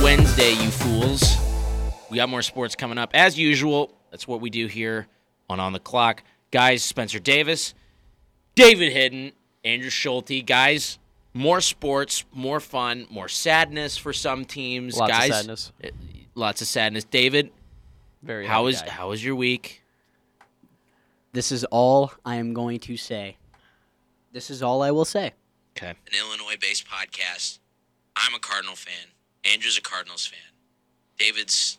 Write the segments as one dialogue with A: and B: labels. A: Wednesday, you fools. We got more sports coming up as usual. That's what we do here on On the Clock. Guys, Spencer Davis, David Hidden, Andrew Schulte. Guys, more sports, more fun, more sadness for some teams.
B: Lots of
A: guys,
B: sadness.
A: eh, Lots of sadness. David,
B: Very
A: how
B: happy
A: is
B: guy.
A: how is your week?
C: This is all I am going to say. This is all I will say.
A: Okay.
D: an Illinois based podcast. I'm a Cardinal fan. Andrew's a Cardinals fan. David's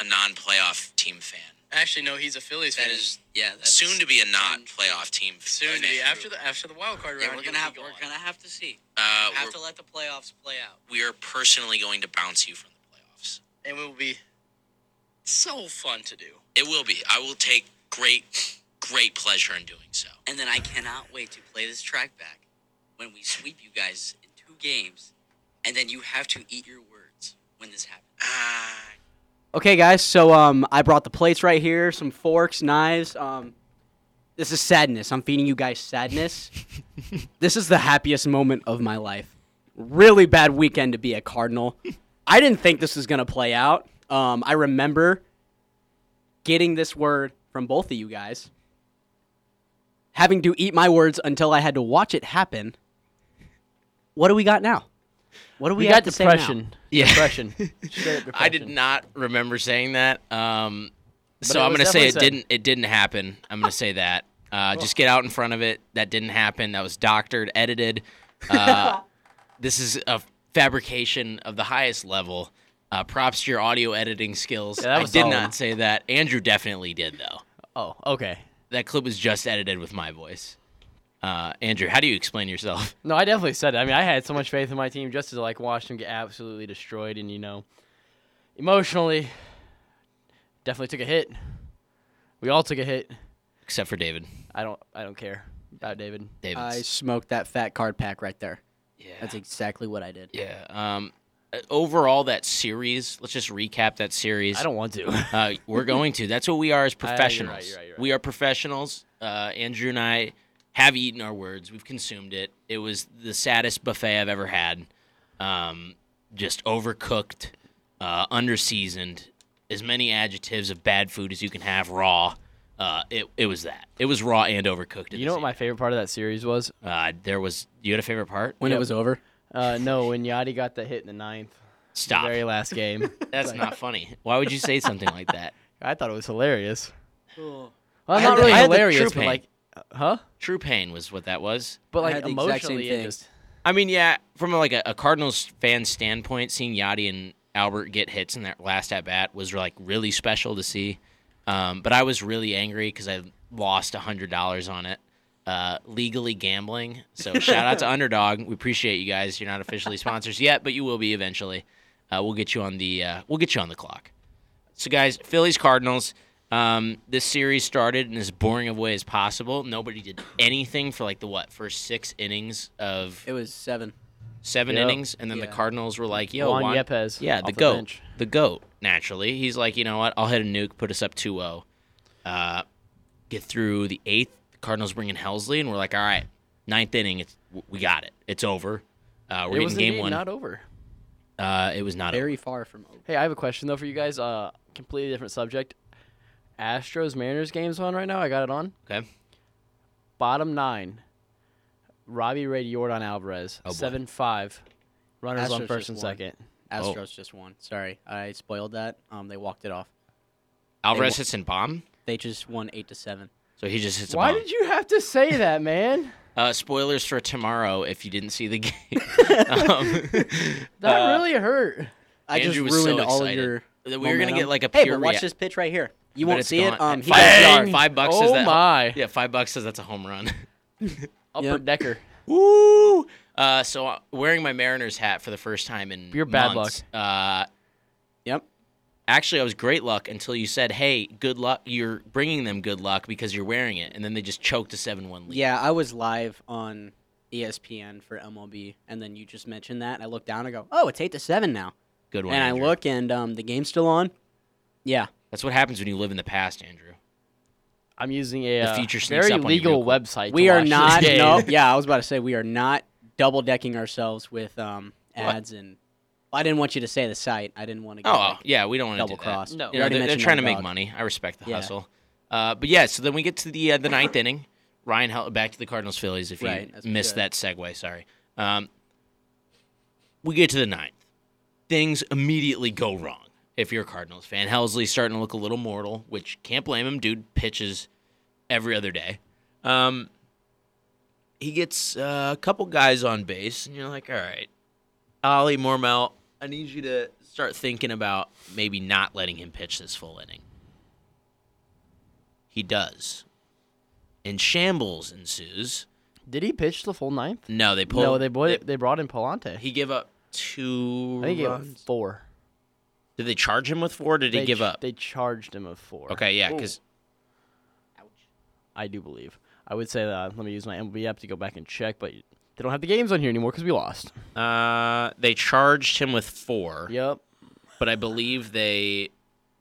D: a non playoff team fan.
E: Actually, no, he's a Phillies
D: That
E: fan.
D: is, yeah, soon to be a not playoff team.
E: soon to be after the after the wild card round.
F: we're
E: he
F: gonna
E: will
F: have
E: be
F: we're
E: gone.
F: gonna have to see.
D: Uh,
F: have
D: we're,
F: to let the playoffs play out.
D: we are personally going to bounce you from the playoffs.
E: and it will be so fun to do.
D: It will be. I will take great, great pleasure in doing so.
F: And then I cannot wait to play this track back when we sweep you guys in two games, and then you have to eat your words when this happens.
D: Ah,
C: Okay, guys. So um, I brought the plates right here, some forks, knives. Um, this is sadness. I'm feeding you guys sadness. this is the happiest moment of my life. Really bad weekend to be a Cardinal. I didn't think this was gonna play out. Um, I remember getting this word from both of you guys, having to eat my words until I had to watch it happen. What do we got now? What do we,
B: we
C: have
B: got
C: to say now?
B: depression.
A: Yeah.
B: Depression. Straight up
A: I did
B: depression.
A: not remember saying that. Um, so
B: it
A: I'm
B: was
A: gonna say
B: definitely
A: it
B: said.
A: didn't. It didn't happen. I'm gonna say that. Uh, just get out in front of it. That didn't happen. That was doctored, edited. Uh, this is a fabrication of the highest level. Uh, props to your audio editing skills.
B: that
A: I
B: was
A: did
B: solid.
A: not say that. Andrew definitely did though.
B: Oh, okay.
A: That clip was just edited with my voice. Uh, Andrew, how do you explain yourself?
B: No, I definitely said it. I mean, I had so much faith in my team just to like watch them get absolutely destroyed, and you know, emotionally, definitely took a hit. We all took a hit.
A: Except for David.
B: I don't. I don't care about David.
A: David's.
C: I smoked that fat card pack right there.
A: yeah.
C: That's exactly what I did.
A: Yeah. Um, uh, overall, that series. Let's just recap that series.
B: I don't want to.
A: Uh, we're going to. That's what we are as
B: you're right,
A: professionals.
B: you're right, you're right.
A: We are professionals. Uh, Andrew and I have eaten our words. We've consumed it. It was the saddest buffet I've ever had. Um, just overcooked, uh, underseasoned, as many adjectives of bad food as you can have raw. Uh, it, it was that. It was raw and overcooked. at
B: you
A: the
B: know what my favorite part of that series was?
A: same- Uh, there was. You had a favorite part?
C: When
B: Yep.
C: it was over.
B: Uh, no, when Yachty got the hit in the ninth, the
A: Stop.
B: very last game.
A: That's not funny. Why would you say something like that?
B: I thought it was hilarious.
A: I
B: Well,
A: had
B: not
A: the-
B: really
A: I had the true
B: hilarious, but
A: pain.
B: like, uh, huh?
A: True pain was what that was.
B: But
C: I
B: like
C: had the exact same
B: emotionally, it
C: thing.
B: just
A: I mean, yeah, from like a, a Cardinals fan standpoint, seeing Yachty and Albert get hits in that last at bat was like really special to see. Um, but I was really angry because I lost hundred dollars on it uh, legally gambling. So shout out to Underdog. We appreciate you guys. You're not officially sponsors yet, but you will be eventually. Uh, we'll get you on the uh, we'll get you on the clock. So, guys, Phillies Cardinals. Um, this series started in as boring of a way as possible. Nobody did anything for like the what first six innings of
C: It was seven.
A: seven
B: Yep.
A: innings, and then
C: Yeah.
A: the Cardinals were like, "Yo,
B: Juan
A: Juan-
B: Yepes
A: yeah,
B: off
A: the
B: the
A: goat,
B: bench.
A: the goat." Naturally, he's like, "You know what? I'll hit a nuke, put us up 2-0. Uh, get through the eighth. The Cardinals bring in Helsley, and we're like, "All right, ninth inning, it's w- we got it. It's over. Uh, we're
B: it was
A: getting game
B: indeed
A: one.
B: not over.
A: uh, it was not over.
C: Very far from over.
B: Hey, I have a question though for you guys. Uh, completely different subject. Astros Mariners games on right now. I got it on.
A: Okay,
B: Bottom nine. Robbie Ray Jordan Alvarez
A: Oh, boy.
B: seven five. Runners
C: Astros
B: on
C: just
B: first and
C: won.
B: second.
A: Oh.
C: Astros just won. Sorry, I spoiled that. Um, they walked it off.
A: Alvarez
C: wa-
A: hits in bomb,
C: They just won eight to seven.
A: so he just hits a
B: Why
A: bomb.
B: did you have to say that, man?
A: uh, spoilers for tomorrow if you didn't see the game. um,
B: That
A: Uh,
B: really hurt.
C: I just
A: Andrew was so
C: ruined all of
A: excited. we
C: your.
A: were gonna get
C: momentum.
A: like a
C: Hey,
A: pure
C: but watch
A: rea-
C: this pitch right here. You
A: but
C: won't
A: it's
C: see
A: gone.
C: it. Um, he
A: Five-
C: goes yard.
A: Five bucks
B: Oh
A: says that.
B: my.
A: Yeah, five bucks says that's a home run.
B: Upper
C: Yep.
B: decker.
A: Woo! Uh, so uh, wearing my Mariners hat for the first time in
B: You're bad
A: months, luck. Uh,
C: Yep.
A: actually, I was great luck until you said, "Hey, good luck." You're bringing them good luck because you're wearing it, and then they just choked a seven-one lead.
C: Yeah, I was live on E ESPN for MLB, and then you just mentioned that, and I look down and go, "Oh, it's eight to seven now."
A: good one.
C: And I
A: Andrew.
C: look, and um, the game's still on. Yeah,
A: That's what happens when you live in the past, Andrew.
B: I'm using a
A: The
B: uh,
A: future sneaks
B: very
A: up on you
B: legal
A: real quick.
B: website. to
C: we are
B: watch this
C: not.
B: game.
C: No, yeah, I was about to say we are not double decking ourselves with um
A: What?
C: ads and I didn't want you to say the site. I didn't want to. Get,
A: Oh
C: like-
A: yeah, we don't want to
C: double
A: do that.
C: crossed.
B: No.
A: You
B: You
A: know,
C: already
A: they're, they're
C: mentioned
A: trying to
C: Mad
A: make
C: Dog.
A: money. I respect the
C: Yeah.
A: hustle. Uh, but yeah, so then we get to the uh, the ninth inning. Ryan held back to the Cardinals Phillies. If you
C: Right, that's what
A: missed
C: we
A: that segue, sorry. Um, we get to the ninth. Things immediately go wrong. If you're a Cardinals fan, Helsley's starting to look a little mortal, which can't blame him. Dude pitches every other day. Um, he gets uh, a couple guys on base, and you're like, all right, Ollie Mormel, I need you to start thinking about maybe not letting him pitch this full inning. He does. And shambles ensues.
B: Did he pitch the full ninth?
A: No, they pull.
B: no, they brought,
A: they-
B: they brought in Palante.
A: he gave up two.
B: I think he gave
A: runs.
B: four.
A: Did they charge him with four? Or did
B: they
A: he give
B: ch-
A: up?
B: They charged him of four.
A: okay, yeah, because
B: I do believe. I would say that. Let me use my MLB app to go back and check, but they don't have the games on here anymore because we lost.
A: uh, they charged him with four,
B: Yep.
A: but I believe they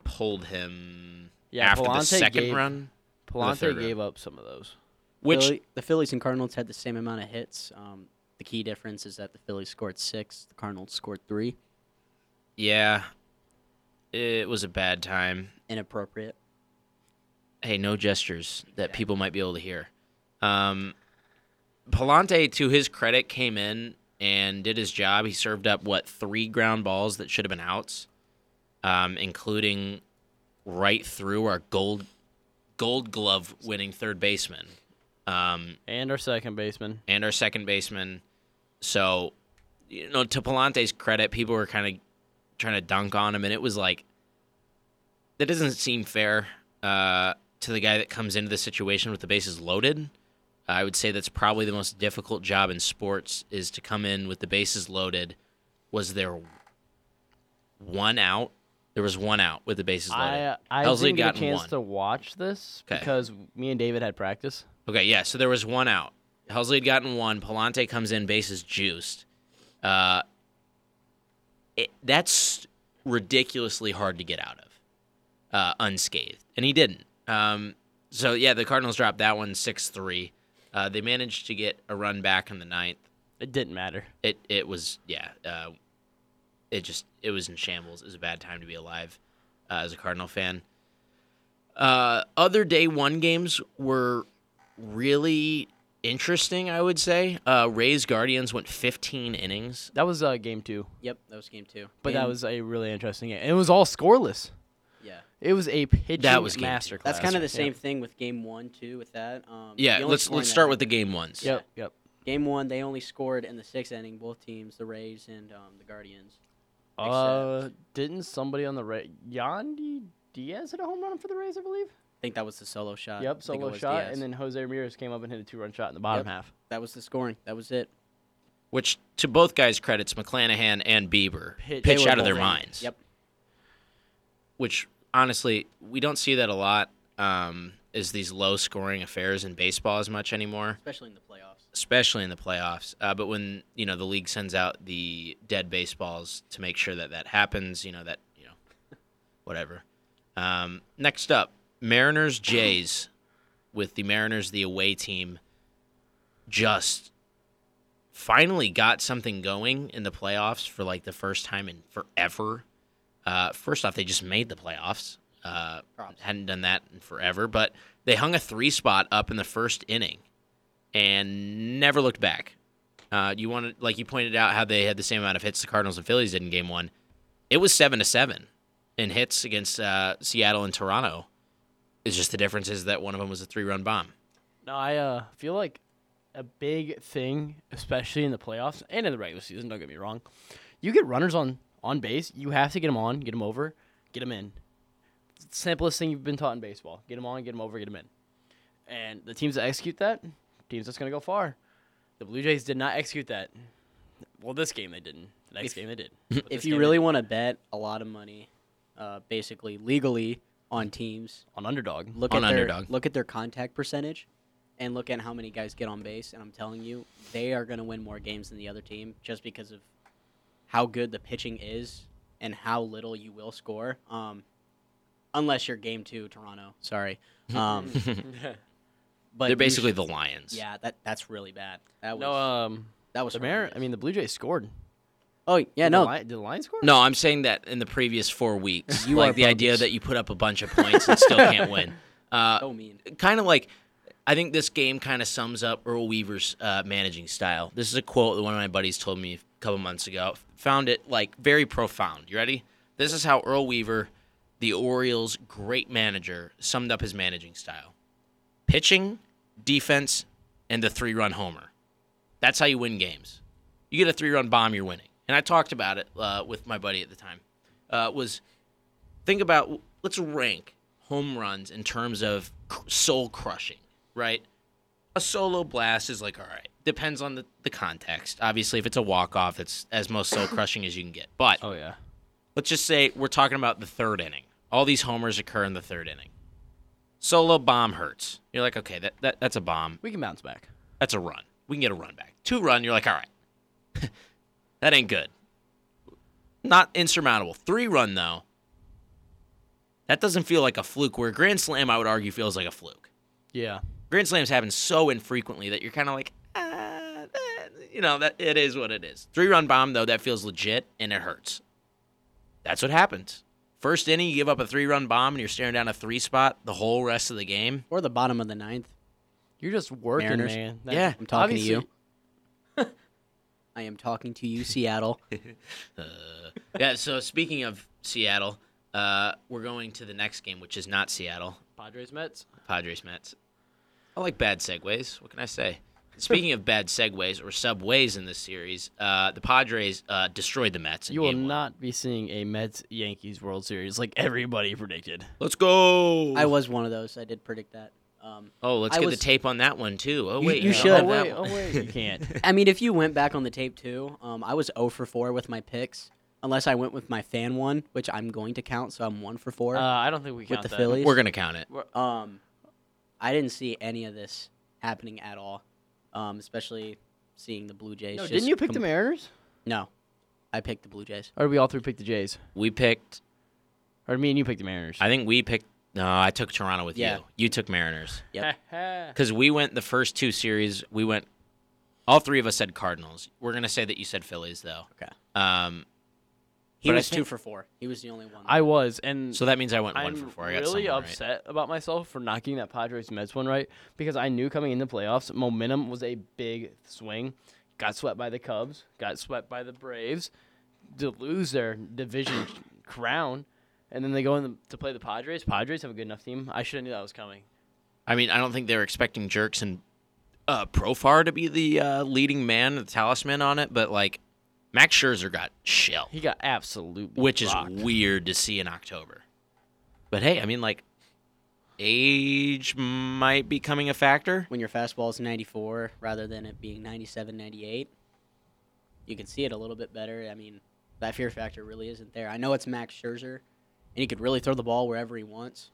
A: pulled him
B: Yeah,
A: after the
B: Palante
A: second
B: gave-
A: run. third
B: Palante
A: round.
B: gave up some of those.
A: Which
C: Philly- the Phillies and Cardinals had the same amount of hits. Um, the key difference is that the Phillies scored six, the Cardinals scored three.
A: Yeah. It was a bad time.
C: Inappropriate.
A: Hey, no gestures that people might be able to hear. Um, Palante, to his credit, came in and did his job. He served up, what, three ground balls that should have been outs, um, including right through our gold gold glove winning third baseman um,
B: And our second baseman.
A: and our second baseman. So, you know, to Palante's credit, people were kind of trying to dunk on him, and it was like that doesn't seem fair uh, to the guy that comes into the situation with the bases loaded. I would say that's probably the most difficult job in sports is to come in with the bases loaded. Was there one out? There was one out with the bases loaded.
B: I uh, I
A: Helsley
B: didn't get a
A: gotten
B: chance
A: one.
B: to watch this
A: 'Kay.
B: because me and David had practice.
A: Okay, yeah. So there was one out. Helsley had gotten one. Palante comes in, bases juiced. Uh, it, that's ridiculously hard to get out of uh, unscathed, and he didn't. Um, so yeah, the Cardinals dropped that one six three. Uh, they managed to get a run back in the ninth.
B: It didn't matter.
A: It it was yeah. Uh, it just it was in shambles. It was a bad time to be alive uh, as a Cardinal fan. Uh, other day one games were really interesting. I would say uh, Rays Guardians went 15 innings.
B: That was uh, game two,
C: Yep, that was game two.
B: but that
C: Game-
B: was a really interesting game. It was all scoreless.
C: yeah.
B: It was a pitching
A: That was game two.
B: masterclass.
C: That's kind of the
B: Yeah.
C: same thing with game one too. With that, um,
A: Yeah,
C: the only
A: let's
C: scoring
A: let's
C: that
A: start with the
C: happened-
A: game ones.
B: Yep, yep.
C: game one. They only scored in the sixth inning. Both teams, the Rays and um, the Guardians. Except-
B: Uh, didn't somebody on the Ra Yandy Diaz hit a home run for the Rays, I believe.
C: I think that was the solo shot. I
B: yep,
C: think it
B: solo
C: was
B: shot,
C: Diaz.
B: and then Jose Ramirez came up and hit a two-run shot in the bottom
C: Yep.
B: half.
C: that was the scoring. That was it.
A: Which to both guys' credits, McClanahan and Bieber pitched
B: Pitch- They
C: They were
A: out of their
C: both in.
A: minds.
C: Yep.
A: which honestly we don't see that a lot um, is these low scoring affairs in baseball as much anymore
C: Especially in the playoffs.
A: especially in the playoffs uh, but when you know the league sends out the dead baseballs to make sure that that happens you know that you know whatever um, next up mariners jays with the mariners the away team just finally got something going in the playoffs for like the first time in forever uh, first off, they just made the playoffs. Uh,
C: Props.
A: hadn't done that in forever, but they hung a three spot up in the first inning and never looked back. Uh, you wanted, like you pointed out, how they had the same amount of hits the Cardinals and Phillies did in Game One. It was seven to seven in hits against uh, Seattle and Toronto. It's just the difference is that one of them was a three run bomb.
B: No, I uh, feel like a big thing, especially in the playoffs and in the regular season. Don't get me wrong. You get runners on on base. You have to get them on, get them over, get them in. It's the simplest thing you've been taught in baseball: get them on, get them over, get them in. And the teams that execute that, teams that's going to go far. The Blue Jays did not execute that. Well, this game they didn't. The next game they did. But this
C: If you
B: game
C: really
B: they-
C: want to bet a lot of money, uh, basically legally on teams,
B: on underdog,
C: look
A: On
C: at their
A: Underdog.
C: look at their contact percentage, and look at how many guys get on base. And I'm telling you, they are going to win more games than the other team just because of how good the pitching is and how little you will score. Um, unless you're game two, Toronto. Sorry, um, but
A: They're
C: you sh-
A: basically the Lions.
C: yeah. That that's really bad. That was
B: no, um,
C: that was
B: the Mar- I
C: horrendous.
B: mean, the Blue Jays scored.
C: Oh yeah,
B: Did the
C: no.
B: Lion, did the Lions score?
A: No, I'm saying that in the previous four weeks,
C: You are
A: like the idea
C: bogus.
A: that you put up a bunch of points and still can't win. Uh,
C: So mean.
A: kind of like I think this game kind of sums up Earl Weaver's uh, managing style. This is a quote that one of my buddies told me a couple months ago. Found it like very profound. You ready? This is how Earl Weaver, the Orioles' great manager, summed up his managing style: pitching, defense, and the three-run homer. That's how you win games. You get a three-run bomb, you're winning. And I talked about it uh, with my buddy at the time. Uh, was think about let's rank home runs in terms of cr- soul crushing, right? A solo blast is like all right, depends on the, the context. Obviously, if it's a walk off, it's as most soul crushing as you can get. But
B: Oh yeah.
A: let's just say we're talking about the third inning. All these homers occur in the third inning. Solo bomb hurts. You're like, okay, that, that that's a bomb.
B: We can bounce back.
A: That's a run. We can get a run back. Two run, you're like, all right, that ain't good. Not insurmountable. Three run, though, that doesn't feel like a fluke, where Grand Slam, I would argue, feels like a fluke.
B: Yeah.
A: Grand Slams happen so infrequently that you're kind of like, ah, that- you know, that it is what it is. Three run bomb, though, that feels legit and it hurts. That's what happens. First inning, you give up a three run bomb and you're staring down a three spot the whole rest of the game.
C: Or the bottom of the ninth.
B: You're just working,
C: Mariners.
B: man.
A: Yeah,
C: I'm talking to you.
B: obviously-
C: I am talking to you, Seattle.
A: Uh, yeah. So speaking of Seattle, uh, we're going to the next game, which is not Seattle.
B: Padres Mets.
A: Padres Mets. I like bad segues. What can I say? Speaking of bad segues or subways in this series, uh, the Padres uh, destroyed the Mets. In
B: You will
A: game one.
B: not be seeing a Mets Yankees World Series like everybody predicted.
A: Let's go.
C: I was one of those. I did predict that. Um,
A: oh, let's
C: I
A: get
C: was-
A: the tape on that one too. Oh wait,
C: you
A: I don't
C: should.
A: have
B: Oh
A: that
B: wait, oh
A: one.
B: wait, you can't.
C: I mean, if you went back on the tape too, um, I was 0 for 4 with my picks, unless I went with my fan one, which I'm going to count, so I'm 1 for 4
B: Uh, I don't think we
C: with
B: count
C: the
B: that.
C: Phillies.
A: We're gonna count it.
C: Um, I didn't see any of this happening at all, um, especially seeing the Blue Jays.
B: No,
C: just
B: didn't you pick the
C: com-
B: Mariners?
C: No, I picked the Blue Jays.
B: Or did we all three pick the Jays?
A: We picked.
B: Or me and you picked the Mariners?
A: I think we picked. No, I took Toronto with
C: Yeah.
A: you. You took Mariners.
C: Yep.
A: because we went the first two series. We went, all three of us said Cardinals. We're gonna say that you said Phillies though.
C: Okay.
A: Um,
C: He
A: But I
C: was two
A: think-
C: for four. He was the only one.
B: I was, and
A: so that means I went one
B: I'm
A: for four. I got
B: really
A: someone right.
B: upset about myself for not getting that Padres Mets one right because I knew coming into playoffs, momentum was a big swing. Got swept by the Cubs, got swept by the Braves to lose their division crown, and then they go in the, to play the Padres. Padres have a good enough team. I should have knew that was coming.
A: I mean, I don't think they were expecting Jerks and uh, Profar to be the uh, leading man, the talisman on it, but like Max Scherzer got shell,
B: He got absolutely
A: which is
B: rocked.
A: weird to see in October. But hey, I mean, like age might be coming a factor.
C: when your fastball is 94 rather than it being 97, 98, you can see it a little bit better. I mean, that fear factor really isn't there. I know it's Max Scherzer, and he could really throw the ball wherever he wants.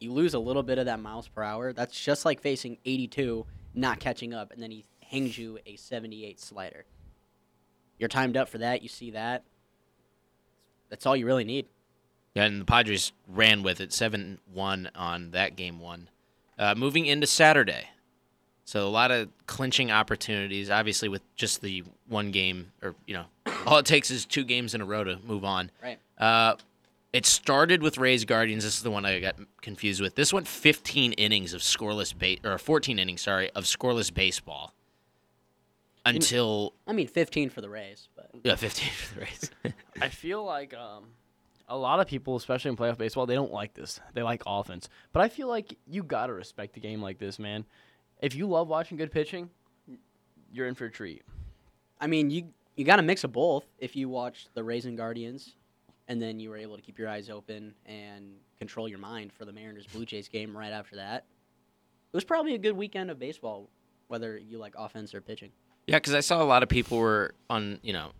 C: You lose a little bit of that miles per hour. That's just like facing 82, not catching up, and then he hangs you a 78 slider. You're timed up for that. You see that. That's all you really need.
A: And the Padres ran with it 7 1 on that game one. Uh, moving into Saturday. So a lot of clinching opportunities, obviously, with just the one game, or, you know, all it takes is two games in a row to move on.
C: Right.
A: Uh, it started with Rays Guardians. This is the one I got confused with. This went 15 innings of scoreless, ba- or 14 innings, sorry, of scoreless baseball until
C: I mean, 15 for the Rays, but
A: yeah, 15 for the Rays.
B: I feel like um, a lot of people, especially in playoff baseball, they don't like this. They like offense, but I feel like you gotta respect the game like this, man. If you love watching good pitching, you're in for a treat.
C: I mean, you you got a mix of both. If you watched the Rays and Guardians, and then you were able to keep your eyes open and control your mind for the Mariners Blue Jays game right after that, it was probably a good weekend of baseball, whether you like offense or pitching.
A: Yeah, because I saw a lot of people were on, you know,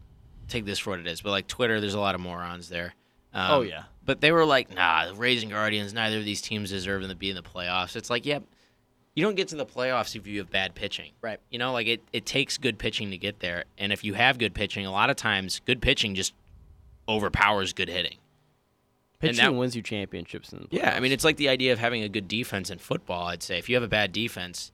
A: take this for what it is, but like Twitter, there's a lot of morons there. Um,
B: Oh, yeah.
A: But they were like, nah, the Rays and Guardians, neither of these teams deserve to be in the playoffs. It's like, yeah, you don't get to the playoffs if you have bad pitching.
C: Right.
A: You know, like it, it takes good pitching to get there. And if you have good pitching, a lot of times good pitching just overpowers good hitting. And
B: Pitching
A: that-
B: wins you championships in the
A: Yeah, I mean,
B: playoffs.
A: it's like the idea of having a good defense in football. I'd say if you have a bad defense,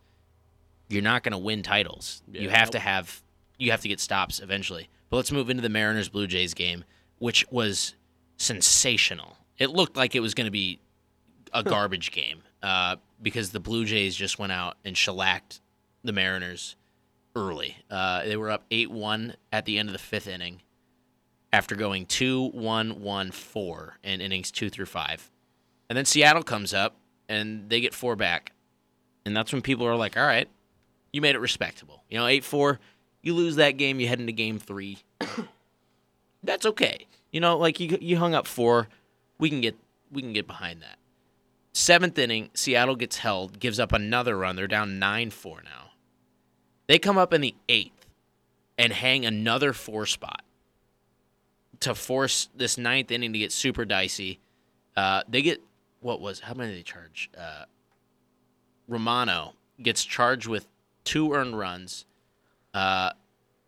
A: you're not going to win titles. you have to have you have to get stops eventually. But let's move into the Mariners Blue Jays game, which was sensational. It looked like it was going to be a garbage game uh, because the Blue Jays just went out and shellacked the Mariners early. Uh, they were up 8 1 at the end of the fifth inning after going 2 1 1 4 in innings two through five. And then Seattle comes up and they get four back. And that's when people are like, all right, you made it respectable. You know, 8 4, you lose that game, you head into game three. that's okay. You know, like you, you hung up four. We can get we can get behind that. Seventh inning, Seattle gets held, gives up another run. They're down 9 4 now. They come up in the eighth and hang another four spot to force this ninth inning to get super dicey. Uh, they get, what was, how many did they charge? Uh, Romano gets charged with two earned runs. Uh,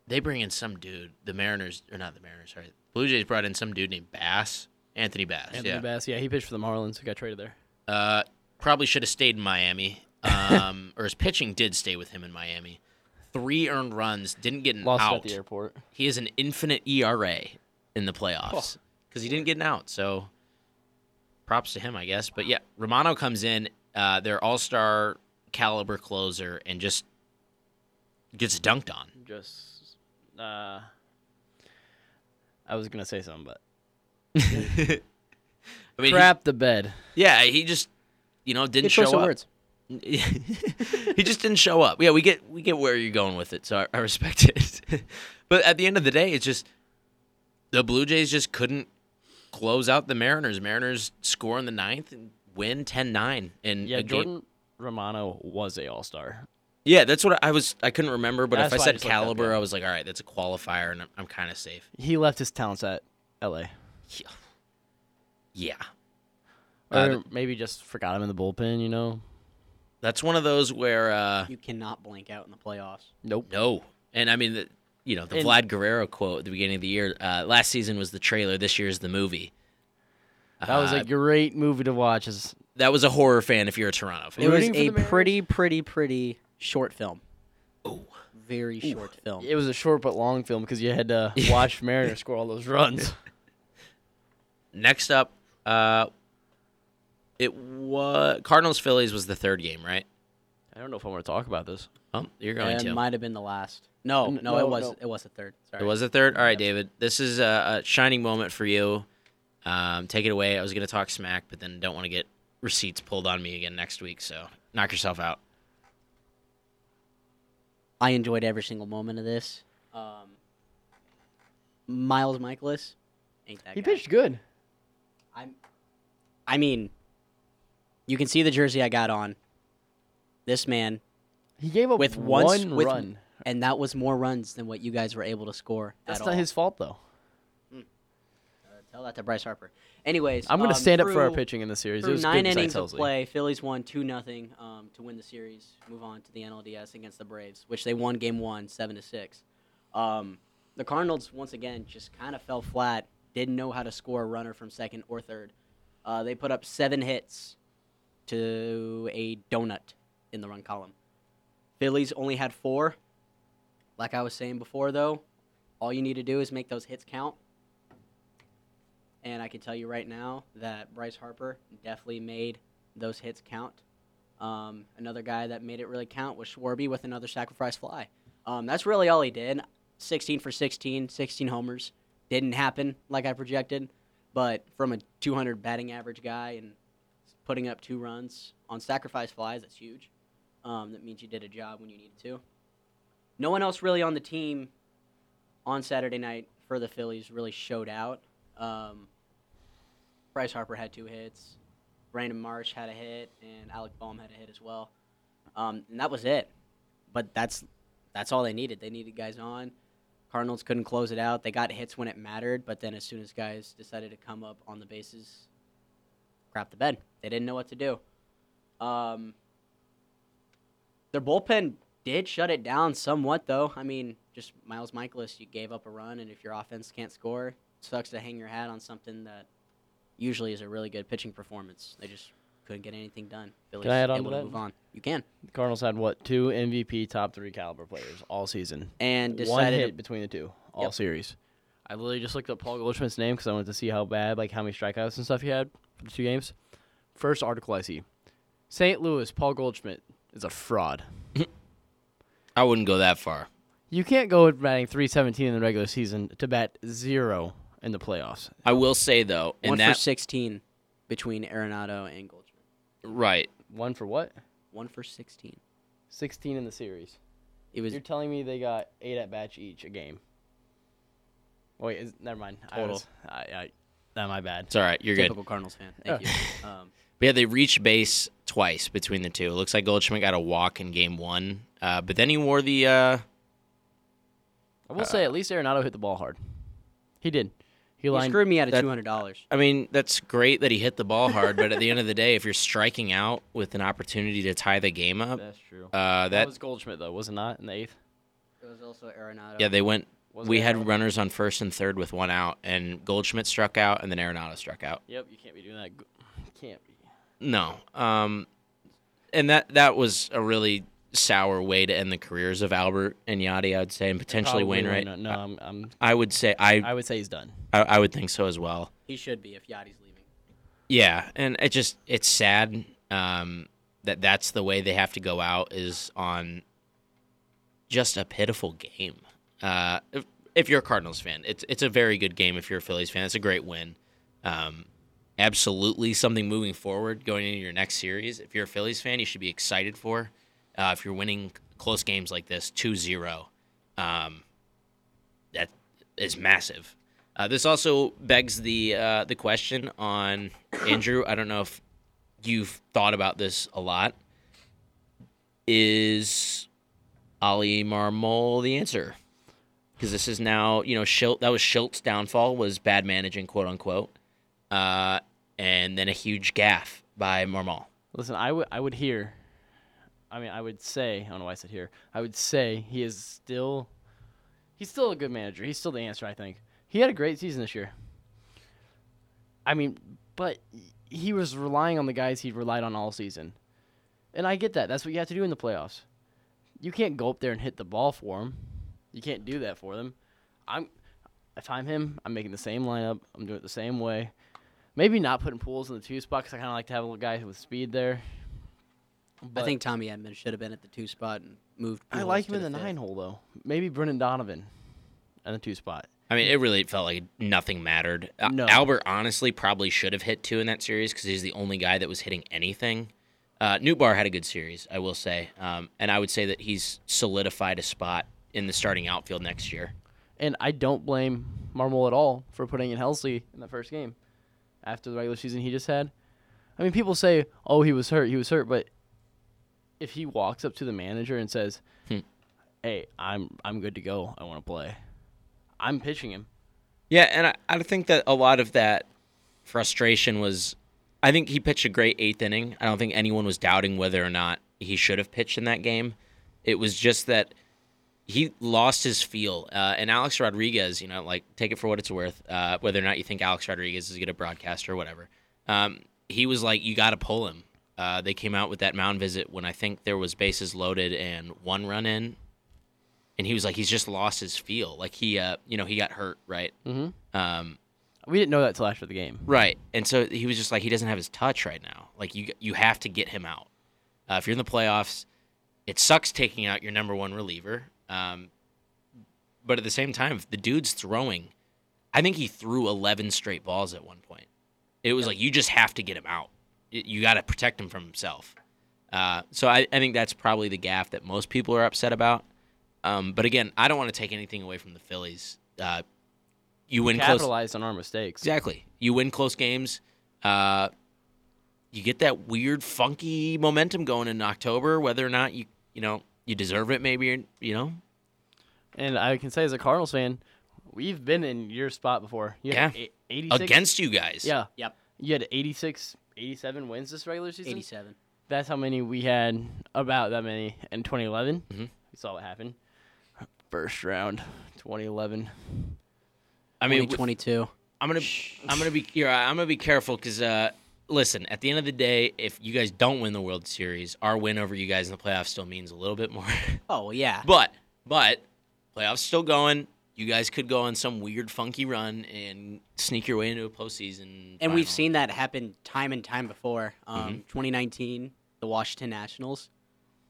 A: they bring in some dude, the Mariners, or not the Mariners, sorry. Blue Jays brought in some dude named Bass, Anthony Bass.
B: Anthony
A: yeah.
B: Bass, yeah, he pitched for the Marlins. He got traded there.
A: Uh, probably should have stayed in Miami. Um, or his pitching did stay with him in Miami. Three earned runs, didn't get an
B: Lost it
A: out.
B: at the airport.
A: He has an infinite ERA in the playoffs because he didn't get an out. So props to him, I guess. But yeah, Romano comes in, uh, their all star caliber closer, and just gets dunked on.
B: Just, uh, I was gonna say something, but
A: I mean, he-
B: crap the bed.
A: yeah, he just, you know, didn't show up. he just didn't show up. Yeah, we get we get where you're going with it, so I, I respect it. but at the end of the day, it's just the Blue Jays just couldn't close out the Mariners. Mariners score in the ninth and win 10-9 in
B: Yeah,
A: a game.
B: Jordan Romano was a All Star.
A: Yeah, that's what I, I was. I couldn't remember, but
B: That's
A: if I
B: why I
A: said
B: just looked up,
A: caliber,
B: yeah.
A: I was like, all right, that's a qualifier, and I'm, I'm kind of safe.
B: He left his talents at L.A.
A: Yeah,
B: Or
A: Uh,
B: maybe just forgot him in the bullpen. You know.
A: that's one of those where uh,
C: You cannot blank out in the playoffs.
B: Nope.
A: no, and I mean, the, you know, the
B: And-
A: Vlad Guerrero quote at the beginning of the year. Uh, last season was the trailer. This year is the movie.
B: That was
A: Uh,
B: a great movie to watch. As
A: that was a horror fan if you're a Toronto fan.
C: It was
B: Rooting for
C: a
B: the Mariners?
C: pretty, pretty, pretty short film. Oh, very short film.
B: it was a short but long film because you had to watch Mariners score all those runs.
A: Next up, uh, it was Cardinals Phillies was the third game, right?
B: I don't know if I want to talk about this.
A: Oh, you're going
C: and
A: to.
C: might have been the last. No,
B: N-
C: no,
B: no,
C: it was.
B: Um, no.
C: It was the third. Sorry.
A: It was the third. All right, David. This is a, a shining moment for you. Um, take it away. I was going to talk smack, but then don't want to get receipts pulled on me again next week. So knock yourself out.
C: I enjoyed every single moment of this. Um, Miles Michaelis, ain't that
B: He
C: guy.
B: pitched good.
C: I'm, I mean, you can see the jersey I got on. This man,
B: He gave up
C: with
B: one
C: one s- with-
B: run.
C: and that was more runs than what you guys were able to score.
B: That's
C: at
B: not
C: all.
B: his fault though.
C: Tell that to Bryce Harper. Anyways,
B: I'm gonna
C: um,
B: stand up for our
C: through-
B: pitching in the series. It
C: Through
B: was
C: nine
B: good
C: innings
B: besides
C: of
B: Helsley.
C: play, Phillies won two nothing um, to win the series. Move on to the NLDS against the Braves, which they won Game One, seven to six. Um, the Cardinals once again just kind of fell flat. Didn't know how to score a runner from second or third. Uh, they put up seven hits to a donut in the run column. Phillies only had four. Like I was saying before, though, all you need to do is make those hits count. And I can tell you right now that Bryce Harper definitely made those hits count. Um, another guy that made it really count was Schwarby with another sacrifice fly. Um, that's really all he did. 16 for 16, 16 homers. Didn't happen like I projected, but from a 200 batting average guy and putting up two runs on sacrifice flies, that's huge. Um, that means you did a job when you needed to. No one else really on the team on Saturday night for the Phillies really showed out. Um, Bryce Harper had two hits. Brandon Marsh had a hit, and Alec Boehm had a hit as well. Um, and that was it. But that's that's all they needed. They needed guys on. Cardinals couldn't close it out. They got hits when it mattered, but then as soon as guys decided to come up on the bases, crap the bed. They didn't know what to do. Um, their bullpen did shut it down somewhat, though. I mean, just Miles Michaelis, you gave up a run, and if your offense can't score, it sucks to hang your hat on something that usually is a really good pitching performance. They just couldn't get anything done. Phillies
B: Can I add on
C: able
B: to that?
C: move on. You can.
B: The Cardinals had what two MVP top three caliber players all season.
C: And
B: One
C: decided
B: hit between the two all series. I literally just looked up Paul Goldschmidt's name because I wanted to see how bad, like how many strikeouts and stuff he had for the two games. First article I see, St. Louis Paul Goldschmidt is a fraud.
A: I wouldn't go that far.
B: You can't go with batting 317 in the regular season to bat zero in the playoffs.
A: I will say though,
C: one
A: and that
C: for 16 between Arenado and Goldschmidt.
A: right,
B: One for what?
C: One for 16.
B: 16 in the series.
C: It was
B: You're telling me they got eight at bats each a game. Wait, is, never mind. I
A: Total.
B: was, I, I, that my bad.
A: it's all right. You're good.
C: typical Cardinals fan.
B: Oh.
C: Thank you. Um,
A: But yeah, they reached base twice between the two. It looks like Goldschmidt got a walk in game one, uh, but then he wore the. Uh,
B: I will say at least Arenado hit the ball hard. He did. He
C: you
B: lined.
C: screwed me out of
A: that-
C: $200.
A: I mean, that's great that he hit the ball hard, but at the end of the day, if you're striking out with an opportunity to tie the game up,
B: That's true.
A: uh,
B: that
A: that
B: was Goldschmidt though, was it not in the eighth?
C: It was also Arenado.
A: yeah, they went.
B: Was
A: we
B: it
A: had
B: Arenado?
A: runners on first and third with one out, and Goldschmidt struck out, and then Arenado struck out.
B: Yep, you can't be doing that. You can't be.
A: No, um, and that that was a really sour way to end the careers of Albert and Yachty, I'd say, and potentially Wainwright.
B: No, no I'm, I'm.
A: I would say I,
B: I would say he's done.
A: I I would think so as well.
C: he should be if Yachty's leaving.
A: Yeah, and it just it's sad um, that that's the way they have to go out is on just a pitiful game. Uh, if, if you're a Cardinals fan, it's it's a very good game. If you're a Phillies fan, it's a great win. Um, absolutely something moving forward going into your next series. If you're a Phillies fan, you should be excited for. Uh, if you're winning close games like this, 2-0, um, that is massive. Uh, this also begs the uh, the question on Andrew. I don't know if you've thought about this a lot. Is Ali Marmol the answer? Because this is now you know Schilt. That was Schilt's downfall was bad managing, quote unquote, uh, and then a huge gaff by Marmol.
B: Listen, I would I would hear. I mean, I would say I don't know why I said here. I would say he is still, he's still a good manager. He's still the answer. I think he had a great season this year. I mean, but he was relying on the guys he relied on all season, and I get that. That's what you have to do in the playoffs. You can't go up there and hit the ball for him. You can't do that for them. I'm, if I'm him, I'm making the same lineup. I'm doing it the same way. Maybe not putting pools in the two spot because I kind of like to have a little guy with speed there.
C: I
B: But-
C: think Tommy Edmond should have been at the two spot and moved.
B: I
C: Pujols
B: like
C: to
B: him in the
C: fifth.
B: nine hole though. Maybe Brennan Donovan, in the two spot.
A: I mean, it really felt like nothing mattered. Uh,
B: No.
A: Albert honestly probably should have hit two in that series because he's the only guy that was hitting anything. Uh, Newt Bar had a good series, I will say, um, and I would say that he's solidified a spot in the starting outfield next year.
B: And I don't blame Marmol at all for putting in Helsley in the first game after the regular season he just had. I mean, people say, "Oh, he was hurt. He was hurt," but if he walks up to the manager and says,
A: Hmm.
B: "Hey, I'm I'm good to go. I want to play," I'm pitching him.
A: Yeah, and I, I think that a lot of that frustration was, I think he pitched a great eighth inning. I don't think anyone was doubting whether or not he should have pitched in that game. It was just that he lost his feel. Uh, and Alex Rodriguez, you know, like take it for what it's worth, uh, whether or not you think Alex Rodriguez is a good broadcaster or whatever. Um, he was like, you got to pull him. Uh, they came out with that mound visit when I think there was bases loaded and one run in, and he was like, he's just lost his feel. Like he, uh, you know, he got hurt, right? Mm-hmm. Um,
B: We didn't know that till after the game.
A: Right. And so he was just like, he doesn't have his touch right now. Like you, you have to get him out. Uh, if you're in the playoffs, it sucks taking out your number one reliever. Um, but at the same time, if the dude's throwing, I think he threw 11 straight balls at one point. It was like you just have to get him out. Y- You got to protect him from himself. Uh, so I, I think that's probably the gaff that most people are upset about. Um, but again, I don't want to take anything away from the Phillies. Uh, you win close.
B: Capitalized on our mistakes.
A: Exactly. You win close games. Uh, you get that weird, funky momentum going in October, whether or not you you know you deserve it. Maybe you're- you know.
B: And I can say as a Cardinals fan, we've been in your spot before. You had
A: Yeah.
B: eight- 86
A: Against you guys.
B: Yeah.
C: Yep,
B: You had 86, 87 wins this regular season.
C: 87.
B: That's how many we had, about that many in 2011. We saw what happened. First round, 2011.
A: I mean, with-
C: 2022.
A: I'm gonna I'm gonna be you're right, I'm gonna be careful because uh, listen, at the end of the day, if you guys don't win the World Series, our win over you guys in the playoffs still means a little bit more.
C: Oh well, yeah.
A: but but playoffs still going. You guys could go on some weird funky run and sneak your way into a postseason.
C: And we've
A: final.
C: seen that happen time and time before. Um, 2019, the Washington Nationals.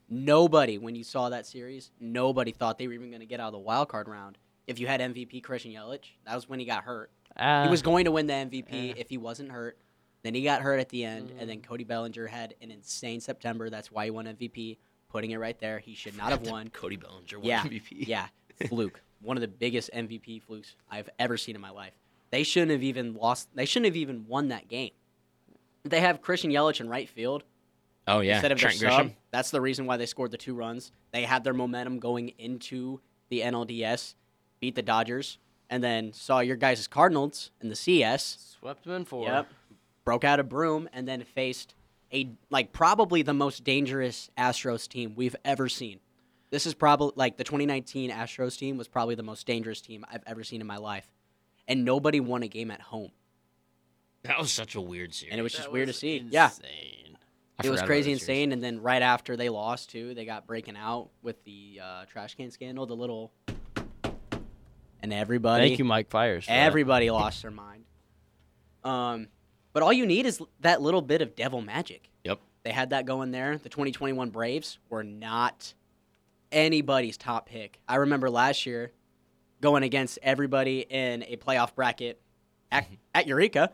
C: Nobody, when you saw that series, nobody thought they were even going to get out of the wild card round. If you had MVP Christian Yelich, that was when he got hurt.
B: Uh,
C: he was going to win the MVP if he wasn't hurt. Then he got hurt at the end, and then Cody Bellinger had an insane September. That's why he won MVP. Putting it right there, he should not have won.
A: Cody Bellinger won
C: Yeah,
A: MVP.
C: yeah, fluke. One of the biggest MVP flukes I've ever seen in my life. They shouldn't have even lost. They shouldn't have even won that game. They have Christian Yelich in right field
A: Oh yeah.
C: instead of
A: Trent
C: their
A: Grisham.
C: sub. That's the reason why they scored the two runs. They had their momentum going into the NLDS, beat the Dodgers, and then saw your guys' Cardinals in the CS.
B: swept them in four.
C: Yep. Broke out a broom and then faced a like probably the most dangerous Astros team we've ever seen. This is probably like the 2019 Astros team was probably the most dangerous team I've ever seen in my life. And nobody won a game at home.
A: That was such a weird series.
C: And it was
B: That
C: just weird to
B: was
C: see. Yeah.
B: insane.
A: I
C: It
A: forgot
C: was
A: about
C: crazy
A: that series.
C: insane and then right after they lost too, they got breaking out with the uh, trash can scandal, the little and everybody
B: Thank you, Mike Fires. for that.
C: Everybody lost their mind. Um, but all you need is l- that little bit of devil magic.
A: Yep.
C: They had that going there. The 2021 Braves were not anybody's top pick. I remember last year going against everybody in a playoff bracket at, at Eureka.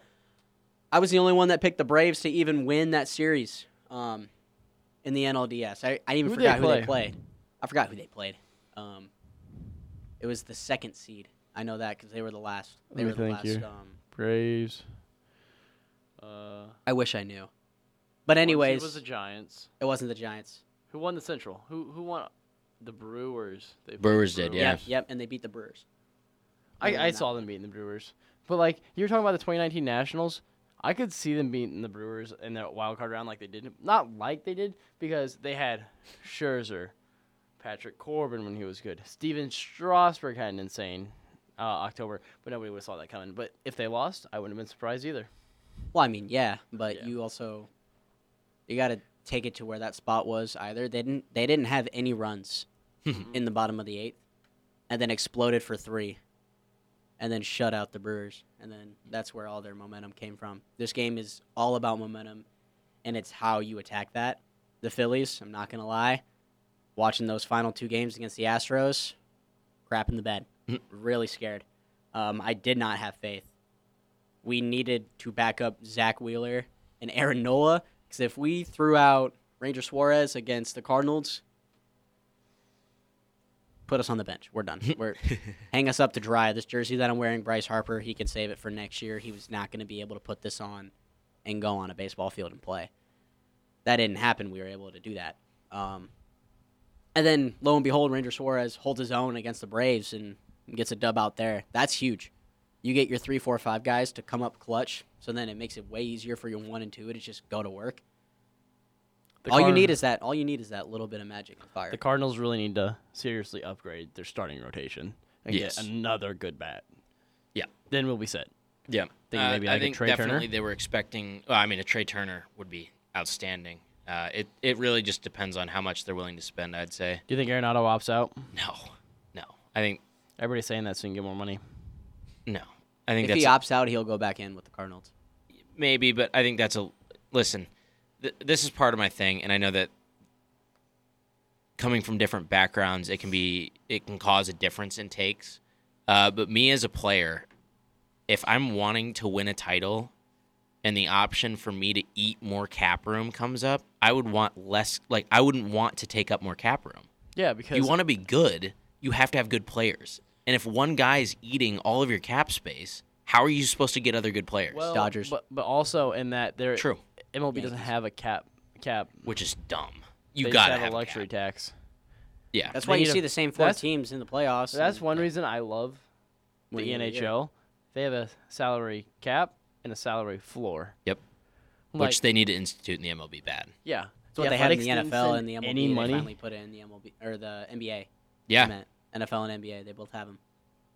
C: I was the only one that picked the Braves to even win that series um, in the NLDS. I, I even
B: Who'd they
C: forgot who
B: play?
C: they played. I forgot who they played. Um, it was the second seed. I know that because they were the last.
B: Let
C: They
B: me
C: were the
B: think
C: last.
B: here.
C: Um,
B: Braves. Uh,
C: I wish I knew. But anyways,
B: it was the Giants.
C: it wasn't the Giants.
B: Who won the Central? Who who won? The Brewers. They played
A: Brewers
B: the
A: did, yeah.
C: Yep, yep, and they beat the Brewers. They won
B: I, I
C: that
B: saw them beating the Brewers, but like you were talking about the 2019 Nationals, I could see them beating the Brewers in that wild card round like they did, not like they did because they had Scherzer, Patrick Corbin when he was good, Steven Strasburg had an insane uh, October, but nobody would have saw that coming. But if they lost, I wouldn't have been surprised either.
C: Well, I mean, yeah, but
B: Yeah.
C: you also you got to take it to where that spot was. Either they didn't they didn't have any runs in the bottom of the eighth, and then exploded for three, and then shut out the Brewers, and then that's where all their momentum came from. This game is all about momentum, and it's how you attack that. The Phillies, I'm not gonna lie, watching those final two games against the Astros, crap in the bed, really scared. Um, I did not have faith we needed to back up Zach Wheeler and Aaron Nola because if we threw out Ranger Suarez against the Cardinals, put us on the bench. We're done. We're hang us up to dry. This jersey that I'm wearing, Bryce Harper, he can save it for next year. He was not going to be able to put this on and go on a baseball field and play. That didn't happen. We were able to do that. Um, and then lo and behold, Ranger Suarez holds his own against the Braves and gets a dub out there. That's huge you get your three, four, five guys to come up clutch. So then it makes it way easier for your one and two to just go to work.
B: The
C: all you
B: Card-
C: need is that. All you need is that little bit of magic and fire.
B: the Cardinals really need to seriously upgrade their starting rotation and
A: Yes.
B: get another good bat.
A: Yeah.
B: then we'll be set.
A: Yeah,
B: Thinking maybe
A: Uh, I
B: like a
A: think
B: Trey Turner?
A: definitely they were expecting. Well, I mean, a Trey Turner would be outstanding. Uh, it it really just depends on how much they're willing to spend. I'd say
B: Do you think Arenado opts out?
A: no, no. I think
B: Everybody's saying that so you can get more money.
A: no. I think
C: if he
A: that's
C: opts out, he'll go back in with the Cardinals.
A: maybe, but I think that's a listen. Th- this is part of my thing, and I know that coming from different backgrounds, it can be it can cause a difference in takes. Uh, but me as a player, if I'm wanting to win a title, and the option for me to eat more cap room comes up, I would want less. Like I wouldn't want to take up more cap room.
B: Yeah, because
A: You want to be good, you have to have good players. And if one guy is eating all of your cap space, how are you supposed to get other good players?
B: well,
C: Dodgers.
B: but but also in that there
A: True.
B: MLB doesn't have a cap cap.
A: which is dumb. You
B: They just
A: gotta
B: have,
A: have
B: a luxury
A: cap.
B: tax.
A: Yeah,
C: That's
B: They
C: why you
B: need a-
C: see the same four
B: that's-
C: teams in the playoffs.
B: That's
C: and
B: one reason I love the
C: winning every year.
B: NHL. They have a salary cap and a salary floor.
A: Yep.
B: Like,
A: which they need to institute in the MLB. Bad.
B: yeah,
C: That's what
B: The
C: they had in the
B: Athletics didn't
C: NFL and
B: send
C: the MLB.
B: Any
C: they
B: money?
C: finally put it in the MLB or the NBA.
A: Yeah,
C: meant NFL and NBA. They both have them.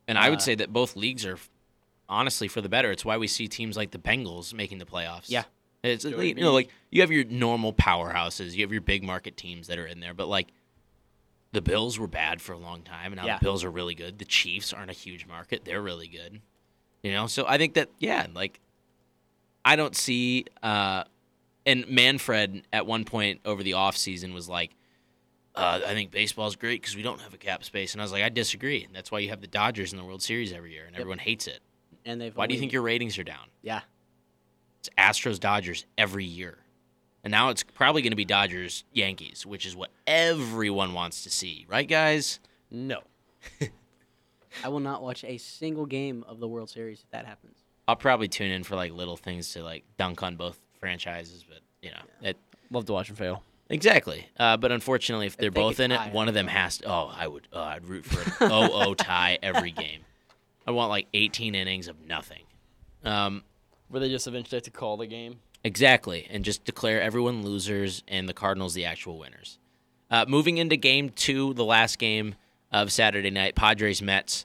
A: and I would
C: Uh,
A: say that both leagues are, honestly, for the better. It's why we see teams like the Bengals making the playoffs.
C: Yeah.
A: It's
C: You
A: like,
C: know what I
A: you know,
C: mean?
A: like you have your normal powerhouses, you have your big market teams that are in there, but like the Bills were bad for a long time, and now
B: Yeah.
A: the Bills are really good. The Chiefs aren't a huge market; they're really good. You know, so I think that yeah, like I don't see. uh And Manfred at one point over the off season was like, uh, "I think baseball's great because we don't have a cap space," and I was like, "I disagree. That's why you have the Dodgers in the World Series every year, and everyone hates it.
C: And they've.
A: Why do you
C: only-
A: think your ratings are down?"
C: Yeah.
A: It's Astros Dodgers every year. And now it's probably going to be Dodgers Yankees, which is what everyone wants to see, right, guys?
B: No.
C: I will not watch a single game of the World Series if that happens.
A: I'll probably tune in for like little things to like dunk on both franchises, but you know, it,
B: Love to watch them fail.
A: exactly. Uh, but unfortunately, if they're
C: they
A: both
C: could
A: in it,
C: tie,
A: one of them has to. Oh, I would. Uh, I'd root for an 0-0 tie every game. I want like 18 innings of nothing. Um,
B: Where they just eventually have to call the game.
A: Exactly, and just declare everyone losers and the Cardinals the actual winners. Uh, moving into game two, the last game of Saturday night, Padres Mets.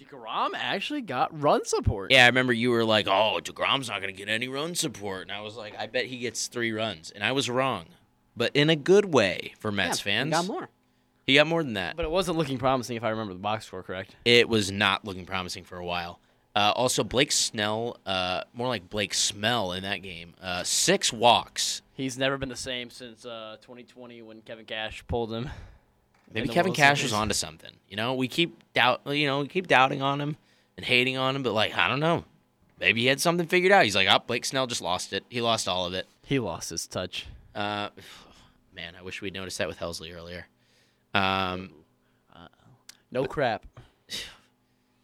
B: DeGrom actually got run support.
A: Yeah, I remember you were like, "Oh, Degrom's not going to get any run support," and I was like, "I bet he gets three runs," and I was wrong, but in a good way for Mets
C: Yeah, we
A: fans.
C: Got more.
A: He got more than that.
B: But it wasn't looking promising if I remember the box score correct.
A: it was not looking promising for a while. Uh, also, Blake Snell, uh, more like Blake Smell in that game, uh, six walks.
B: He's never been the same since uh, 2020 when Kevin Cash pulled him.
A: Maybe
B: in the
A: Kevin
B: World
A: Cash
B: Series.
A: was onto something. You know, we keep doubt. You know, we keep doubting on him and hating on him, but like I don't know. Maybe he had something figured out. He's like, oh, Blake Snell just lost it. He lost all of it.
B: He lost his touch.
A: Uh, man, I wish we'd noticed that with Helsley earlier. Um,
B: No crap.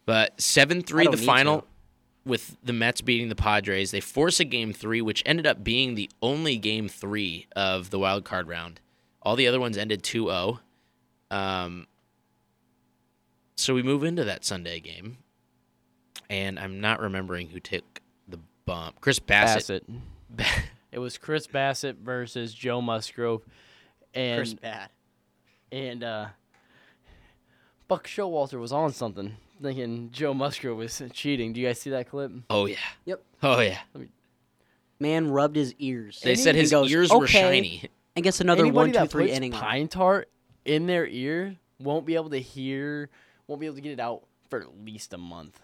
A: but seven
C: I
A: three,
C: don't
A: the
C: need
A: final,
C: to.
A: with the Mets beating the Padres. They force a game three, which ended up being the only game three of the wild card round. All the other ones ended 2-0. Um, so we move into that Sunday game, and I'm not remembering who took the bump. Chris Bassett.
B: Bassett. It was Chris Bassett versus Joe Musgrove, and
C: Chris bad.
B: and uh, Buck Showalter was on something, thinking Joe Musgrove was cheating. Do you guys see that clip?
A: oh yeah.
C: Yep.
A: Oh yeah.
C: Man rubbed his ears.
A: They
C: And
A: said
C: he
A: his
C: goes,
A: ears were
C: "Okay,"
A: shiny.
C: And gets another
B: Anybody
C: one, two,
B: that
C: three
B: puts
C: inning. on.
B: pine tar in their ear won't be able to hear, won't be able to get it out for at least a month.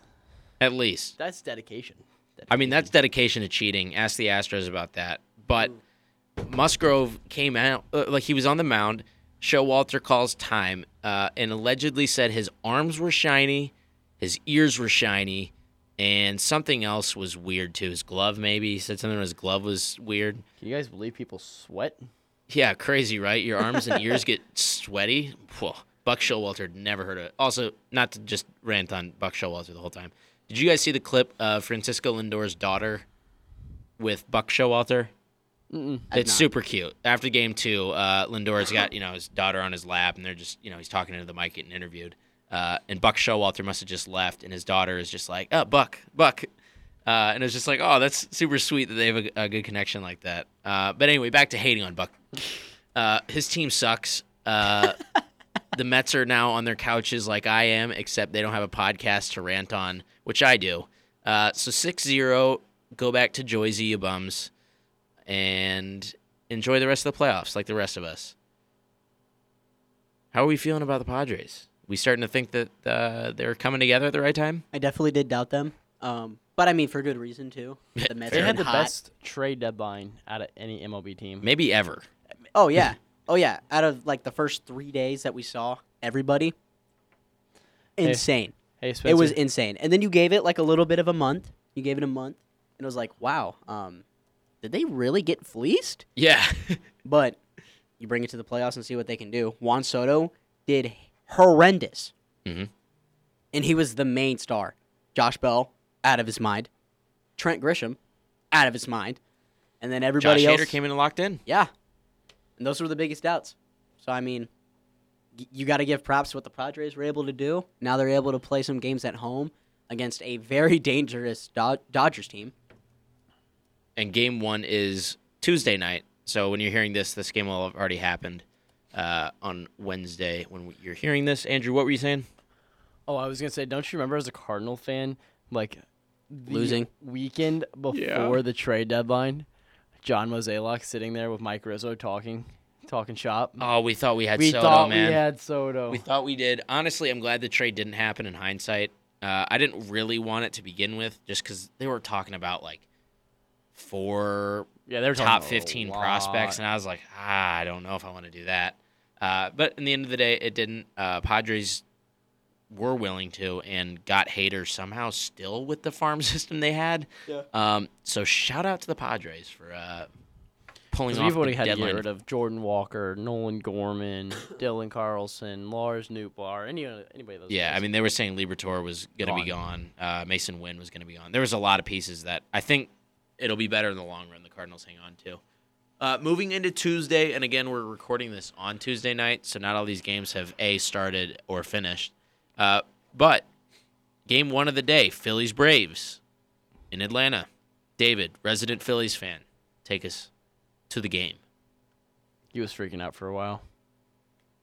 A: At least.
B: That's dedication.
A: I mean, that's dedication to cheating. Ask the Astros about that. But Musgrove came out uh, like he was on the mound. Showalter calls time uh, and allegedly said his arms were shiny, his ears were shiny, and something else was weird too. His glove, maybe he said something. His glove was weird.
B: Can you guys believe people sweat?
A: Yeah, crazy, right? Your arms and ears get sweaty. Whoa. Buck Showalter never heard of it. Also, not to just rant on Buck Showalter the whole time. Did you guys see the clip of Francisco Lindor's daughter with Buck Showalter?
C: I've
A: it's
C: not.
A: super cute. After game two, uh, Lindor's got you know his daughter on his lap, and they're just you know he's talking into the mic, getting interviewed. Uh, and Buck Showalter must have just left, and his daughter is just like, "Oh, Buck, Buck," uh, and it's just like, "Oh, that's super sweet that they have a, a good connection like that." Uh, but anyway, back to hating on Buck. Uh, his team sucks. Uh, the Mets are now on their couches like I am, except they don't have a podcast to rant on, which I do. Uh, so 6 0, go back to Joyzy, you bums, and enjoy the rest of the playoffs like the rest of us. How are we feeling about the Padres? We starting to think that uh, they're coming together at the right time?
C: I definitely did doubt them. Um, but I mean, for good reason too. The Mets
A: They
B: They
C: are
B: had the
C: hot.
B: best trade deadline out of any MLB team.
A: Maybe ever.
C: Oh yeah, oh yeah. Out of like the first three days that we saw everybody, insane.
B: Hey,
C: It
B: Spencer.
C: was insane. And then you gave it like a little bit of a month. You gave it a month, and it was like, wow, um, did they really get fleeced?
A: Yeah.
C: But you bring it to the playoffs and see what they can do. Juan Soto did horrendous,
A: Mhm.
C: and he was the main star. Josh Bell out of his mind, Trent Grisham out of his mind, and then
A: Josh
C: everybody else
A: Hader came in and locked in.
C: yeah. And those were the biggest doubts. So, I mean, y- you got to give props to what the Padres were able to do. Now they're able to play some games at home against a very dangerous Dod- Dodgers team.
A: and game one is Tuesday night. So when you're hearing this, this game will have already happened uh, on Wednesday. When we- you're hearing this, Andrew, what were you saying?
B: Oh, I was gonna say, don't you remember as a Cardinal fan, like the
C: Losing.
B: weekend before the trade deadline, John Mozeliak sitting there with Mike Rizzo talking, talking shop.
A: Oh, we thought we had
B: we
A: Soto,
B: thought
A: man.
B: we had Soto.
A: We thought we did. Honestly, I'm glad the trade didn't happen in hindsight. Uh, I didn't really want it to begin with, just because they were talking about like four
B: yeah, they're talking
A: top
B: a
A: 15
B: lot.
A: prospects, and I was like, ah, I don't know if I want to do that. Uh, but in the end of the day, it didn't. Uh, Padres were willing to and got haters somehow still with the farm system they had. Yeah. Um, so shout out to the Padres for uh, pulling
B: 'Cause
A: off
B: We've
A: the
B: already had to get
A: deadline.
B: rid of Jordan Walker, Nolan Gorman, Dylan Carlson, Lars Newbar, any anybody. Those
A: Yeah,
B: guys.
A: I mean, they were saying Libertor was going to be gone. Uh, Mason Wynn was going to be gone. There was a lot of pieces that I think it'll be better in the long run. The Cardinals hang on to. Uh, moving into Tuesday, and again, we're recording this on Tuesday night, so not all these games have a started or finished. Uh, but game one of the day, Phillies Braves in Atlanta. David, resident Phillies fan, take us to the game.
B: he was freaking out for a while.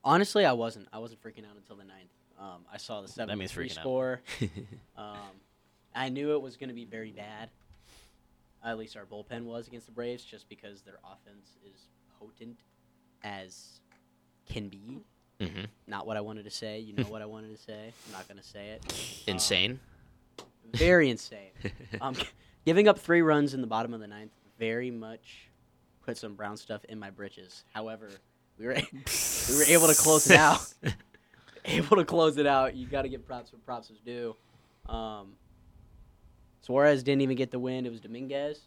C: Honestly, I wasn't. I wasn't freaking out until the ninth. Um, I saw the seven
B: means
C: three
B: freaking out.
C: score. um, I knew it was going to be very bad. At least our bullpen was against the Braves, just because their offense is potent as can be.
A: Mhm.
C: Not what I wanted to say. You know what I wanted to say. I'm not going to say it.
A: Insane.
C: Very insane. Um, giving up three runs in the bottom of the ninth very much put some brown stuff in my britches. However, we were we were able to close it out. able to close it out. You got to give props where props is due. Um, Suarez didn't even get the win. It was Dominguez.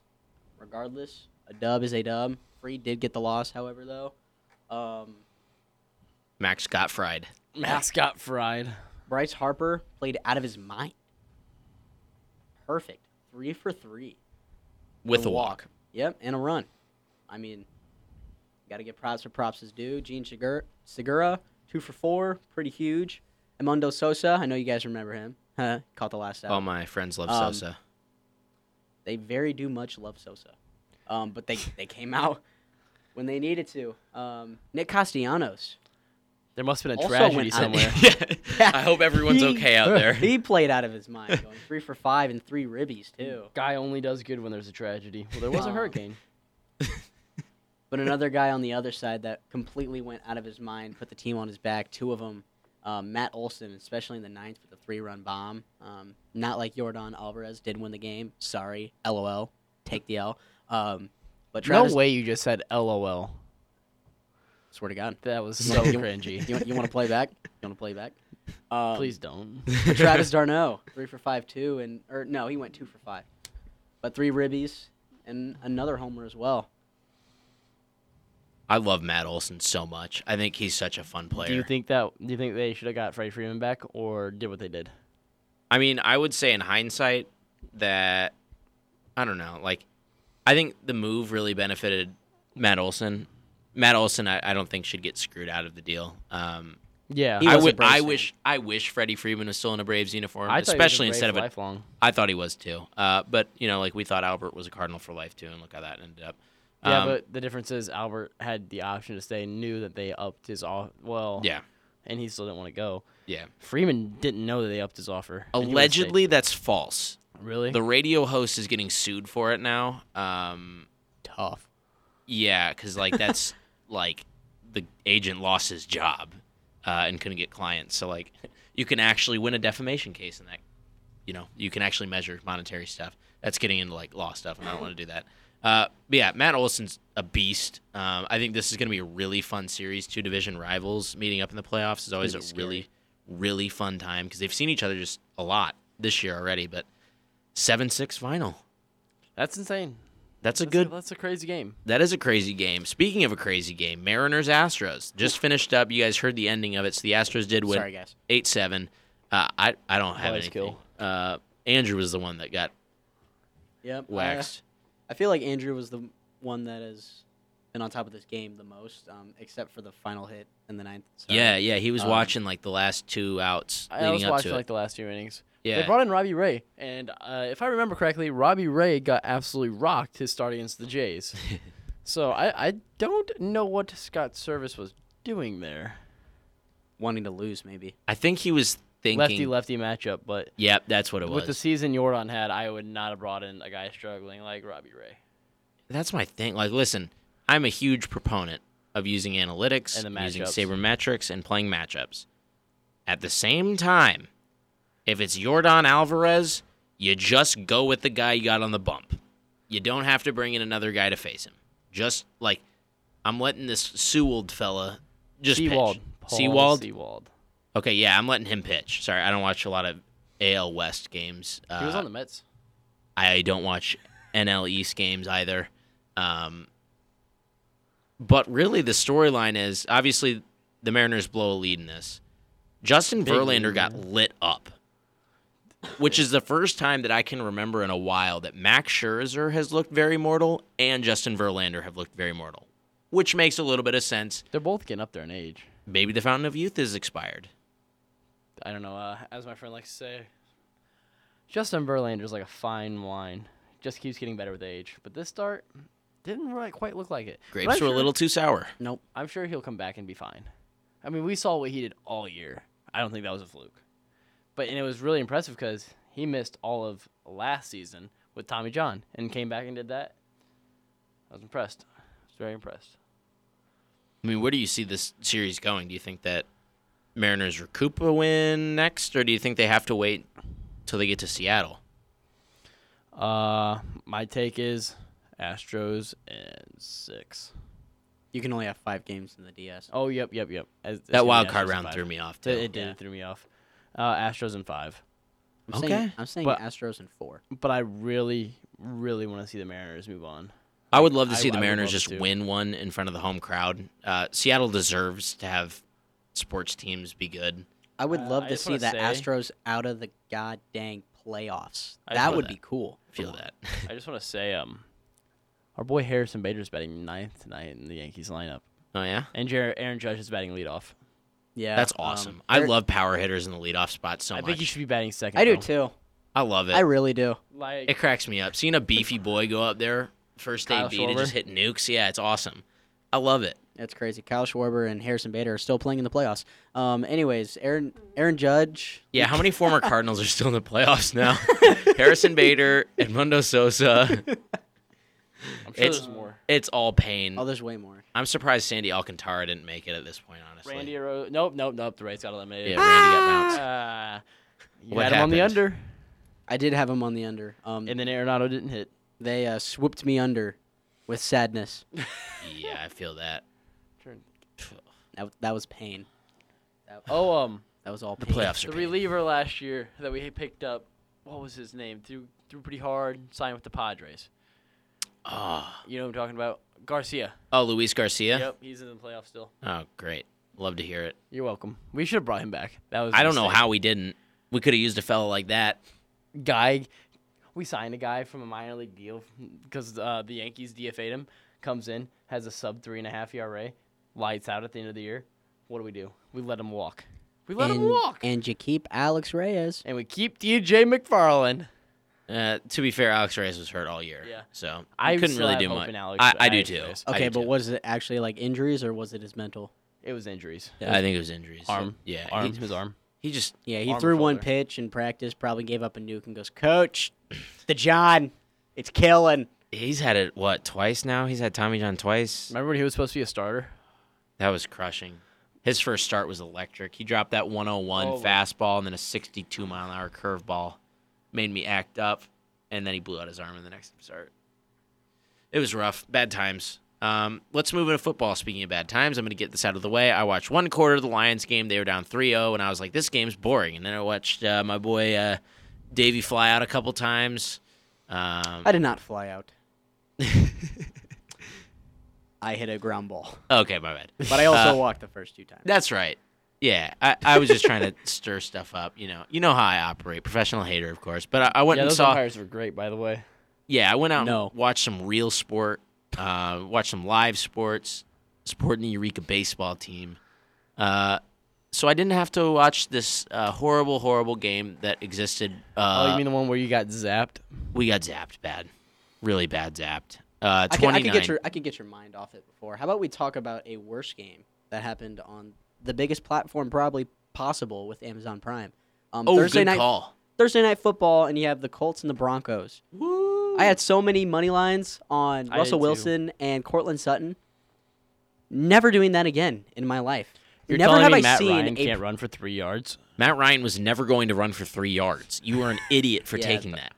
C: Regardless, a dub is a dub. Free did get the loss, however, though. Um,
A: Max got fried.
B: Mascot fried.
C: Bryce Harper played out of his mind. Perfect. Three for three.
A: With a walk.
C: Yep, and a run. I mean, got to get props for props is due. Gene Segura, Segura, two for four, pretty huge. Edmundo Sosa, I know you guys remember him. Huh, Caught the last out.
A: All my friends love
C: Um,
A: Sosa.
C: they very do much love Sosa, um, but they they came out when they needed to. Um, Nick Castellanos,
B: There must have been a
C: Also
B: tragedy
C: went out-
B: somewhere.
A: yeah. I hope everyone's okay out there.
C: he played out of his mind, going three for five and three ribbies too.
B: Guy only does good when there's a tragedy. Well, there was a
C: Um,
B: hurricane.
C: But another guy on the other side that completely went out of his mind, put the team on his back. Two of them, um, Matt Olson, especially in the ninth with a three-run bomb. Um, not like Jordan Alvarez did win the game. Sorry, LOL. Take the L. Um, but Travis,
B: no way you just said LOL.
C: swear to God,
B: That was so
C: You-
B: cringy.
C: you, you want to play back? You want to play back? Um,
B: Please don't.
C: But Travis Darno, three for five, two, and or no, he went two for five, but three ribbies and another homer as well.
A: I love Matt Olson so much. I think he's such a fun player.
B: Do you think that? Do you think they should have got Freddie Freeman back or did what they did?
A: I mean, I would say in hindsight that I don't know. Like, I think the move really benefited Matt Olson. Matt Olson, I, I don't think should get screwed out of the deal. Um,
B: Yeah,
C: He
A: I
C: was a
A: would.
C: Braves
A: I
C: fan.
A: wish. I wish Freddie Freeman was still in a Braves uniform,
B: I thought he was a
A: especially
B: Brave
A: instead of a
B: lifelong.
A: I thought he was too. Uh, but you know, like we thought Albert was a Cardinal for life too, and look how that ended up.
B: Yeah,
A: Um,
B: but the difference is Albert had the option to stay, knew that they upped his off. Well,
A: yeah,
B: and he still didn't want to go.
A: yeah.
B: Freeman didn't know that they upped his offer. and he would've stayed.
A: Allegedly, that's false.
B: really
A: The radio host is getting sued for it now. Um,
B: tough.
A: yeah, because like that's like the agent lost his job uh, and couldn't get clients. So like, you can actually win a defamation case in that. You know, you can actually measure monetary stuff. That's getting into like law stuff, and I don't want to do that. Uh, but yeah, Matt Olson's a beast. Um, I think this is going to be a really fun series. Two division rivals meeting up in the playoffs is always a really, really fun time because they've seen each other just a lot this year already. But seven six final.
B: That's insane.
A: That's a
B: That's
A: good
B: that's a crazy game.
A: that is a crazy game. Speaking of a crazy game, Mariners Astros just finished up. You guys heard the ending of it. So the Astros did win.
C: Sorry, guys.
A: Eight seven. Uh, I I don't have
B: Always
A: anything. Uh, Andrew was the one that got
B: Oh,
C: Yep. I-
A: waxed.
C: I feel like Andrew was the one that has been on top of this game the most, um, except for the final hit in the ninth. So
A: yeah, yeah. He was
C: Um,
A: watching like the last two outs
B: I
A: leading
B: was
A: up
B: watching
A: to
B: like
A: it.
B: the last few innings. They
A: Yeah.
B: brought in Robbie Ray, and uh, if I remember correctly, Robbie Ray got absolutely rocked his start against the Jays. so I, I don't know what Scott Service was doing there.
C: wanting to lose maybe.
A: I think he was thinking.
B: lefty lefty matchup, but
A: Yep, that's what it was.
B: with the season Jordan had, I would not have brought in a guy struggling like Robbie Ray.
A: that's my thing. Like, listen, I'm a huge proponent of using analytics,
B: And the
A: using
B: matchups.
A: sabermetrics, and playing matchups. At the same time, if it's Jordan Alvarez, you just go with the guy you got on the bump. You don't have to bring in another guy to face him. Just like I'm letting this Sewald fella just
B: Seawald.
A: pitch.
B: Paul
A: Seawald.
B: Seawald.
A: Okay, yeah, I'm letting him pitch. Sorry, I don't watch a lot of AL West games. Uh,
B: He was on the Mets.
A: I don't watch NL East games either. Um, but really, the storyline is obviously the Mariners blow a lead in this. Justin Verlander got lit up, which is the first time that I can remember in a while that Max Scherzer has looked very mortal and Justin Verlander have looked very mortal, which makes a little bit of sense.
B: They're both getting up there in age.
A: Maybe the fountain of youth is expired.
B: I don't know. Uh, as my friend likes to say, Justin Verlander's like a fine wine. Just keeps getting better with age. But this start didn't really quite look like it. But
A: Grapes
B: I'm
A: were a
B: sure-
A: little too sour.
C: Nope.
B: I'm sure he'll come back and be fine. I mean, we saw what he did all year. I don't think that was a fluke. But and it was really impressive because he missed all of last season with Tommy John and came back and did that. I was impressed. I was very impressed.
A: I mean, where do you see this series going? Do you think that Mariners recoup a win next, or do you think they have to wait till they get to Seattle?
B: Uh, my take is Astros and six.
C: You can only have five games in the DS.
B: Oh, yep, yep, yep. As- it's
A: That
B: gonna be
A: wild
B: Astros
A: card
B: in
A: round
B: five.
A: threw me off too.
B: It, it did. It threw me off. Uh, Astros in five.
C: I'm Saying,
A: Okay.
C: I'm saying
B: But-
C: Astros in four.
B: But I really, really want to see the Mariners move on.
A: I would love to
B: I-
A: see
B: I
A: the
B: would
A: Mariners
B: love
A: just
B: to.
A: win one in front of the home crowd. Uh, Seattle deserves to have sports teams be good.
C: I would
B: Uh,
C: love
B: I
C: to
B: just
C: see
B: wanna
C: the
B: say-
C: Astros out of the goddamn playoffs.
B: I just
C: that
B: wanna-
C: would be cool.
A: Feel that.
B: I just want to say, um, our boy Harrison Bader's batting ninth tonight in the Yankees lineup,
A: oh yeah,
B: and Jer- Aaron Judge is batting leadoff.
C: Yeah,
A: that's
C: um,
A: awesome. I
C: they're-
A: love power hitters in the leadoff spot so
B: I
A: much.
B: think he should be batting second.
C: I do
B: though.
C: too.
A: I love it.
C: I really do.
B: Like,
A: It cracks me up seeing a beefy boy go up there first
B: Kyle
A: AB to
B: Schwarber.
A: just hit nukes. Yeah, it's awesome. I love it.
C: That's crazy. Kyle Schwarber and Harrison Bader are still playing in the playoffs. Um, anyways, Aaron Aaron Judge.
A: Yeah, how many former Cardinals are still in the playoffs now? Harrison Bader, Edmundo Sosa.
B: I'm sure
A: It's
B: there's more.
A: it's all pain.
C: Oh, there's way more.
A: I'm surprised Sandy Alcantara didn't make it at this point, honestly.
B: Randy Rose. Nope, nope, nope. The Rays got
A: yeah,
B: eliminated.
A: Randy got bounced.
B: Ah. you
A: What
B: had him on the
A: happened?
B: under,
C: I did have him on the under. Um,
B: and then Arenado didn't hit.
C: they uh, swooped me under with sadness.
A: Yeah, I feel that.
C: That, that was pain.
B: Oh, um,
C: That was all
A: The
C: pain.
A: playoffs
B: the
A: are pain.
B: reliever last year that we picked up. What was his name? Threw threw pretty hard. Signed with the Padres.
A: Oh.
B: You know what I'm talking about? Garcia.
A: oh, Luis Garcia?
B: Yep, he's in the playoffs still.
A: Oh, great. Love to hear it.
B: You're welcome. We should have brought him back. That was. a
A: I don't know
B: mistake.
A: how we didn't. We could have used a fella like that.
B: guy. We signed a guy from a minor league deal because uh, the Yankees DFA'd him. Comes in, has a sub three and a half ERA, lights out at the end of the year. What do we do? We let him walk. We let
C: and,
B: him walk, and,
C: And you keep Alex Reyes.
B: we keep DJ McFarland.
A: Uh, to be fair, Alex Reyes was hurt all year.
B: Yeah.
A: So
B: I
A: I couldn't
B: still
A: really
B: have
A: do
B: hope
A: much.
B: in Alex-
A: I, I do
B: Alex
A: too.
B: Reyes.
A: I
C: Okay,
A: do
C: but
A: too.
C: was it actually like injuries or was it his mental?
B: It was injuries.
A: I think it was injuries.
B: Arm.
A: Yeah.
B: arm.
A: He,
B: his arm.
A: he just.
C: Yeah, he
B: Arm
C: threw one
B: folder.
C: pitch in practice, probably gave up a nuke and goes, Coach, the John, it's killing.
A: He's had it, what, twice now? He's had Tommy John twice?
B: Remember when he was supposed to be a starter?
A: That was crushing. His first start was electric. He dropped that 101
B: Oh, my-
A: fastball and then a 62 mile an hour curveball. Made me act up, and then he blew out his arm in the next start. It was rough. Bad times. Um, let's move into football. Speaking of bad times, I'm going to get this out of the way. I watched one quarter of the Lions game. They were down 3 0, and I was like, this game's boring. And then I watched uh, my boy uh, Davey fly out a couple times. Um,
C: I did not fly out. I hit a ground ball,
A: okay, my bad.
C: but I also
A: Uh,
C: walked the first two times.
A: That's right. Yeah, I, I was just trying to stir stuff up. You know, you know how I operate. Professional hater, of course. But I, I went
B: yeah,
A: and
B: those
A: saw.
B: umpires were great, by the way.
A: Yeah, I went out
C: No.
A: and watched some real sport. Uh, watched some live sports. Supporting the Eureka baseball team. Uh, so I didn't have to watch this uh, horrible, horrible game that existed. Uh,
B: oh, you mean the one where you got zapped?
A: we got zapped bad, really bad zapped. Uh,
C: I could, I
A: Twenty
C: could get
A: nine.
C: your I could get your mind off it before. How about we talk about a worse game that happened on the biggest platform probably possible with Amazon Prime? Um,
A: Oh,
C: Thursday
A: good
C: night
A: call.
C: Thursday night football, and you have the Colts and the Broncos. I had so many money lines on
B: I did
C: Russell
B: too.
C: Wilson and Cortland Sutton. Never doing that again in my life.
B: You're
C: Never
B: telling
C: have
B: me
C: I
B: Matt
C: seen
B: Ryan
C: a
B: can't run for three yards.
A: Matt Ryan was never going to run for three yards. You were an idiot for
C: Yeah,
A: taking
C: but-
A: that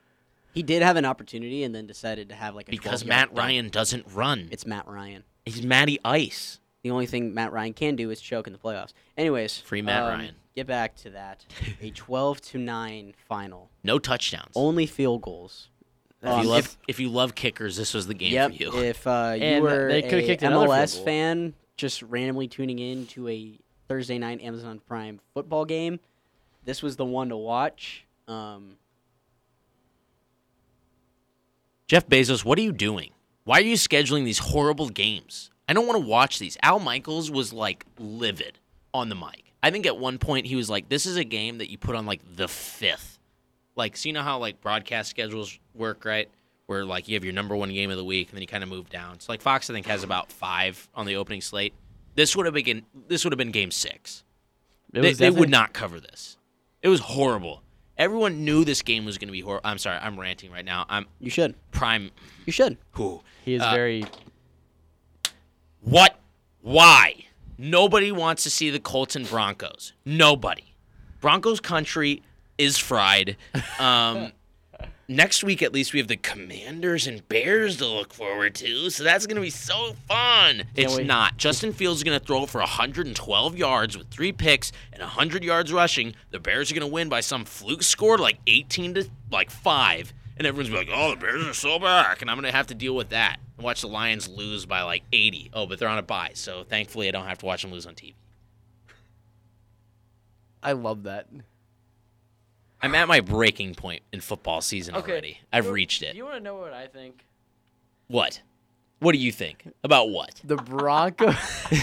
C: He did have an opportunity and then decided to have like a
A: because
C: 12-yard
A: Matt
C: dump.
A: Ryan doesn't run.
C: It's Matt Ryan.
A: He's Matty Ice.
C: The only thing Matt Ryan can do is choke in the playoffs. Anyways, um,
A: Free Matt Ryan.
C: Get back to that. A 12 to 9 final.
A: No touchdowns.
C: Only field goals.
A: if,
C: Um,
A: you
C: if-
A: love, if you love kickers, this was the game
C: yep.
A: for you.
C: If uh, you
B: And
C: were
B: they coulda
C: a
B: kicked another field
C: MLS
B: goal.
C: fan just randomly tuning in to a Thursday night Amazon Prime football game, this was the one to watch. Um,
A: Jeff Bezos, what are you doing? Why are you scheduling these horrible games? I don't want to watch these. Al Michaels was like livid on the mic. I think at one point he was like, this is a game that you put on like the fifth. Like, so you know how like broadcast schedules work, right? Where like you have your number one game of the week and then you kind of move down. So like Fox, I think, has about five on the opening slate. This would have been this would have been game six.
B: It
A: They,
B: was
A: they would
B: definitely-
A: not cover this. It was horrible. Everyone knew this game was going to be horrible. I'm sorry, I'm ranting right now. I'm
C: you should.
A: prime
C: You should.
A: who?
B: He is
A: Uh,
B: very.
A: What? Why? Nobody wants to see the Colts and Broncos. Nobody. Broncos country is fried. Um, next week, at least, we have the Commanders and Bears to look forward to. So that's going to be so fun. it's
B: wait.
A: not. Justin Fields is going to throw for 112 yards with three picks and 100 yards rushing. The Bears are going to win by some fluke score, like 18 to like five. And everyone's gonna be like, "Oh, the Bears are so back," and I'm going to have to deal with that and watch the Lions lose by like 80. Oh, but they're on a bye, so thankfully I don't have to watch them lose on TV.
B: I love that.
A: I'm at my breaking point in football season already. I've reached it.
B: want to know what I think?
A: What? What do you think about what?
B: The Broncos.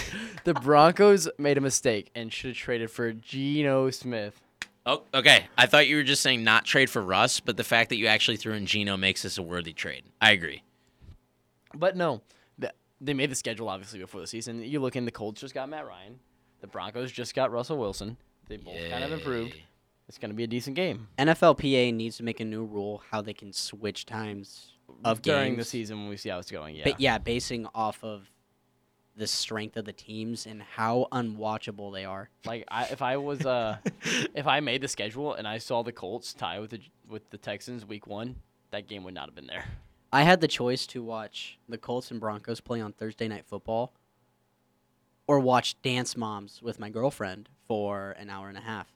B: the Broncos made a mistake and should have traded for Geno Smith.
A: Oh, okay. I thought you were just saying not trade for Russ, but the fact that you actually threw in Gino makes this a worthy trade. I agree.
B: But no, th- they made the schedule obviously before the season. You look in, the Colts just got Matt Ryan. The Broncos just got Russell Wilson. They both kind of improved.
A: Yay.
B: It's going to be a decent game
C: NFLPA needs to make a new rule how they can switch times of
B: during the
C: games.
B: season when we see how it's going. Yeah.
C: But yeah, basing off of the strength of the teams and how unwatchable they are.
B: Like I, if I was uh, if I made the schedule and I saw the Colts tie with the with the Texans week one, that game would not have been there.
C: I had the choice to watch the Colts and Broncos play on Thursday Night Football or watch Dance Moms with my girlfriend for an hour and a half.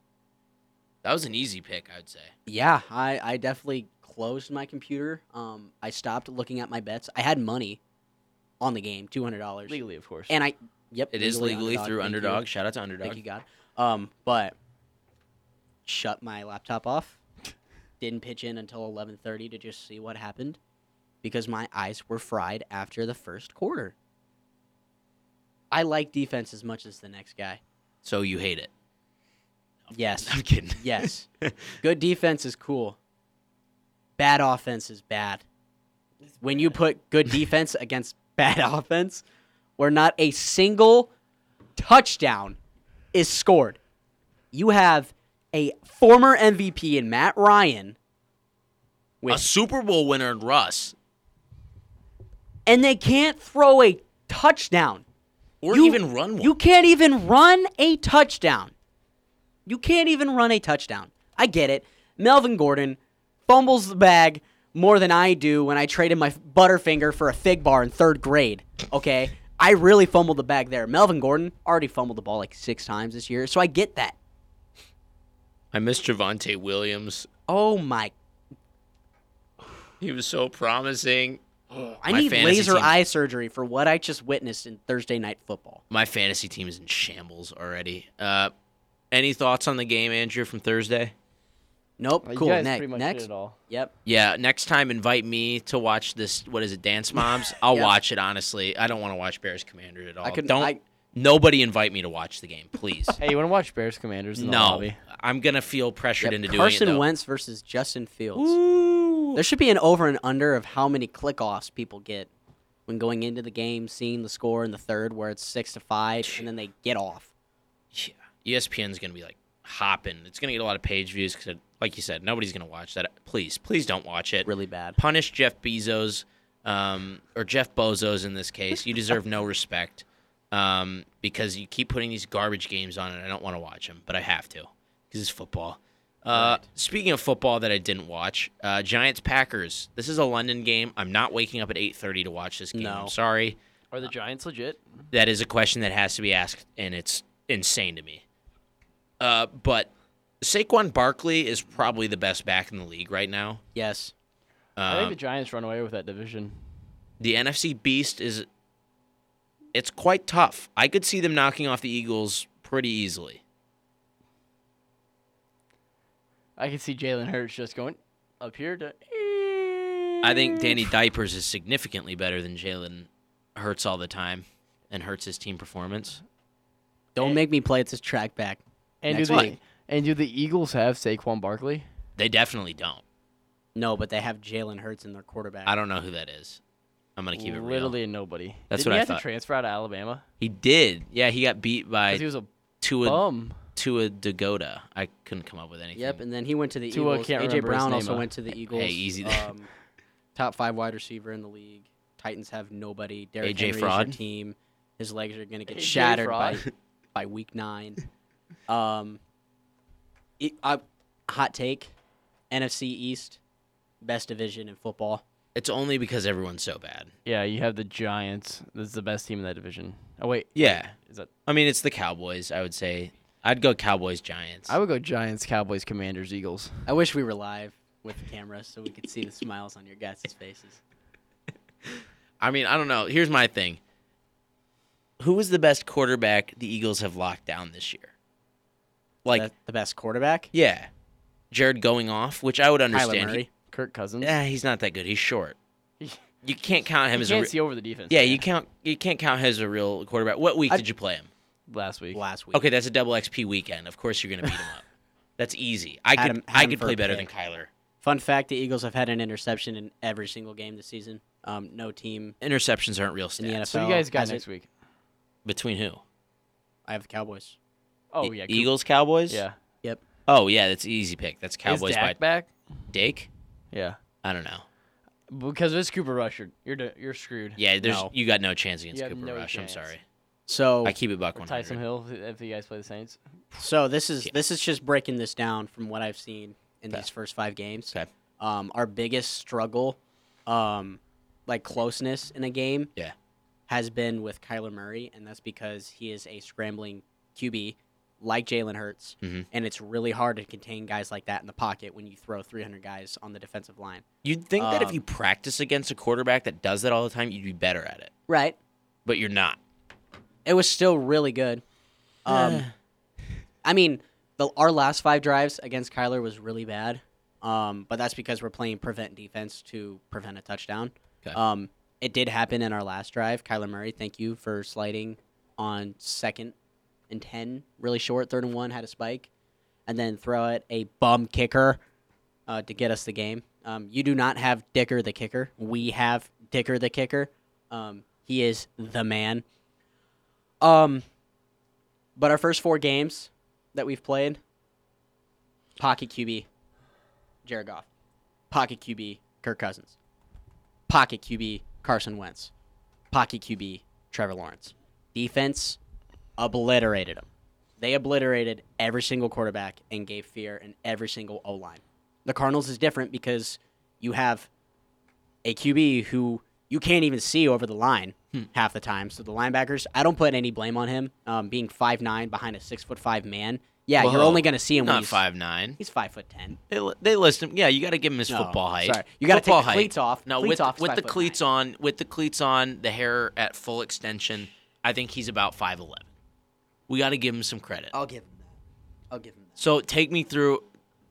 A: That was an easy pick, I would say.
C: Yeah, I, I definitely closed my computer. Um, I stopped looking at my bets. I had money on the game, $200.
B: Legally, of course.
C: And I, yep.
A: It is legally through
C: thank you.
A: Underdog. Shout out to Underdog.
C: Thank you, God. Um, but shut my laptop off. Didn't pitch in until eleven thirty to just see what happened, because my eyes were fried after the first quarter. I like defense as much as the next guy.
A: So you hate it.
C: Yes,
A: I'm kidding.
C: yes. Good defense is cool. Bad offense is bad. When you put good defense against bad offense, where not a single touchdown is scored, you have a former MVP in Matt Ryan,
A: A Super Bowl winner in Russ,
C: and they can't throw a touchdown.
A: or
C: You-
A: even run one.
C: You can't even run a touchdown. You can't even run a touchdown. I get it. Melvin Gordon fumbles the bag more than I do when I traded my Butterfinger for a fig bar in third grade. Okay? I really fumbled the bag there. Melvin Gordon already fumbled the ball like six times this year, so I get that.
A: I miss Javante Williams.
C: Oh my.
A: He was so promising.
C: I
A: My
C: need
A: fantasy
C: laser
A: team-
C: eye surgery for what I just witnessed in Thursday night football.
A: My fantasy team is in shambles already. Uh, any thoughts on the game, Andrew, from Thursday?
C: Nope.
B: Well, you
C: cool.
B: guys
C: Next.
B: pretty much did
C: Next.
B: it all.
C: Yep.
A: Yeah, next time invite me to watch this. What is it, Dance Moms? I'll
C: Yeah.
A: watch it. Honestly, I don't want to watch Bears Commander at all.
C: couldn't-
A: don't.
C: I-
A: Nobody invite me to watch the game, please.
B: Hey, you want to watch Bears Commanders? In the
A: no,
B: lobby?
A: I'm gonna feel pressured into doing
C: Carson
A: it. though.
C: Wentz versus Justin Fields. There should be an over and under of how many kickoffs people get when going into the game, seeing the score in the third where it's six to five, and then they get off.
A: E Yeah. ESPN's gonna be like, hopping. It's gonna get a lot of page views because, like you said, nobody's gonna watch that. Please, please don't watch it.
C: Really bad.
A: Punish Jeff Bezos, um, or Jeff Bozos in this case. You deserve no respect um, because you keep putting these garbage games on, and I don't want to watch them, but I have to because it's football. Uh, Speaking of football that I didn't watch, uh, Giants Packers. This is a London game. I'm not waking up at 8:30 to watch this game.
C: No.
A: I'm sorry.
B: Are the Giants legit?
A: That is a question that has to be asked, and it's insane to me. Uh, but Saquon Barkley is probably the best back in the league right now.
C: Yes.
B: I think
A: Um,
B: the Giants run away with that division.
A: the NFC Beast is it's quite tough. I could see them knocking off the Eagles pretty easily.
B: I can see Jalen Hurts just going up here to. Eh. I
A: I think Danny
B: Mm.
A: Diapers is significantly better than Jalen Hurts all the time and hurts his team performance. Eh.
C: Don't make me play. It's his track back.
B: And do
C: next
B: the
C: week.
B: and do the Eagles have Saquon Barkley?
A: They definitely don't.
C: No, but they have Jalen Hurts in their quarterback.
A: I don't know who that is. I'm gonna keep it real.
B: Literally nobody.
A: That's
B: Didn't
A: what
B: he
A: I
B: have
A: thought.
B: to transfer out of Alabama
A: He did. Yeah, he got beat by
B: 'Cause he was a
A: Tua
B: bum.
A: Tua Dagota. I couldn't come up with anything.
C: Yep, and then he went to the
B: Tua
C: Eagles.
B: can't
C: AJ
B: remember his
C: Brown
B: name,
C: also
B: uh,
C: went to the Eagles.
A: easy there.
C: Um, top five wide receiver in the league. Titans have nobody. Derrick
A: AJ
C: Henry is your
A: Fraud.
C: team. His legs are gonna get
B: AJ
C: shattered by
B: Fraud.
C: by week nine. Um, it, I, hot take: NFC East, best division in football.
A: It's only because everyone's so bad.
B: Yeah, you have the Giants. That's the best team in that division. Oh wait,
A: Yeah.
B: is that?
A: I mean, it's the Cowboys. I would say I'd go Cowboys Giants.
B: I would go Giants, Cowboys, Commanders, Eagles.
C: I wish we were live with the camera so we could see the smiles on your guys' faces.
A: I mean, I don't know. Here's my thing. Who is the best quarterback the Eagles have locked down this year? Like,
C: the, the best quarterback,
A: yeah, Jared going off, which I would
C: Kyler
A: understand.
C: Murray.
B: Kirk Cousins.
A: Yeah, he's not that good. He's short. You can't count him
B: You
A: as a.
B: can't
A: Re-
B: see over the defense.
A: yeah,
B: man,
A: you can't. You can't count him as a real quarterback. What week did you play him?
B: last week.
C: Last week,
A: Okay, that's a double XP weekend. Of course, you're gonna beat him up. That's easy. I
C: Had
A: could.
C: him- had
A: I
C: him
A: could
C: for
A: play
C: a
A: better
C: pick.
A: than Kyler.
C: Fun fact: the Eagles have had an interception in every single game this season. Um, no team
A: Interceptions aren't real
C: in the
A: stats.
C: NFL.
B: So you guys got
C: has
B: next
C: it.
B: week.
A: Between who?
C: I have the Cowboys.
B: Oh yeah,
A: E- Eagles, Cowboys.
B: Yeah,
C: Yep.
A: Oh yeah, that's easy pick. That's Cowboys
B: Is Dak
A: by
B: back?
A: Dake.
B: Yeah,
A: I don't know.
B: because if it's Cooper Rush, you're you're, do- you're screwed.
A: Yeah, there's
C: No.
A: you got no chance Oh, against
B: You have
A: Cooper
B: no
A: Rush.
B: chance.
A: I'm sorry.
C: So,
A: I keep it buck
B: Or
A: one
B: Tyson
A: hundred.
B: Hill if you guys play the Saints.
C: so this is this is just breaking this down from what I've seen in
A: Okay.
C: these first five games.
A: Okay.
C: Um, our biggest struggle, um, like closeness in a game,
A: Yeah.
C: has been with Kyler Murray, and that's because he is a scrambling QB like Jalen Hurts,
A: Mhm.
C: and it's really hard to contain guys like that in the pocket when you throw 300 guys on the defensive line.
A: You'd think that if
C: Um,
A: you practice against a quarterback that does that all the time, you'd be better at it.
C: Right.
A: But you're not.
C: It was still really good. Um, I mean, the, our last five drives against Kyler was really bad, um, but that's because we're playing prevent defense to prevent a touchdown.
A: 'Kay.
C: Um, it did happen in our last drive. Kyler Murray, thank you for sliding on second and 10, really short, third and one, had a spike, and then throw it a bum kicker uh, to get us the game. Um, you do not have Dicker the kicker. We have Dicker the kicker. Um, he is the man. Um, but our first four games that we've played, pocket QB, Jared Goff, pocket QB, Kirk Cousins, pocket QB, Carson Wentz, pocket QB, Trevor Lawrence. Defense obliterated them. They obliterated every single quarterback and gave fear in every single O line. The Cardinals is different because you have a QB who you can't even see over the line
A: Hmm.
C: half the time. So the linebackers, I don't put any blame on him um, being five nine behind a six foot five man. Yeah, you're
A: Whoa.
C: only going to see him when
A: Not
C: he's
A: five nine.
C: He's five foot ten.
A: They, li- they list him. Yeah, you got to give him his
C: No,
A: football height.
C: sorry. You gotta take
A: Football
C: the cleats off.
A: No,
C: Cleats
A: with
C: off is
A: with
C: five
A: the
C: foot
A: cleats on, with the cleats on, the hair at full extension. I think he's about five eleven. We got to give him some credit.
C: I'll give him that. I'll give him that.
A: So take me through.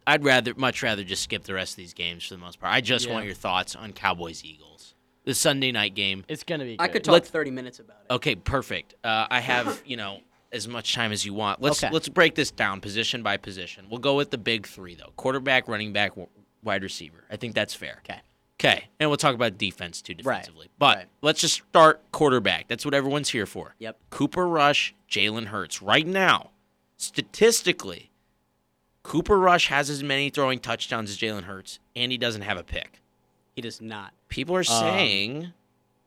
A: I'd rather, much rather, just skip the rest of these games for the most part. I just
B: Yeah.
A: want your thoughts on Cowboys Eagles, the Sunday night game.
B: It's gonna be.
C: I
B: good.
C: could talk
A: Let's-
C: thirty minutes about it.
A: Okay, perfect. Uh, I have you know as much time as you want. Let's
C: Okay.
A: let's break this down position by position. We'll go with the big three though: quarterback, running back, w- wide receiver. I think that's fair.
C: Okay.
A: Okay, and we'll talk about defense too defensively. But
C: Right.
A: let's just start quarterback. That's what everyone's here for.
C: Yep.
A: Cooper Rush, Jalen Hurts. Right now, statistically, Cooper Rush has as many throwing touchdowns as Jalen Hurts, and he doesn't have a pick.
C: He does not.
A: People are saying,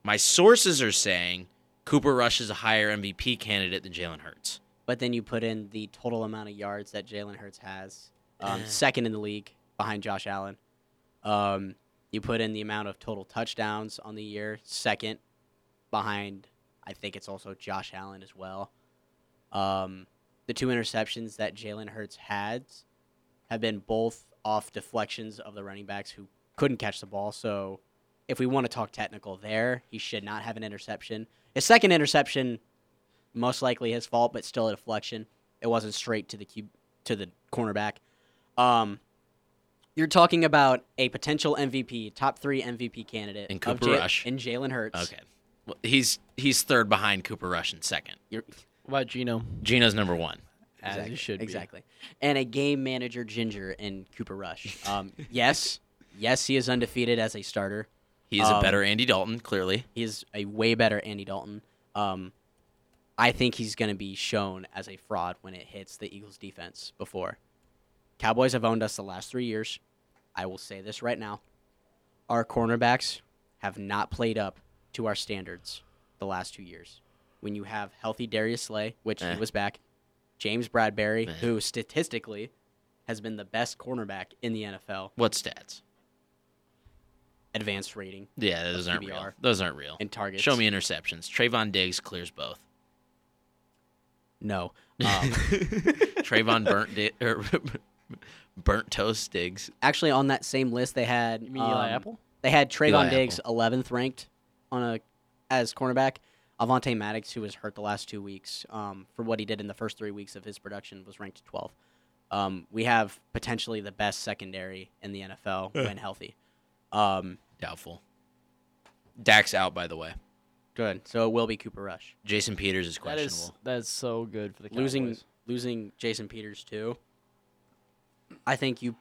A: my sources are saying, Cooper Rush is a higher MVP candidate than Jalen Hurts.
C: But then you put in the total amount of yards that Jalen Hurts has, um, second in the league behind Josh Allen. Um, you put in the amount of total touchdowns on the year, second behind, I think it's also Josh Allen as well. Um, the two interceptions that Jalen Hurts had have been both off deflections of the running backs who couldn't catch the ball. So if we want to talk technical there, he should not have an interception. His second interception most likely his fault, but still a deflection. It wasn't straight to the cube to the cornerback. Um, you're talking about a potential MVP, top three MVP candidate,
A: And
C: of
A: Cooper Rush.
C: and Jalen Hurts.
A: Okay. Well, he's he's third behind Cooper Rush in second.
C: You're,
B: What about Gino?
A: Gino's number one.
B: As
C: exactly,
B: it should be.
C: exactly, and a game manager ginger in Cooper Rush. Um, yes, yes, he is undefeated as a starter.
A: He is a
C: Um,
A: better Andy Dalton, clearly.
C: He is a way better Andy Dalton. Um, I think he's going to be shown as a fraud when it hits the Eagles defense before. Cowboys have owned us the last three years. I will say this right now. Our cornerbacks have not played up to our standards the last two years. When you have healthy Darius Slay, which
A: Eh.
C: he was back, James Bradbury,
A: Eh.
C: who statistically has been the best cornerback in the NFL,
A: What stats?
C: advanced rating
A: Yeah, those aren't real.
C: QBR.
A: Those aren't real.
C: and targets.
A: Show me interceptions. Trayvon Diggs clears both.
C: No. Um,
A: Trayvon burnt di- er, burnt toast Diggs.
C: actually on that same list they had
B: You mean Eli
C: um,
B: Apple?
C: They had Trayvon
A: Eli
C: Diggs, eleventh ranked on a as cornerback. Avante Maddox, who was hurt the last two weeks, um, for what he did in the first three weeks of his production, was ranked 12th. Um, we have potentially the best secondary in the NFL when healthy. Um,
A: Doubtful. Dak's out, by the way.
C: good. So it will be Cooper Rush
A: Jason Peters is
B: That is
A: questionable.
B: that is so good for the Cowboys.
C: losing losing Jason Peters too. I think you.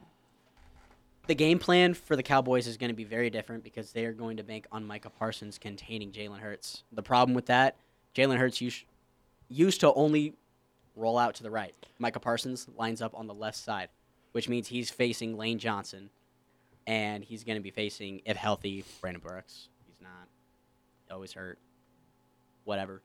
C: The game plan for the Cowboys is going to be very different because they are going to bank on Micah Parsons containing Jalen Hurts. The problem with that, Jalen Hurts used, used to only roll out to the right. Micah Parsons lines up on the left side, which means he's facing Lane Johnson, and he's going to be facing, if healthy, Brandon Brooks. He's not. Always hurt. Whatever.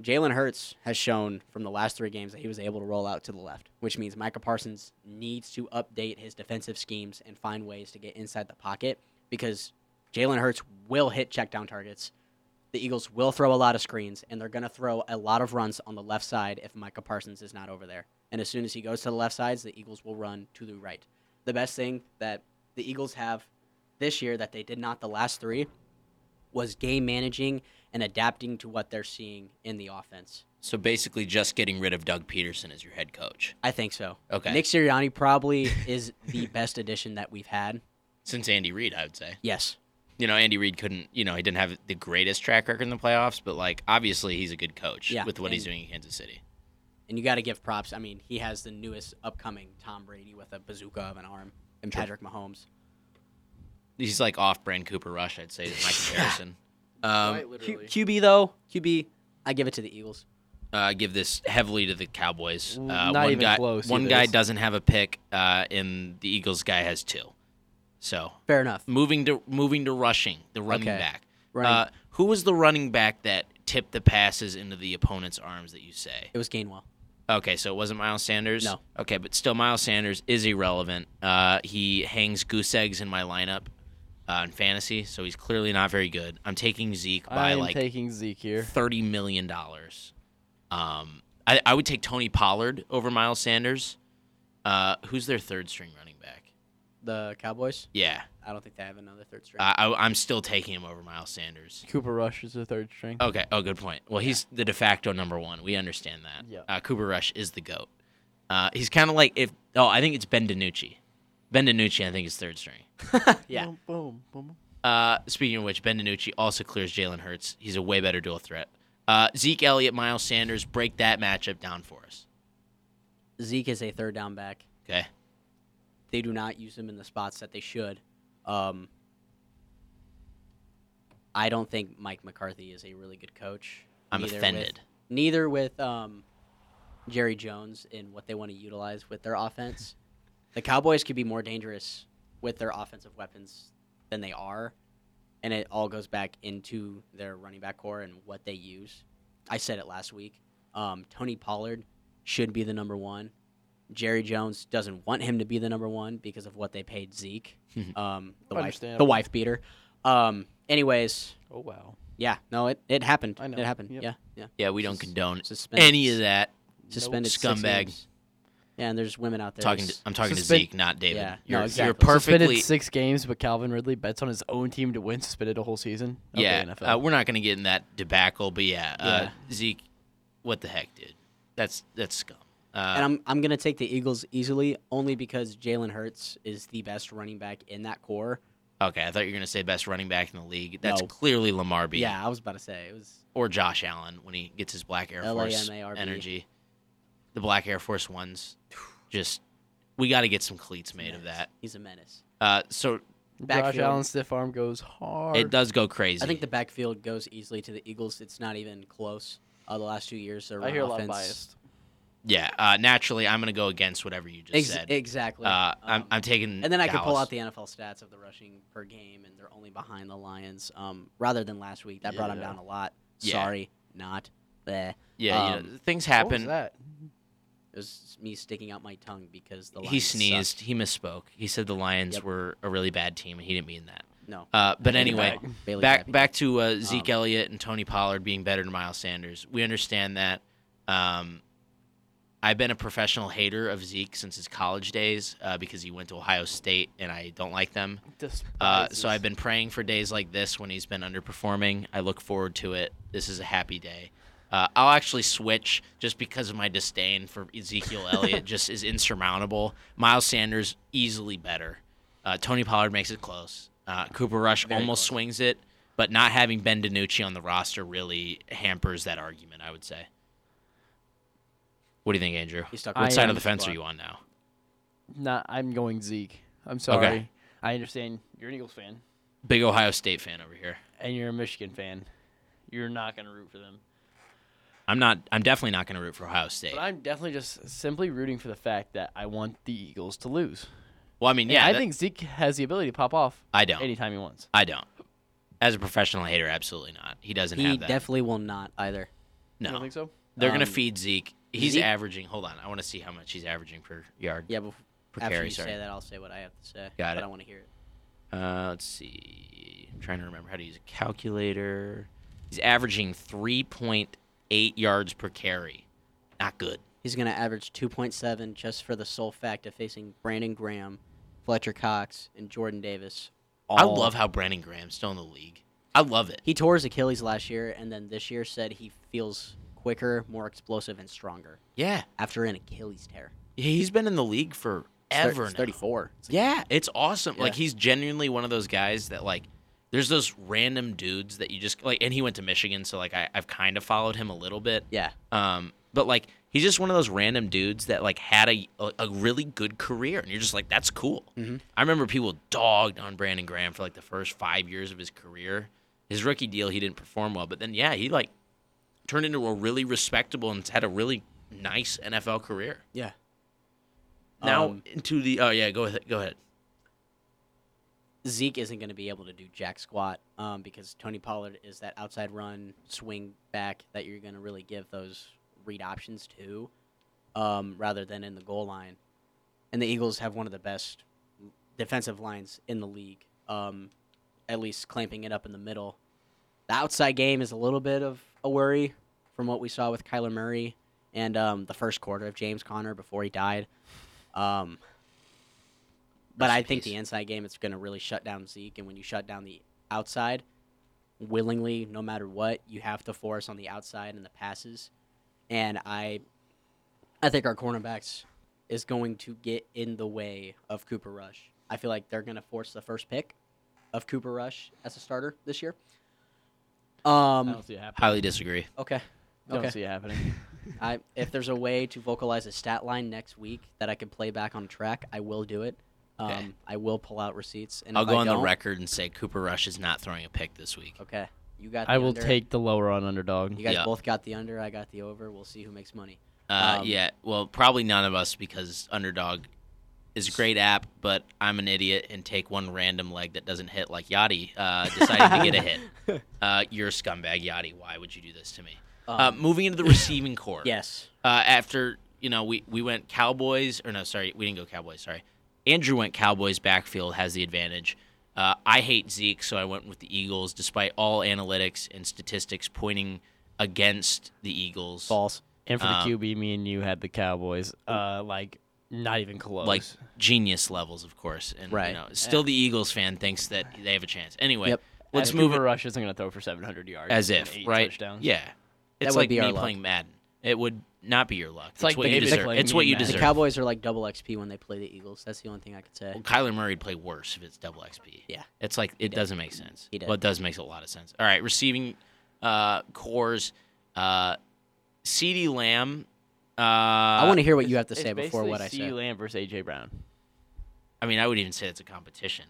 C: Jalen Hurts has shown from the last three games that he was able to roll out to the left, which means Micah Parsons needs to update his defensive schemes and find ways to get inside the pocket because Jalen Hurts will hit checkdown targets. The Eagles will throw a lot of screens, and they're going to throw a lot of runs on the left side if Micah Parsons is not over there. And as soon as he goes to the left sides, the Eagles will run to the right. The best thing that the Eagles have this year that they did not the last three was game managing and adapting to what they're seeing in the offense.
A: So basically, just getting rid of Doug Peterson as your head coach
C: I think so.
A: Okay.
C: Nick Sirianni probably is the best addition that we've had.
A: since Andy Reid, I would say.
C: Yes.
A: You know, Andy Reid couldn't. You know, he didn't have the greatest track record in the playoffs, but like obviously he's a good coach
C: Yeah,
A: with what he's
C: and-
A: doing in Kansas City.
C: And you got to give props. I mean, he has the newest upcoming Tom Brady with a bazooka of an arm and Patrick Mahomes.
A: He's like off-brand Cooper Rush, I'd say, is my comparison. um,
B: Quite
C: Q-
B: literally.
C: QB, though, QB, I give it to the Eagles.
A: uh, I give this heavily to the Cowboys. Uh,
B: Mm, not
A: one
B: even
A: guy,
B: close
A: One
B: either.
A: guy doesn't have a pick, uh, and the Eagles guy has two. So
C: Fair enough.
A: moving to moving to rushing, the running
C: Okay.
A: back.
C: Running-
A: Uh, who was the running back that tipped the passes into the opponent's arms that you say?
C: It was Gainwell.
A: Okay, so it wasn't Miles Sanders.
C: No.
A: Okay, but still, Miles Sanders is irrelevant. Uh, he hangs goose eggs in my lineup uh, in fantasy, so he's clearly not very good. I'm taking Zeke by
B: I'm
A: like
B: taking Zeke here.
A: thirty million dollars. Um, I, I would take Tony Pollard over Miles Sanders. Uh, who's their third string running back?
C: The Cowboys,
A: Yeah,
C: I don't think they have another third string.
A: I, I, I'm still taking him over Miles Sanders.
B: Cooper Rush is the third string.
A: Okay. Oh, good point. Well, he's the de facto number one. We understand that.
B: Yeah.
A: Uh, Cooper Rush is the goat. Uh, he's kind of like if oh I think it's Ben DiNucci. Ben DiNucci I think is third string.
C: yeah.
B: Boom, boom, boom.
A: Uh, speaking of which, Ben DiNucci also clears Jalen Hurts. He's a way better dual threat. Uh, Zeke Elliott, Miles Sanders, break that matchup down for us.
C: Zeke is a third down back.
A: Okay.
C: they do not use him in the spots that they should. Um, I don't think Mike McCarthy is a really good coach.
A: I'm
C: Neither with-
A: offended.
C: neither with um, Jerry Jones in what they want to utilize with their offense. The Cowboys could be more dangerous with their offensive weapons than they are, and it all goes back into their running back core and what they use. I said it last week. Um, Tony Pollard should be the number one. Jerry Jones doesn't want him to be the number one because of what they paid Zeke, um, the wife,
B: Understandable.
C: the wife beater. Um, anyways,
B: Oh wow.
C: yeah, no, it, it happened.
B: I know.
C: It happened.
B: Yep.
C: Yeah, yeah.
A: Yeah, we don't condone
C: Suspense.
A: any of that.
C: Suspended six
A: scumbag.
C: games. Yeah, and there's women out there.
A: Talking, to,
C: that's-
A: I'm talking
B: Suspend-
A: to Zeke, not David.
C: Yeah, no,
A: you're,
C: exactly.
A: you're
B: Suspended
A: perfectly.
B: six games, but Calvin Ridley bets on his own team to win. Suspended a whole season. Okay,
A: yeah,
B: NFL.
A: uh, we're not going to get in that debacle, but yeah, Uh, Zeke, what the heck, dude? That's that's scum. Uh,
C: and I'm I'm gonna take the Eagles easily, only because Jalen Hurts is the best running back in that core.
A: okay, I thought you were going to say best running back in the league. That's
C: No.
A: clearly Lamar B.
C: Yeah, I was about to say it was.
A: or Josh Allen when he gets his black Air Force
C: LAMARB.
A: energy. The black Air Force ones, just we got to get some cleats made of
C: menace.
A: that.
C: He's a menace.
A: Uh, so
B: Josh
C: Backfield.
B: Allen's stiff arm goes hard.
A: it does go crazy.
C: I think the backfield goes easily to the Eagles. It's not even close. Uh, the last two years, their
B: I
C: run
B: hear a lot
C: offense.
B: of biased.
A: yeah. Uh, naturally, I'm going to go against whatever you just
C: Ex-
A: said.
C: Exactly.
A: uh, I'm,
C: Um,
A: I'm taking
C: and then I could pull
A: Dallas.
C: out the NFL stats of the rushing per game, and they're only behind the Lions. Um, rather than last week, that brought them
B: Yeah.
C: down a lot.
A: Yeah.
C: Sorry, not. Bleh.
A: yeah. you
C: um,
A: know, things
B: What was
A: happen.
B: that?
C: It was me sticking out my tongue because the
A: He
C: Lions
A: sneezed.
C: sucked.
A: He misspoke. He said the Lions
C: Yep.
A: were a really bad team, and he didn't mean that.
C: No.
A: Uh, but anyway,
C: Bailey Bailey
A: back
C: Zappi.
A: back to uh, Zeke
C: Um,
A: Elliott and Tony Pollard being better than Miles Sanders. We understand that. Um, I've been a professional hater of Zeke since his college days uh, because he went to Ohio State, and I don't like them. Uh, so I've been praying for days like this when he's been underperforming. I look forward to it. This is a happy day. Uh, I'll actually switch just because of my disdain for Ezekiel Elliott. just is insurmountable. Miles Sanders easily better. Uh, Tony Pollard makes it close. Uh, Cooper Rush almost swings it, but not having Ben DiNucci on the roster really hampers that argument. I would say. What do you think, Andrew?
C: He's stuck
A: What
B: I
A: side
B: am
A: of the fence are
B: stuck.
A: you on now?
B: Nah, I'm going Zeke. I'm sorry. I understand you're an Eagles fan
A: Big Ohio State fan over here.
B: and you're a Michigan fan. You're not gonna root for them.
A: I'm not. I'm definitely not going to root for Ohio State.
B: But I'm definitely just simply rooting for the fact that I want the Eagles to lose.
A: Well, I mean,
B: Yeah,
A: yeah,
B: I
A: that-
B: think Zeke has the ability to pop off
A: I don't.
B: anytime he wants.
A: I don't. As a professional hater, absolutely not. He doesn't
C: He
A: have that.
C: definitely will not either.
B: You don't
A: no,
B: think so?
A: they're gonna
C: Um,
A: feed Zeke. He's
C: Zeke-
A: averaging. Hold on, I want to see how much he's averaging per yard.
C: Yeah, but
A: Per
C: after
A: carry,
C: you
A: sorry.
C: say that, I'll say what I have to say.
A: Got
C: but
A: it.
C: I want to hear it.
A: Uh, let's see. I'm trying to remember how to use a calculator. He's averaging 3.8 yards per carry. Not good.
C: He's going to average 2.7 just for the sole fact of facing Brandon Graham, Fletcher Cox, and Jordan Davis.
A: I
C: All-
A: love how Brandon Graham's still in the league. I love it.
C: He tore his Achilles last year, and then this year said he feels quicker, more explosive, and stronger
A: Yeah,
C: after an Achilles tear.
A: he's been in the league forever.
C: Thir-
A: now.
C: he's 34.
A: Yeah, it's awesome. Like
C: Yeah.
A: he's genuinely one of those guys that like there's those random dudes that you just like and he went to Michigan, so like I, I've kind of followed him a little bit.
C: Yeah.
A: Um, but like he's just one of those random dudes that like had a a, a really good career, and you're just like, that's cool. I remember people dogged on Brandon Graham for like the first five years of his career. His rookie deal, he didn't perform well, but then yeah, he like turned into a really respectable and had a really nice NFL career.
C: Yeah.
A: Now
C: Um,
A: into the oh yeah, go ahead, go ahead.
C: Zeke isn't going to be able to do jack squat um, because Tony Pollard is that outside run swing back that you're going to really give those read options to, um, rather than in the goal line. And the Eagles have one of the best defensive lines in the league, um, at least clamping it up in the middle. The outside game is a little bit of a worry from what we saw with Kyler Murray and um, the first quarter of James Conner before he died. Um, but
A: Rest
C: I
A: in
C: think
A: peace.
C: the inside game is going to really shut down Zeke, and when you shut down the outside, willingly, no matter what, you have to force on the outside and the passes. And I, I think our cornerbacks is going to get in the way of Cooper Rush. I feel like they're going to force the first pick of Cooper Rush as a starter this year.
A: Mm.
B: I
C: Um.
B: don't see it happening.
A: Highly disagree.
C: Okay.
B: Don't
C: Okay.
B: see it happening.
C: I, if there's a way to vocalize a stat line next week that I can play back on track, I will do it. Um,
A: Okay.
C: I will pull out receipts. And
A: I'll
C: if
A: go
C: I
A: on the
C: don't-
A: record and say Cooper Rush is not throwing a pick this week.
C: Okay. You got. The
B: I will
C: under.
B: take the lower on underdog.
C: You guys
A: Yeah.
C: both got the under. I got the over. We'll see who makes money.
A: Uh,
C: Um,
A: yeah, well, probably none of us because Underdog is a great app, but I'm an idiot and take one random leg that doesn't hit like Yachty uh, deciding to get a hit. Uh, you're a scumbag, Yachty. Why would you do this to me? uh, moving into the receiving core.
C: Um, Yes.
A: Uh, after, you know, we, we went Cowboys, or no, sorry, we didn't go Cowboys, sorry. Andrew went Cowboys backfield, has the advantage. Uh, I hate Zeke, so I went with the Eagles, despite all analytics and statistics pointing against the Eagles.
C: False.
B: And for the
A: Um,
B: QB, me and you had the Cowboys. Uh, like not even close.
A: like genius levels, of course. And
C: Right.
A: you know, still the Eagles fan thinks that they have a chance. Anyway,
C: Yep. Uh,
A: let's
B: As
A: move
B: Cooper
A: it
B: Rush isn't gonna throw for 700 yards
A: as
B: and
A: if,
B: eight
A: right?
B: Touchdowns.
A: Yeah. It's
C: would
A: like
C: be our
A: me
C: luck.
A: playing Madden. It would not be your luck. It's,
B: like
A: what you
B: David
A: deserve.
B: playing
A: It's
B: me
A: what
B: in
A: you
B: Madden.
C: The
A: deserve.
C: Cowboys are like double XP when they play the Eagles. That's the only thing I could say.
A: Well, Kyler Murray'd play worse if it's double XP.
C: Yeah.
A: It's like it doesn't make sense.
C: He did.
A: Well, it does make a lot of sense. All right, receiving uh cores uh CD Lamb uh
C: I want
A: I,
C: to hear what you have to
B: It's
C: say before
B: basically
C: what I
B: CeeDee
C: say.
B: Lamb versus AJ Brown.
A: I mean I would even say it's a competition.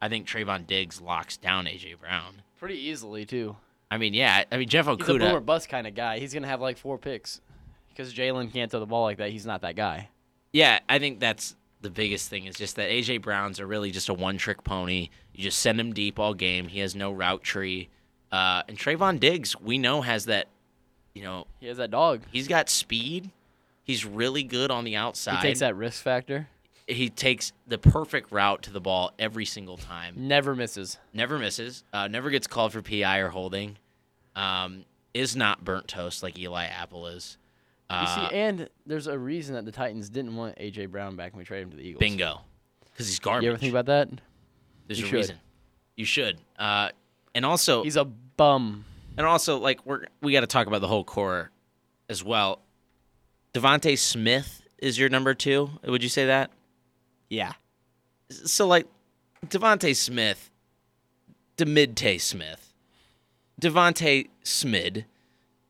A: I think Trayvon Diggs locks down AJ Brown.
B: Pretty easily too.
A: I mean, yeah. I mean, Jeff
B: He's a boomer
A: Okuda.
B: bust kind of guy. He's gonna have like four picks because Jalen can't throw the ball like that. He's not that guy.
A: Yeah, I think that's the biggest thing is just that AJ Brown's are really just a one-trick pony. You just send him deep all game. He has no route tree. Uh, and Trayvon Diggs, we know has that. You know,
B: He has that dog.
A: he's got speed. He's really good on the outside.
B: He takes that risk factor.
A: He takes the perfect route to the ball every single time.
B: Never misses.
A: Never misses. Uh, never gets called for PI or holding. Um, is not burnt toast like Eli Apple is.
B: You
A: Uh,
B: see, and there's a reason that the Titans didn't want AJ Brown back when we traded him to the Eagles.
A: bingo, because he's garbage.
B: You ever think about that?
A: There's
B: You
A: a
B: should.
A: reason. You should. Uh, and also,
B: He's a bum.
A: and also, like we're we got to talk about the whole core as well. Devonte Smith is your number two. Would you say that?
C: Yeah.
A: So like, Devonte Smith, Demidte Smith, Devonte Smid,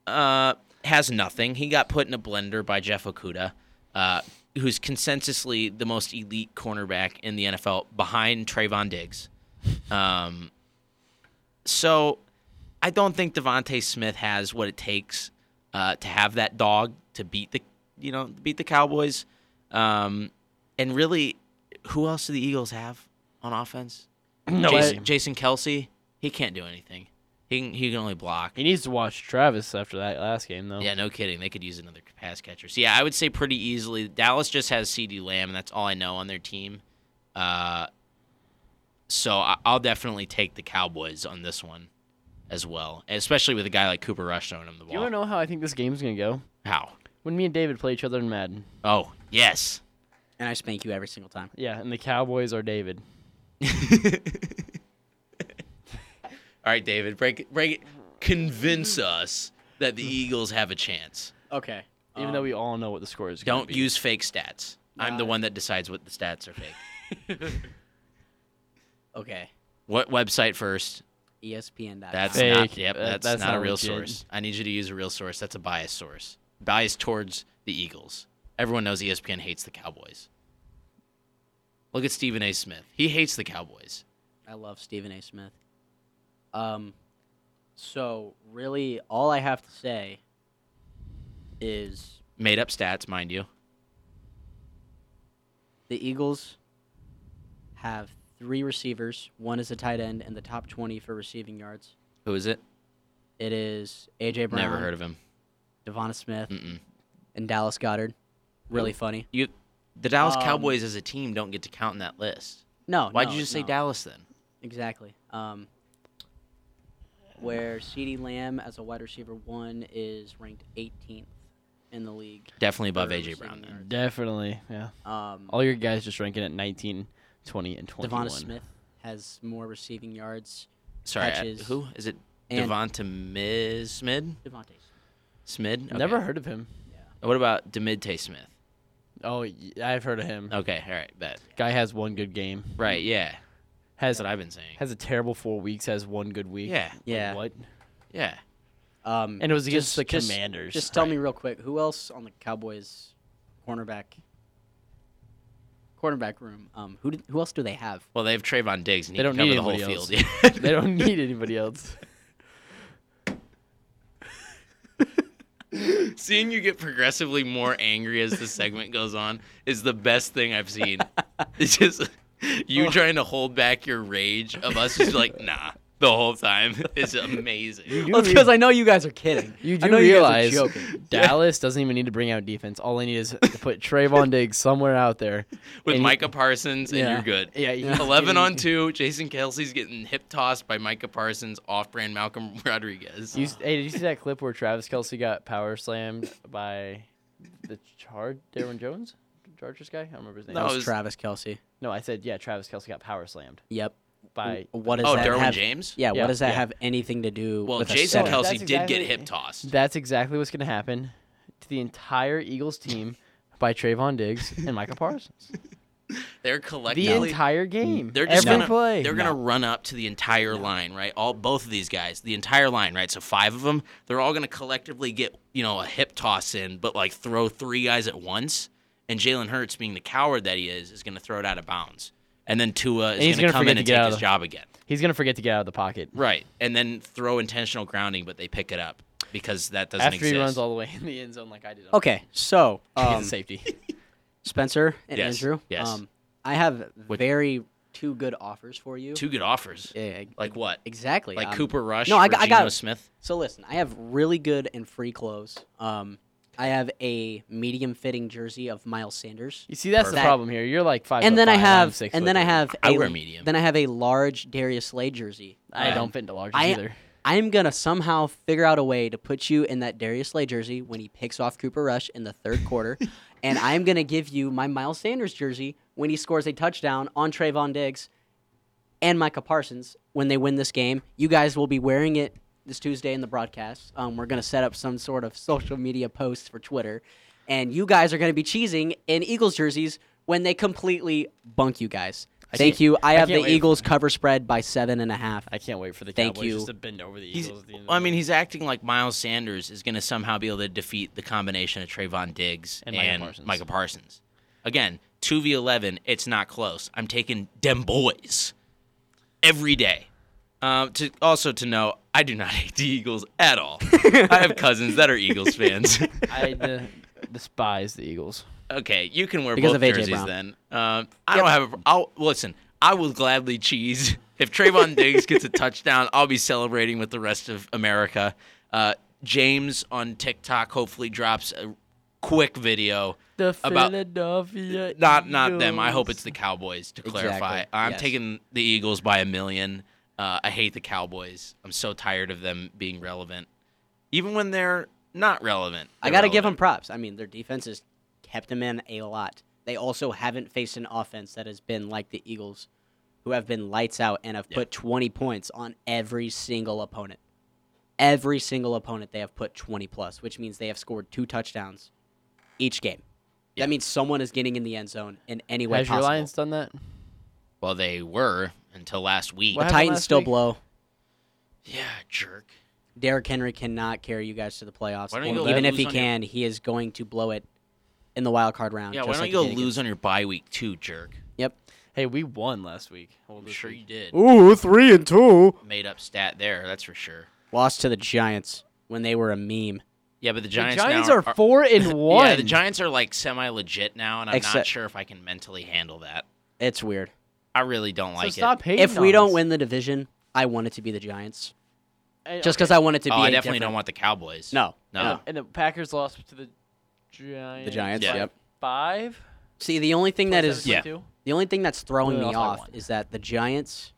A: uh, has nothing. He got put in a blender by Jeff Okuda, uh, who's consensusly the most elite cornerback in the NFL behind Trayvon Diggs. Um, so I don't think Devonte Smith has what it takes uh, to have that dog to beat the you know beat the Cowboys. Um, and really, who else do the Eagles have on offense? No, Jason, Jason Kelsey. He can't do anything. He can, he can only block.
B: He needs to watch Travis after that last game, though.
A: Yeah, no kidding. They could use another pass catcher. So yeah, I would say pretty easily. Dallas just has C.D. Lamb, and that's all I know on their team. Uh, so I- I'll definitely take the Cowboys on this one as well, especially with a guy like Cooper Rush throwing him the
B: You want
A: ball.
B: to know how I think this game's gonna go?
A: How?
B: When me and David play each other in Madden.
A: Oh yes.
C: And I spank you every single time.
B: Yeah, and the Cowboys are David.
A: All right, David, break it- break it. Convince us that the Eagles have a chance.
C: Okay.
B: Even though we all know what the score is.
A: Um,
B: gonna
A: Don't
B: be.
A: use fake stats. I'm the
C: Nah.
A: one that decides what the stats are fake.
C: Okay. E
A: What website first?
C: ESPN.
A: That's
B: Fake.
A: not. Yep,
B: Uh,
A: that's,
B: that's
A: not, a
B: not
A: real
B: legit.
A: source. I need you to use a real source. That's a biased source. Biased towards the Eagles. Everyone knows E ESPN hates the Cowboys. Look at Stephen A. Smith. He hates the Cowboys.
C: I love Stephen A. Smith. Um, so really, all I have to say is
A: Made up stats, mind you.
C: the Eagles have three receivers. One is a tight end in the top twenty for receiving yards.
A: Who is it?
C: It is AJ Brown,
A: Never heard of him. Mm.
C: Devonta Smith,
A: Mm-mm.
C: and Dallas Goddard. Really funny.
A: You, the Dallas
C: Um,
A: Cowboys as a team don't get to count in that list.
C: No.
A: Why'd
C: no,
A: you just say
C: no.
A: Dallas then?
C: Exactly. Um, where CeeDee Lamb as a wide receiver one is ranked 18th in the league.
A: Definitely above
C: for
A: AJ
C: receiving
A: Brown then.
C: yards.
B: Definitely, yeah.
C: Um,
B: All your guys just ranking at 19, 20, and 21.
C: Devonta Smith has more receiving yards.
A: Sorry, I-
C: Catches.
A: who is it?
C: And-
A: Devonta Miz, Smid?
C: Devontae. Smith.
A: Smid? Okay.
B: Never heard of him.
A: What about Demidte Smith?
B: Oh, y- I've heard of him.
A: Okay, all right, bet.
B: Guy has one good game.
A: Right, yeah.
B: Has
A: That's what I've been saying.
B: has a terrible four weeks. Has one good week.
A: Yeah,
B: Like,
C: Yeah.
B: what?
A: yeah.
C: Um,
B: And it was against
C: just-
B: the
C: just-
B: Commanders.
C: Just tell me real quick, who else on the Cowboys cornerback cornerback room? Um, who did, who else do they have?
A: Well, they have Trayvon Diggs, and he
B: They
A: can
B: don't
A: cover
B: need
A: the whole
B: anybody
A: field.
B: they don't need anybody else.
A: Seeing you get progressively more angry as the segment goes on is the best thing I've seen. It's just
B: Oh.
A: you trying to hold back your rage of us just like, nah, the whole time is amazing.
C: Well, because Oh, I know you guys are kidding.
B: You
C: I
B: do
C: know
B: realize
C: you guys are joking.
B: Dallas doesn't even need to bring out defense. All they need is to put Trayvon Diggs somewhere out there.
A: With
B: And-
A: Micah Parsons, and
B: yeah.
A: you're good.
B: Yeah, he's
A: 11
B: getting-
A: on 2, Jason Kelsey's getting hip tossed by Micah Parsons off brand Malcolm Rodriguez.
B: You, s- hey, did you see that clip where Travis Kelsey got power slammed by the charge Darren Jones, Chargers guy? I don't remember his name.
A: No,
C: That was
A: it was-
C: Travis Kelsey.
B: No, I said yeah. Travis Kelsey got power slammed
C: Yep.
B: by.
C: What does
A: oh,
C: that
A: Derwin
C: have?
A: James?
C: Yeah,
B: Yeah,
C: What does that
B: yeah.
C: have anything to do?
A: Well,
C: with a
A: Jason
C: setup?
B: That's
A: Kelsey
B: exactly-
A: did get hip tossed.
B: That's exactly what's gonna happen to the entire Eagles team by Trayvon Diggs and Micah Parsons.
A: They're
B: The
A: collectively
B: entire game.
A: They're just
B: every
A: gonna,
B: play.
A: They're gonna run up to the entire line, right? All both of these guys, the entire line, right? So five of them, they're all gonna collectively get you know a hip toss in, but like throw three guys at once. And Jalen Hurts, being the coward that he is, is gonna throw it out of bounds. And then Tua
B: And
A: is
B: he's
A: gonna,
B: gonna
A: come
B: forget
A: in
B: to
A: and
B: get
A: take
B: out
A: his
B: of the-
A: job again,
B: He's gonna forget to get out of the pocket
A: right? And then throw intentional grounding, but they pick it up because that doesn't
B: after
A: exist.
B: he runs all the way in the end zone like I did. on-
C: Okay, so
B: He's a
C: um,
B: safety.
C: Spencer and
A: Yes,
C: Andrew,
A: yes.
C: um, I have very two good offers for you.
A: Two good offers,
C: Yeah,
A: like what?
C: exactly.
A: Like
C: um,
A: Cooper Rush,
C: No, I got- I got-
A: Geno Smith.
C: So listen, I have really good and free clothes. Um, I have a medium fitting jersey of Miles Sanders.
B: You see, that's
C: Perfect.
B: the problem here. You're like five.
C: and
B: foot
C: then I
B: five, I'm
C: have,
B: six
C: and
B: foot
C: then I
B: three.
C: have,
A: I
C: a-
A: wear medium.
C: Then I have a large Darius Slay jersey.
B: I
C: Um,
B: don't fit into larges
C: I-
B: either.
C: I am gonna somehow figure out a way to put you in that Darius Slay jersey when he picks off Cooper Rush in the third quarter, and I am gonna give you my Miles Sanders jersey when he scores a touchdown on Trayvon Diggs and Micah Parsons when they win this game. You guys will be wearing it this Tuesday in the broadcast. Um, we're gonna set up some sort of social media posts for Twitter, and you guys are gonna be cheesing in Eagles jerseys when they completely bunk you guys. Thank you. I have
B: can't
C: the
B: wait for-
C: Eagles cover spread by seven and a half.
B: I can't wait for the
C: Thank
B: Cowboys
C: you.
B: just to bend over the
A: He's,
B: Eagles. at the end of
A: well, I
B: the
A: mean, he's acting like Miles Sanders is going to somehow be able to defeat the combination of Trayvon Diggs
B: And
A: and,
B: Micah
A: Micah,
B: Parsons.
A: Parsons. Again, 2v11, it's not close. I'm taking dem boys every day. Um, to Also, to know, I do not hate the Eagles at all. I have cousins that are Eagles fans.
B: I uh, despise the Eagles.
A: okay, you can wear
C: Because
A: both
C: of AJ
A: jerseys
C: Brown.
A: then. Um, I don't have a. I'll listen. I will gladly cheese if Trayvon Diggs gets a touchdown. I'll be celebrating with the rest of America. Uh, James on TikTok hopefully drops a quick video.
B: The
A: About-
B: Philadelphia.
A: Not not them. I hope it's the Cowboys. To clarify,
C: Exactly,
A: I'm
C: yes.
A: taking the Eagles by a million. Uh, I hate the Cowboys. I'm so tired of them being relevant, even when they're not relevant.
C: I
A: they're
C: got to give
A: relevant.
C: them props. I mean, their defense has kept them in a lot. They also haven't faced an offense that has been like the Eagles, who have been lights out and have put 20 points on every single opponent. Every single opponent they have put 20 plus, which means they have scored two touchdowns each game. That means someone is getting in the end zone in any way
B: Has your
C: possible.
B: Lions done that?
A: Well, they were until last week.
B: What happened
C: Titans
B: last
C: still
B: week?
C: blow.
A: Yeah, jerk.
C: Derrick Henry cannot carry you guys to the playoffs.
A: Why don't you
C: And
A: go
C: Even if
A: lose
C: he
A: on your-
C: can, he is going to blow it in the wild card round.
A: Yeah,
C: just
A: why don't
C: like
A: you go
C: he did against-
A: lose on your bye week too, jerk?
C: Yep.
B: Hey, we won last week.
A: I'm sure you did.
C: Ooh, three and two.
A: Made up stat there, that's for sure.
C: Lost to the Giants when they were a meme.
A: Yeah, but the
B: The
A: Giants,
B: Giants
A: now
B: are four and one.
A: Yeah, the Giants are like semi legit now, and I'm
C: Except-
A: not sure if I can mentally handle that.
C: It's weird.
A: I really don't
B: So
A: like
B: stop
A: it.
B: hating
C: If we
B: on
C: don't
B: us.
C: win the division, I want it to be the Giants.
B: Hey,
C: Just
B: okay.
C: because I want it to
A: Oh,
C: be.
A: I
C: a
A: definitely don't
C: different-
A: want the Cowboys.
C: No.
A: No.
B: And the- And the Packers lost to the Giants.
C: Giants,
B: by
A: yep.
B: Five.
C: See, the only thing that is
B: 27,
A: Yeah.
B: 22?
C: the only thing that's throwing
B: Well,
C: me
B: I'll find
C: off
B: one.
C: is that the Giants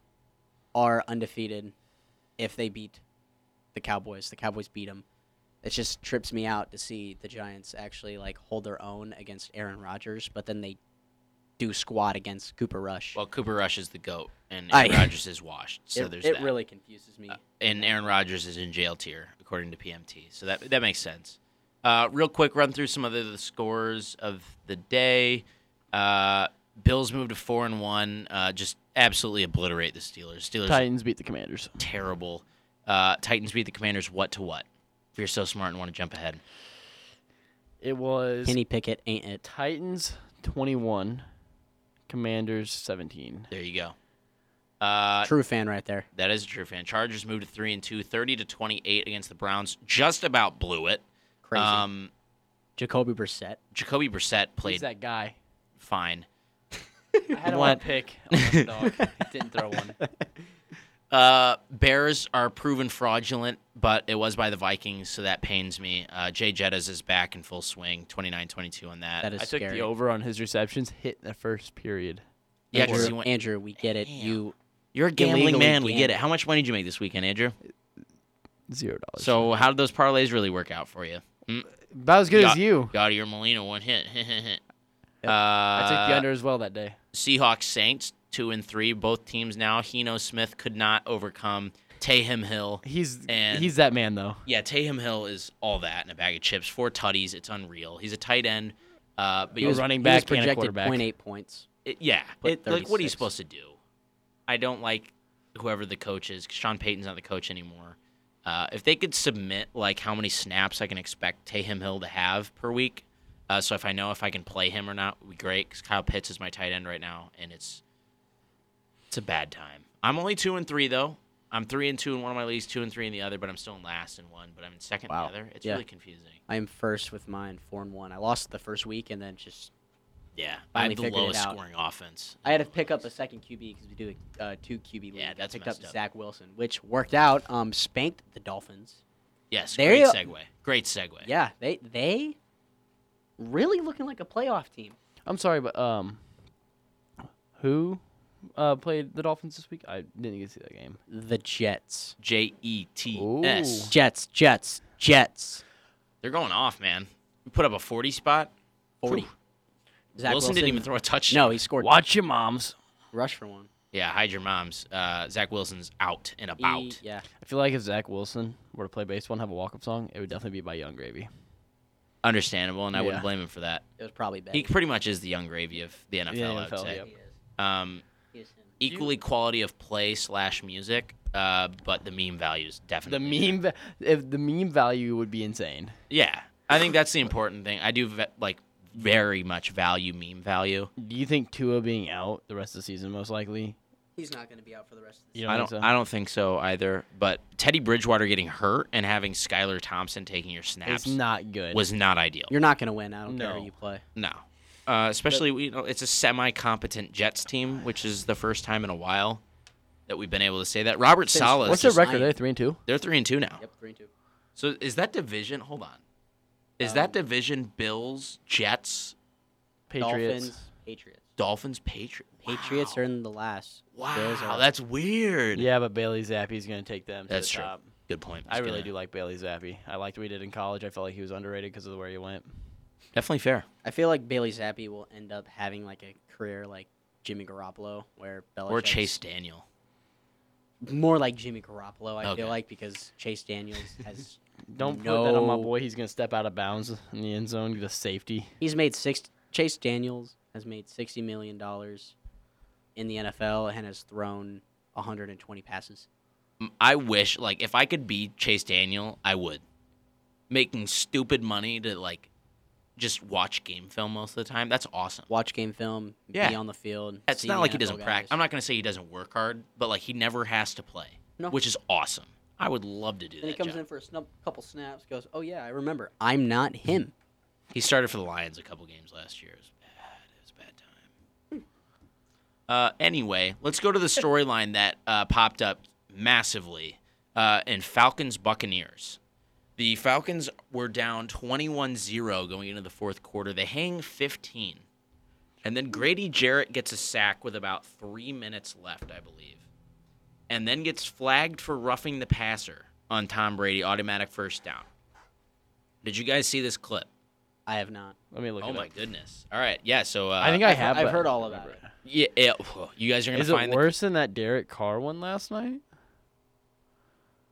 C: are undefeated if they beat the Cowboys. The Cowboys beat them. It just trips me out to see the Giants actually like hold their own against Aaron Rodgers, but then they do squat against Cooper Rush.
A: Well, Cooper Rush is the GOAT, and
C: I-
A: Aaron Rodgers is washed. So
C: it
A: there's
C: it
A: that. Uh,
C: really confuses me.
A: and Aaron Rodgers is in jail tier, according to PMT. So that that makes sense. Uh, real quick, run through some of the, the scores of the day. Uh, Bills moved to four and one. Uh, just absolutely obliterate the Steelers. Steelers are
B: Titans beat the Commanders.
A: terrible. Uh, Titans beat the Commanders what to what. If you're so smart and want to jump ahead,
B: It was
C: Kenny Pickett ain't it.
B: Titans twenty-one, Commanders seventeen.
A: there you go. Uh,
C: True fan right there.
A: That is a true fan. Chargers moved to three and two, 30 to twenty eight against the Browns. Just about blew it.
B: Crazy.
A: Um,
B: Jacoby Brissett.
A: Jacoby Brissett
B: He's
A: played
B: that guy.
A: fine.
B: I had
A: a What?
B: a one
A: wet
B: pick. dog. Didn't throw one.
A: Uh, Bears are proven fraudulent, but it was by the Vikings, so that pains me. Uh, Jay Jettas is back in full swing, 29-22 on that.
C: That is
B: I took
C: scary.
B: the over on his receptions. Hit in the first period.
A: yeah, because
C: Andrew,
A: you went,
C: Andrew, we get it.
A: Damn.
C: You
A: you're a gambling
C: illegally
A: man. We get
C: gambled.
A: it. How much money did you make this weekend, Andrew?
B: Zero dollars.
A: So how did those parlays really work out for you? Mm,
B: About as good
A: got,
B: as you.
A: Got your Molina one hit. uh,
B: I took the under as well that day.
A: Seahawks Saints two and three. Both teams now. Heno Smith could not overcome Tayhim Hill.
B: He's
A: and-
B: he's that man though.
A: Yeah, Tayhim Hill is all that and a bag of chips. Four tutties. It's unreal. He's a tight end. Uh, but
B: He
A: you
B: was
A: run.
B: running
C: he was
B: back and a
C: projected
B: quarterback.
C: 0.8 points.
A: It, yeah.
C: Put
A: It, like, what are you
C: 36.
A: supposed to do? I don't like whoever the coach is. 'cause Sean Payton's not the coach anymore. Uh, if they could submit like how many snaps I can expect Tayhim Hill to have per week, uh, so if I know if I can play him or not, would be great. Because Kyle Pitts is my tight end right now, and it's it's a bad time. I'm only two and three though. I'm three and two in one of my leagues, two and three in the other, but I'm still in last in one, but I'm in second
C: Wow.
A: in the other. It's
C: Yeah.
A: really confusing.
C: I am first with mine, four and one. I lost the first week, and then just
A: Yeah, I
C: Finally
A: have the
C: figured it
A: lowest
C: out.
A: scoring offense.
C: I had to pick up a second QB because we do a uh, two QB league.
A: Yeah, that's
C: I picked up
A: messed up.
C: Zach Wilson, which worked out. Um, spanked the Dolphins.
A: Yes,
C: There
A: great
C: you-
A: segue. Great segue.
C: Yeah, they they really looking like a playoff team.
B: I'm sorry, but um, who uh played the Dolphins this week? I didn't get to see that game.
C: The Jets,
A: J E T
B: Ooh.
A: S.
C: Jets, Jets, Jets.
A: They're going off, man. We put up a 40 spot.
C: Forty.
A: Whew.
C: Zach
A: Wilson, didn't even throw a touchdown.
C: No, he scored.
B: Watch your moms.
C: Rush for one.
A: Yeah, hide your moms. Uh, Zach Wilson's out and
C: He-
A: about.
C: yeah.
B: I feel like if Zach Wilson were to play baseball and have a walk-up song, it would definitely be by Young Gravy.
A: Understandable, and I
B: Yeah.
A: wouldn't blame him for that.
C: It was probably bad.
A: He pretty much is the young gravy of the NFL,
B: Yeah,
A: I would
B: NFL,
A: say.
B: yep.
A: Um, equally quality of play slash music, uh, but the meme values
B: The
A: definitely.
B: meme, va- if the meme value would be insane.
A: Yeah, I think that's the important thing. I do ve- like very much value meme value.
B: Do you think Tua being out the rest of the season most likely?
C: He's not going to be out for the rest of the
B: You
A: I don't.
B: think so?
A: I don't think so either. But Teddy Bridgewater getting hurt and having Skylar Thompson taking your snaps
B: It's not good.
A: was not ideal.
C: You're not going to win. I don't care
B: No.
C: who you play.
A: No. Uh, especially, we- you know, it's a semi-competent Jets team, which is the first time in a while that we've been able to say that. Robert Sala,
B: What's
A: is
B: their
A: just-
B: record?
C: lying.
B: They're three and two.
A: they're three and two now.
C: Yep, three and two.
A: So is that division? Hold on, is
B: Um,
A: that division Bills, Jets,
B: Patriots.
C: Dolphins, Patriots.
A: Dolphins, Patriots?
C: Patriots are in the last. Bills
A: Wow,
C: are-
A: that's weird.
B: Yeah, but Bailey Zappi's going to take them to
A: that's
B: the
A: true.
B: top.
A: Good point.
B: I
A: That's
B: really
A: gonna-
B: do like Bailey Zappi. I liked what he did in college. I felt like he was underrated because of the way he went.
A: Definitely fair.
C: I feel like Bailey Zappi will end up having like a career like Jimmy Garoppolo, where Belichick's
A: Or Chase Daniel.
C: more like Jimmy Garoppolo. I
A: Okay.
C: feel like because Chase Daniels has
B: Don't put that on my
C: No.
B: boy. He's going to step out of bounds in the end zone, get a safety.
C: he's made six. Chase Daniels has made sixty million dollars in the NFL and has thrown one hundred and twenty passes.
A: I wish, like, if I could be Chase Daniel, I would. Making stupid money to like just watch game film most of the time. That's awesome.
C: Watch game film.
A: Yeah.
C: Be on the field.
A: It's
C: see
A: not
C: the
A: like he
C: NFL
A: doesn't
C: guys.
A: practice. I'm not going to say he doesn't work hard, but like he never has to play,
C: No.
A: which is awesome. I would love to do
C: Then he
A: that.
C: comes
A: job.
C: in for a snub, couple snaps. Goes, oh yeah, I remember. I'm not him.
A: He started for the Lions a couple games last year. It was bad. It was a bad time. Uh, anyway, let's go to the storyline that uh, popped up massively uh, in Falcons Buccaneers. The Falcons were down 21 0 going into the fourth quarter. They hang 15. And then Grady Jarrett gets a sack with about three minutes left, I believe. And then gets flagged for roughing the passer on Tom Brady, automatic first down. Did you guys see this clip?
C: I have not.
B: Let me look.
A: Oh
B: it
A: my
B: up.
A: goodness! All right, yeah. So uh,
B: I think I
C: I've-
B: have.
C: I've
B: but
C: heard
B: I
C: all
B: don't
C: about
B: remember
A: yeah, yeah, whoa, you guys are
B: it.
A: gonna
B: Is
A: find
B: it
A: the-
B: worse than that Derek Carr one last night?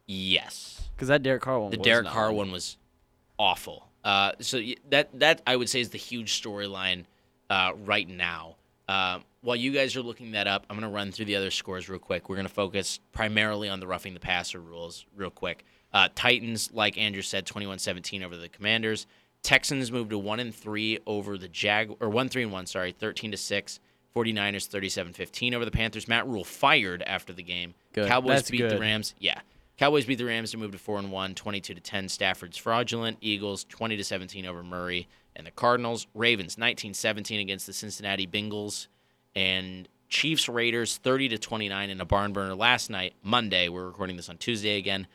A: yes,
B: Because that Derek Carr one.
A: the
B: was
A: Derek
B: not-
A: Carr one was awful. Uh, so y- that that I would say is the huge storyline uh, right now. Uh, while you guys are looking that up, I'm gonna run through the other scores real quick. We're gonna focus primarily on the roughing the passer rules real quick. Uh, Titans, like Andrew said, 21-17 over the Commanders. Texans moved to one and three over the Jag or one three and one, sorry, 13 to six. 49ers 37-15 over the Panthers. Matt Rule fired after the game.
B: Good.
A: Cowboys
B: That's
A: beat the
B: good.
A: Rams. Yeah. Cowboys beat the Rams to move to four and one, 22 to 10. Stafford's fraudulent. Eagles 20 to 17 over Murray and the Cardinals. Ravens 19-17 against the Cincinnati Bengals, and Chiefs Raiders 30 to 29 in a barn burner last night. Monday, we're recording this on Tuesday again.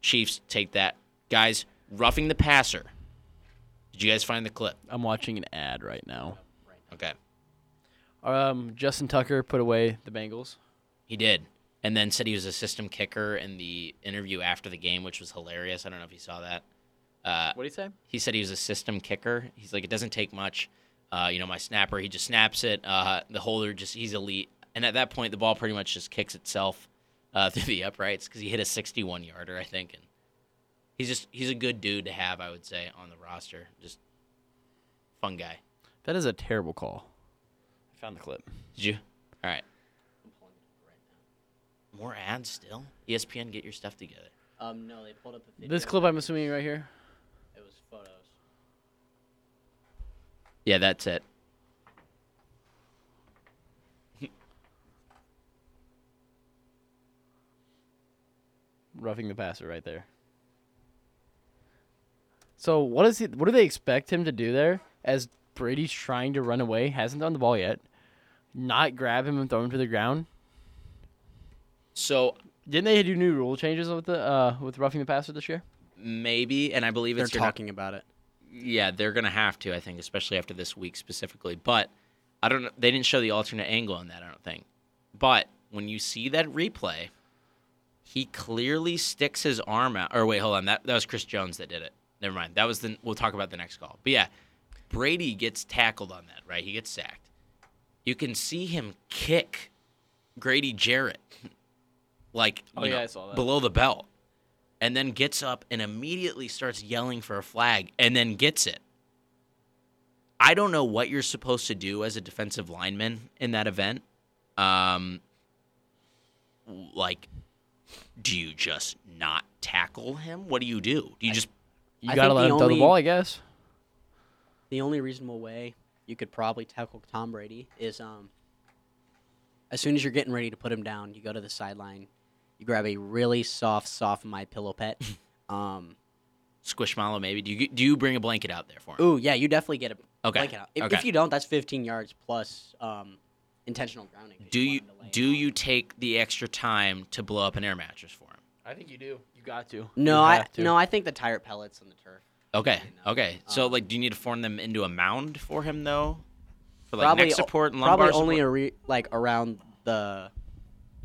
A: Chiefs take that, guys. Roughing the passer. Did you guys find the clip?
B: I'm watching an ad right now.
A: Okay,
B: Um, Justin Tucker put away the Bengals.
A: he did, and then said he was a system kicker in the interview after the game, which was hilarious. I don't know if you saw that. Uh,
B: What do you say?
A: he said he was a system kicker. He's like, it doesn't take much. Uh, you know, my snapper, he just snaps it. Uh, the holder just, he's elite. And at that point, the ball pretty much just kicks itself uh, through the uprights because he hit a 61 yarder, I think. And he's just, he's a good dude to have, I would say, on the roster. Just fun guy.
B: That is a terrible call. I found the clip.
A: Did you? All right. More ads still? ESPN, get your stuff together.
C: Um, no, they pulled up a video.
B: This clip I'm assuming right here.
C: It was photos.
A: Yeah, that's it.
B: roughing the passer right there. So what is he? What do they expect him to do there? As Brady's trying to run away, hasn't thrown the ball yet. Not grab him and throw him to the ground.
A: So
B: Didn't they do new rule changes with the uh, with roughing the passer this year?
A: maybe, and I believe
C: They're
A: it's your-
C: talking about it.
A: Yeah, they're gonna have to, I think, especially after this week specifically. But I don't know. They didn't show the alternate angle on that. I don't think. But when you see that replay, he clearly sticks his arm out. Or wait, hold on. That that was Chris Jones that did it. Never mind. That was the. We'll talk about the next call. But yeah, Brady gets tackled on that. Right, he gets sacked. You can see him kick Grady Jarrett, like
B: Oh,
A: you
B: yeah,
A: know,
B: I saw that.
A: below the belt, and then gets up and immediately starts yelling for a flag, and then gets it. I don't know what you're supposed to do as a defensive lineman in that event. Um, like, do you just not tackle him? What do you do? Do you just
B: You
C: I
B: gotta
C: think
B: let
C: the
B: him throw the
C: only-
B: ball, I guess.
C: The only reasonable way you could probably tackle Tom Brady is um, as soon as you're getting ready to put him down, you go to the sideline, you grab a really soft, soft my pillow pet. um,
A: squishmallow? Maybe do you do you bring a blanket out there for him?
C: ooh, yeah, you definitely get a
A: Okay,
C: blanket out. If,
A: okay.
C: if you don't, that's 15 yards plus um, intentional grounding. 'cause
A: do
C: want
A: you
C: him to lay
A: do
C: down.
A: you take the extra time to blow up an air mattress for him?
B: I think you do. You got to.
C: No, I no, I think the tire pellets on the turf.
A: Okay, okay. So
C: Um,
A: like, do you need to form them into a mound for him though? For like
C: Probably
A: neck
C: o-
A: support and
C: Probably
A: lumbar
C: only
A: support?
C: a re- like around the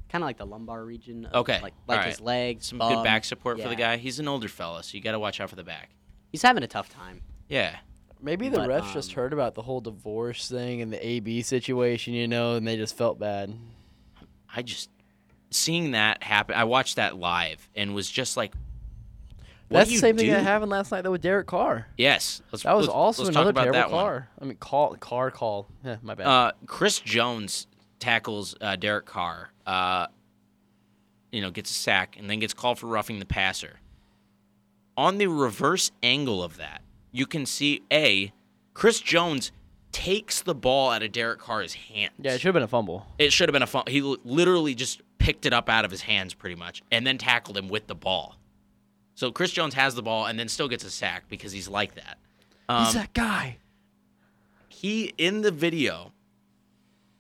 C: kind of like the lumbar region. Of,
A: Okay,
C: like like
A: alright.
C: his legs. um,
A: some good
B: um,
A: back support for the
C: yeah.
A: guy. He's an older fella, so you got to watch out for the back.
C: He's having a tough time.
A: Yeah.
B: Maybe the
C: But,
B: refs just
C: um,
B: heard about the whole divorce thing and the AB situation, you know, and they just felt bad.
A: I just seeing that happen. I watched that live and was just like, what do
B: That's the
A: you
B: same thing
A: do?
B: that happened last night though with Derek Carr.
A: Yes, let's,
B: That was
A: let's-
B: also
A: let's
B: another
A: talk about
B: terrible
A: that one.
B: car. I mean, call car call. Eh, my bad.
A: Uh, Chris Jones tackles uh, Derek Carr. Uh, you know, gets a sack and then gets called for roughing the passer. On the reverse angle of that, you can see a Chris Jones takes the ball out of Derek Carr's hands.
B: yeah, it should have been a fumble.
A: It should have been a fun. He l- literally just picked it up out of his hands, pretty much, and then tackled him with the ball. So Chris Jones has the ball and then still gets a sack because he's like that. Um,
B: that guy.
A: he in the video,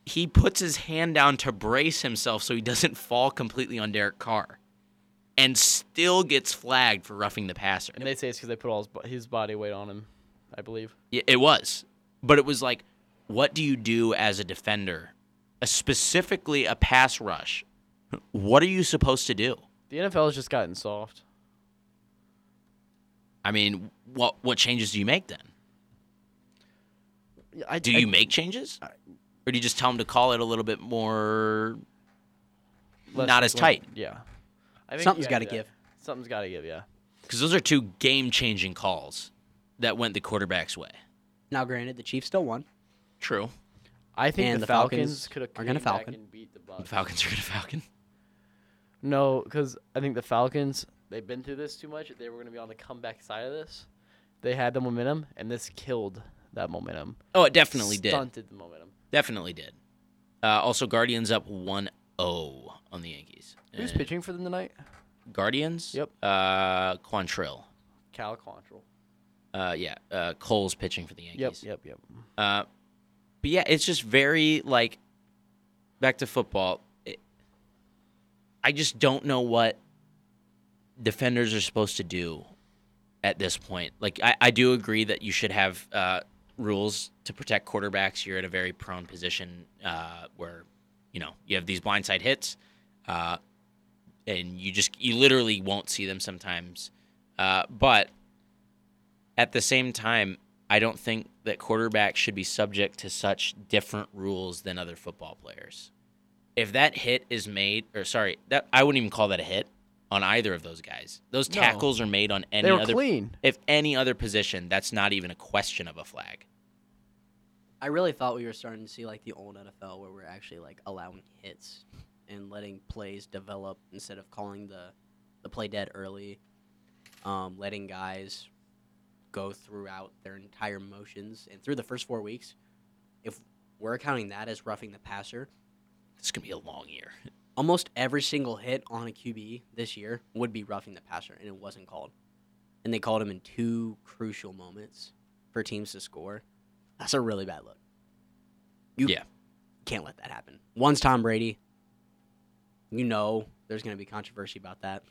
A: he puts his hand down to brace himself so he doesn't fall completely on Derek Carr, and still gets flagged for roughing the passer.
B: And they say it's because they put all his, bo- his body weight on him, I believe.
A: Y- It was, but it was like, what do you do as a defender, Uh, specifically a pass rush? What are you supposed to do?
B: The NFL has just gotten soft.
A: I mean, what what changes do you make then?
B: I,
A: Do you make changes, or do you just tell them to call it a little bit more? not as tight?
B: Yeah. I think you
C: Something's
B: gotta
C: gotta
B: do that.
C: give.
B: Something's got to give. Yeah.
A: Because those are two game changing calls that went the quarterback's way.
C: Now, granted, the Chiefs still won.
A: True,
B: I think
C: And
B: the
C: the
B: Falcons
C: Falcons
B: could have
C: are gonna
B: came back
C: Falcon.
B: and beat the Bucs.
A: Falcons are gonna Falcon.
B: No, because I think the Falcons they've been through this too much. They were going to be on the comeback side of this. They had the momentum, and this killed that momentum.
A: Oh, it definitely did.
B: Stunted the momentum.
A: Definitely did. Uh, also, Guardians up 1-0 on the Yankees.
B: Who's
A: Uh,
B: pitching for them tonight?
A: Guardians.
B: Yep.
A: Uh, Quantrill.
B: Cal Quantrill.
A: Uh, yeah. Uh, Cole's pitching for the Yankees.
B: Yep, yep, yep.
A: But yeah, it's just very like back to football. It, I just don't know what defenders are supposed to do at this point. Like I, I do agree that you should have uh, rules to protect quarterbacks. You're at a very prone position uh, where you know you have these blindside hits, uh, and you just you literally won't see them sometimes. Uh, but at the same time, I don't think that quarterbacks should be subject to such different rules than other football players. If that hit is made, or sorry, that I wouldn't even call that a hit on either of those guys. Those
B: No.
A: tackles are made on any
B: They were
A: other
B: clean.
A: if any other position, that's not even a question of a flag.
C: I really thought we were starting to see like the old NFL where we're actually like allowing hits and letting plays develop instead of calling the the play dead early, um, letting guys go throughout their entire motions and through the first four weeks. If we're counting that as roughing the passer,
A: This could be a long year.
C: almost every single hit on a QB this year would be roughing the passer, and it wasn't called. And they called him in two crucial moments for teams to score. That's a really bad look. You
A: Yeah.
C: can't let that happen. One's Tom Brady. You know there's going to be controversy about that.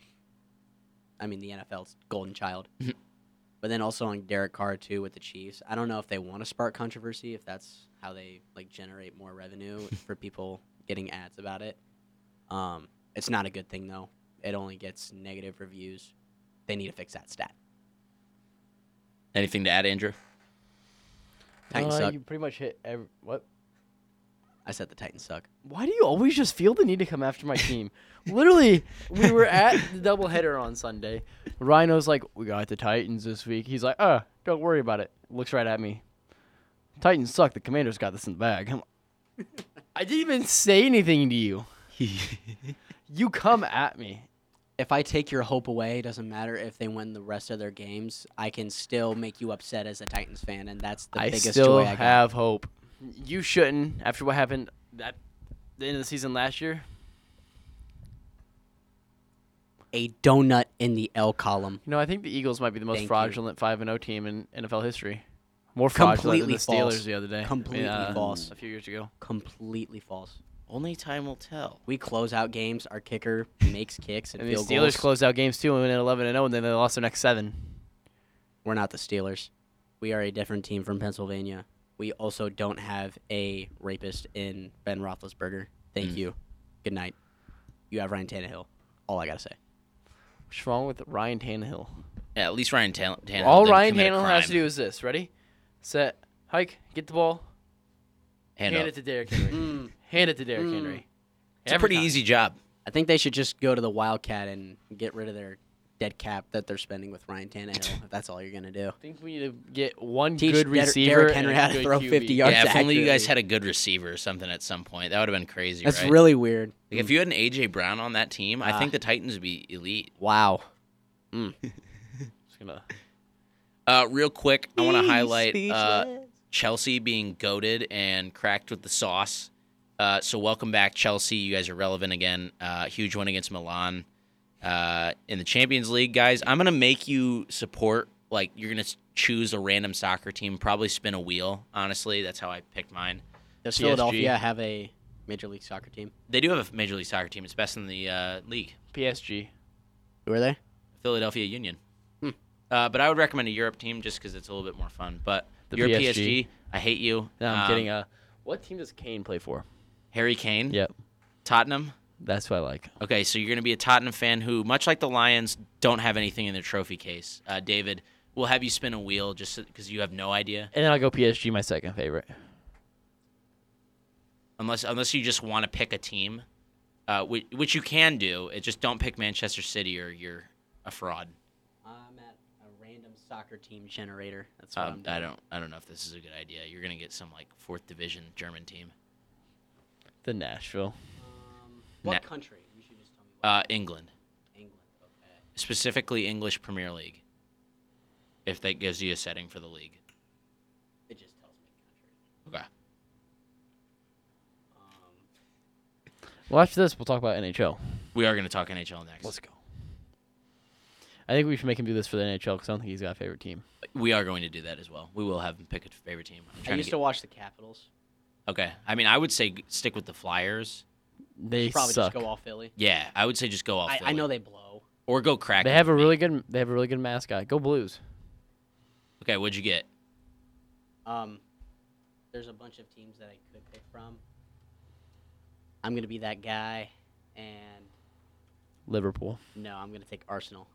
C: I mean, the NFL's golden child. but then also on Derek Carr, too, with the Chiefs. I don't know if they want to spark controversy, if that's how they, like, generate more revenue for people getting ads about it. Um, it's not a good thing though. It only gets negative reviews. They need to fix that stat.
A: Anything to add, Andrew?
C: Titans
B: Uh,
C: suck.
B: you pretty much hit every. What?
C: I said the Titans suck.
B: Why do you always just feel the need to come after my team? Literally, we were at the doubleheader on Sunday. Rhino's like, we got the Titans this week. He's like, uh, don't worry about it. Looks right at me. Titans suck. The Commanders got this in the bag. I'm, I didn't even say anything to you. you come at me.
C: If I take your hope away, it doesn't matter if they win the rest of their games. I can still make you upset as a Titans fan, and that's the
B: I
C: biggest
B: still
C: joy I got.
B: have hope. You shouldn't after what happened at the end of the season last year.
C: A donut in the L column.
B: You know, I think the Eagles might be the most
C: Thank you.
B: fraudulent five and zero team in NFL history. More fraudulent
C: Completely
B: than the Steelers
C: false.
B: the other day. I mean,
C: Completely
B: uh,
C: false.
B: A few years ago.
C: Completely false.
A: Only time will tell.
C: We close out games. Our kicker makes kicks and,
B: And the
C: field
B: Steelers
C: goals.
B: closed out games too and went at eleven and zero, and then they lost their next seven.
C: We're not the Steelers. We are a different team from Pennsylvania. We also don't have a rapist in Ben Roethlisberger. Thank you. Good night. You have Ryan Tannehill. All I gotta say.
B: What's wrong with Ryan Tannehill?
A: Yeah, at least Ryan Tan- Tannehill.
B: All
A: didn't
B: Ryan
A: commit a
B: Tannehill has to
A: crime.
B: do is this: ready, set, hike, get the ball,
A: Hand
B: hand
A: up.
B: it to Derrick Henry. hand it to Derrick Henry.
A: It's a pretty easy job.
C: I think they should just go to the Wildcat and get rid of their dead cap that they're spending with Ryan Tannehill. if that's all you're gonna do.
B: I think we need to get one
C: Teach
B: good
C: Der- Derrick
B: receiver
C: Henry
B: and a
C: how to
B: good
C: throw
B: QB.
C: 50 yards.
A: yeah, if only you guys
C: accurately.
A: had a good receiver or something at some point. That would have been crazy,
C: That's
A: right?
C: really weird.
A: like, if you had an AJ Brown on that team, I think the Titans would be elite.
C: Wow.
B: Just gonna-
A: Uh, real quick, I want to highlight uh, Chelsea being goaded and cracked with the sauce. Uh, so welcome back, Chelsea. You guys are relevant again. Uh, huge win against Milan uh, in the Champions League, guys. I'm gonna make you support. Like you're gonna s- choose a random soccer team. Probably spin a wheel. Honestly, that's how I picked mine.
C: Does
B: PSG.
C: Philadelphia have a Major League Soccer team?
A: They do have a Major League Soccer team. It's best in the uh, league.
B: PSG.
C: Who are they?
A: Philadelphia Union.
B: Hmm.
A: Uh, but I would recommend a Europe team just because it's a little bit more fun. But
B: The
A: your
B: PSG.
A: PSG. I hate you.
B: No, I'm
A: Um,
B: kidding. Uh, what team does Kane play for?
A: Harry Kane.
B: Yep,
A: Tottenham.
B: that's what I like.
A: Okay, so you're going to be a Tottenham fan who, much like the Lions, don't have anything in their trophy case. Uh, David, we'll have you spin a wheel just because you have no idea,
B: And then I'll go PSG, my second favorite.
A: unless unless you just want to pick a team, uh, which, which you can do. It just don't pick Manchester City or you're a fraud.
C: I'm at a random soccer team generator. That's what
A: Um,
C: I'm doing.
A: I don't I don't know if this is a good idea. You're going to get some like fourth division German team.
B: The Nashville.
C: Um, What
A: Na-
C: country? You should just tell me
A: Uh, England,
C: what England. Okay.
A: specifically English Premier League. If that gives you a setting for the league.
C: It just tells me country.
A: Okay.
C: Um,
B: Well, after this, we'll talk about NHL.
A: We are going to talk NHL next.
B: Let's go. I think we should make him do this for the NHL because I don't think he's got a favorite team.
A: We are going to do that as well. We will have him pick a favorite team. I'm
C: I
A: trying to
C: used
A: get,
C: to watch the Capitals.
A: okay. I mean, I would say g- stick with the Flyers.
B: They
C: Probably
B: suck.
C: just go all Philly.
A: Yeah, I would say just go off.
C: I, I know they blow.
A: Or go crack.
B: They have a really good. They have a really good mascot. Go Blues.
A: Okay, what'd you get?
C: Um, there's a bunch of teams that I could pick from. I'm gonna be that guy, and
B: Liverpool.
C: no, I'm gonna take Arsenal.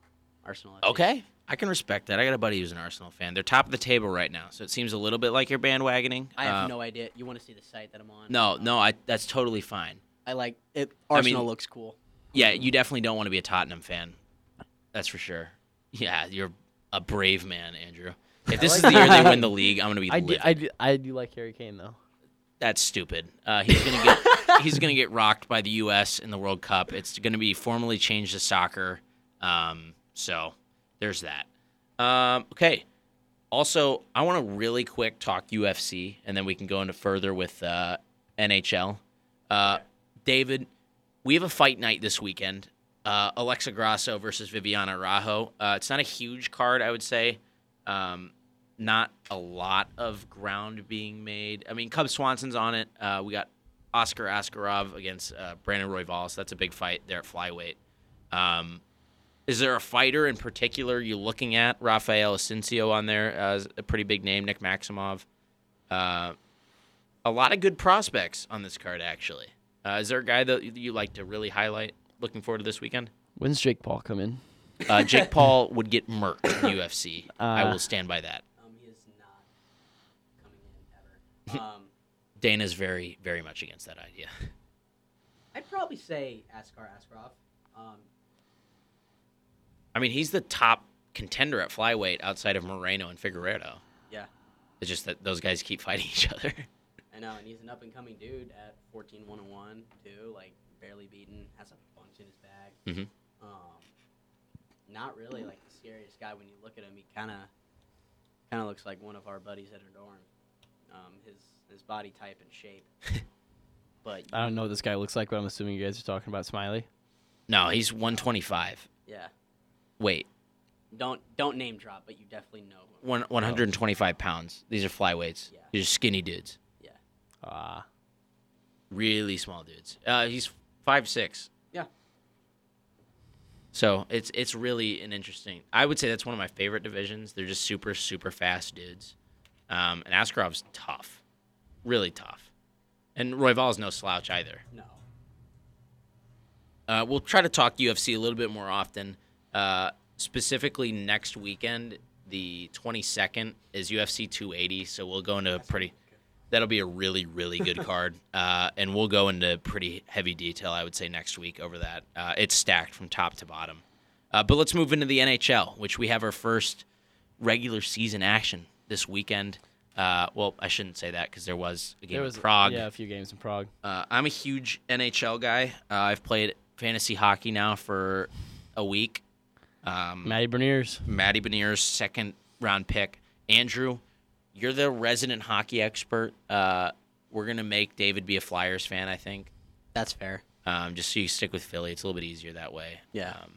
C: Arsenal. FC.
A: Okay. I can respect that. I got a buddy who's an Arsenal fan. They're top of the table right now, so it seems a little bit like you're bandwagoning.
C: I have
A: Uh,
C: no idea. You want to see the site that I'm on?
A: No, no, I that's totally fine.
C: I like it.
A: I mean-
C: Arsenal looks cool.
A: Yeah, you definitely don't want to be a Tottenham fan. That's for sure. Yeah, you're a brave man, Andrew. If this is the year they win the league, I'm gonna be
B: I do,
A: livid.
B: I, do, I do like Harry Kane though.
A: That's stupid. Uh, he's gonna get he's gonna get rocked by the U.S. in the World Cup. It's gonna be formally changed to soccer. Um, so there's that. Um, okay. Also, I want to really quick talk UFC, and then we can go into further with uh, NHL. Uh, David, we have a fight night this weekend. Uh, Alexa Grasso versus Viviana Rajo. Uh, it's not a huge card, I would say. Um, not a lot of ground being made. I mean, Cub Swanson's on it. Uh, we got Oscar Askarov against uh, Brandon Royval, so that's a big fight there at flyweight. Um, is there a fighter in particular you're looking at? Rafael Asensio on there uh, is a pretty big name. Nick Maximov. Uh, a lot of good prospects on this card, actually. Uh, is there a guy that you like to really highlight? Looking forward to this weekend.
B: When's Jake Paul come in?
A: Uh, Jake Paul would get murked in UFC. I
B: Uh,
A: will stand by that.
C: Um, he is not coming in ever. Um,
A: Dana's very, very much against that idea.
C: I'd probably say Askar Askarov. Um,
A: I mean, he's the top contender at flyweight outside of Moreno and Figueredo.
C: yeah,
A: It's just that those guys keep fighting each other.
C: I know, and he's an up and coming dude at 14 101 too, like barely beaten, has a bunch in his bag.
A: Mhm.
C: Um, not really like the scariest guy when you look at him. He kind of kind of looks like one of our buddies at our dorm. Um, his his body type and shape, but
B: I don't know what this guy looks like, but I'm assuming you guys are talking about Smiley.
A: No, he's 125.
C: yeah,
A: Wait,
C: don't don't name drop, but you definitely know him.
A: one, 125 pounds. These are flyweights.
C: Yeah.
A: These are skinny dudes.
C: Yeah,
B: Ah,
A: Really small dudes. Uh, he's five six.
C: yeah.
A: So it's it's really an interesting. I would say that's one of my favorite divisions. They're just super super fast dudes, um, and Askarov's tough, really tough, and Royval's no slouch either.
C: No,
A: Uh, we'll try to talk UFC a little bit more often. Uh, specifically next weekend, the 22nd is UFC 280, so we'll go into a pretty. That'll be a really really good card, uh, and we'll go into pretty heavy detail. I would say next week over that. Uh, it's stacked from top to bottom. Uh, but let's move into the NHL, which we have our first regular season action this weekend. Uh, well, I shouldn't say that because there was a game
B: there
A: in
B: was
A: Prague.
B: Yeah, a few games in Prague.
A: Uh, I'm a huge NHL guy. Uh, I've played fantasy hockey now for a week. Um,
B: Matty Berniers.
A: Matty Beniers, second round pick. Andrew, you're the resident hockey expert. Uh, we're gonna make David be a Flyers fan, I think.
C: that's fair.
A: Um, just so you stick with Philly, it's a little bit easier that way.
C: Yeah.
A: Um,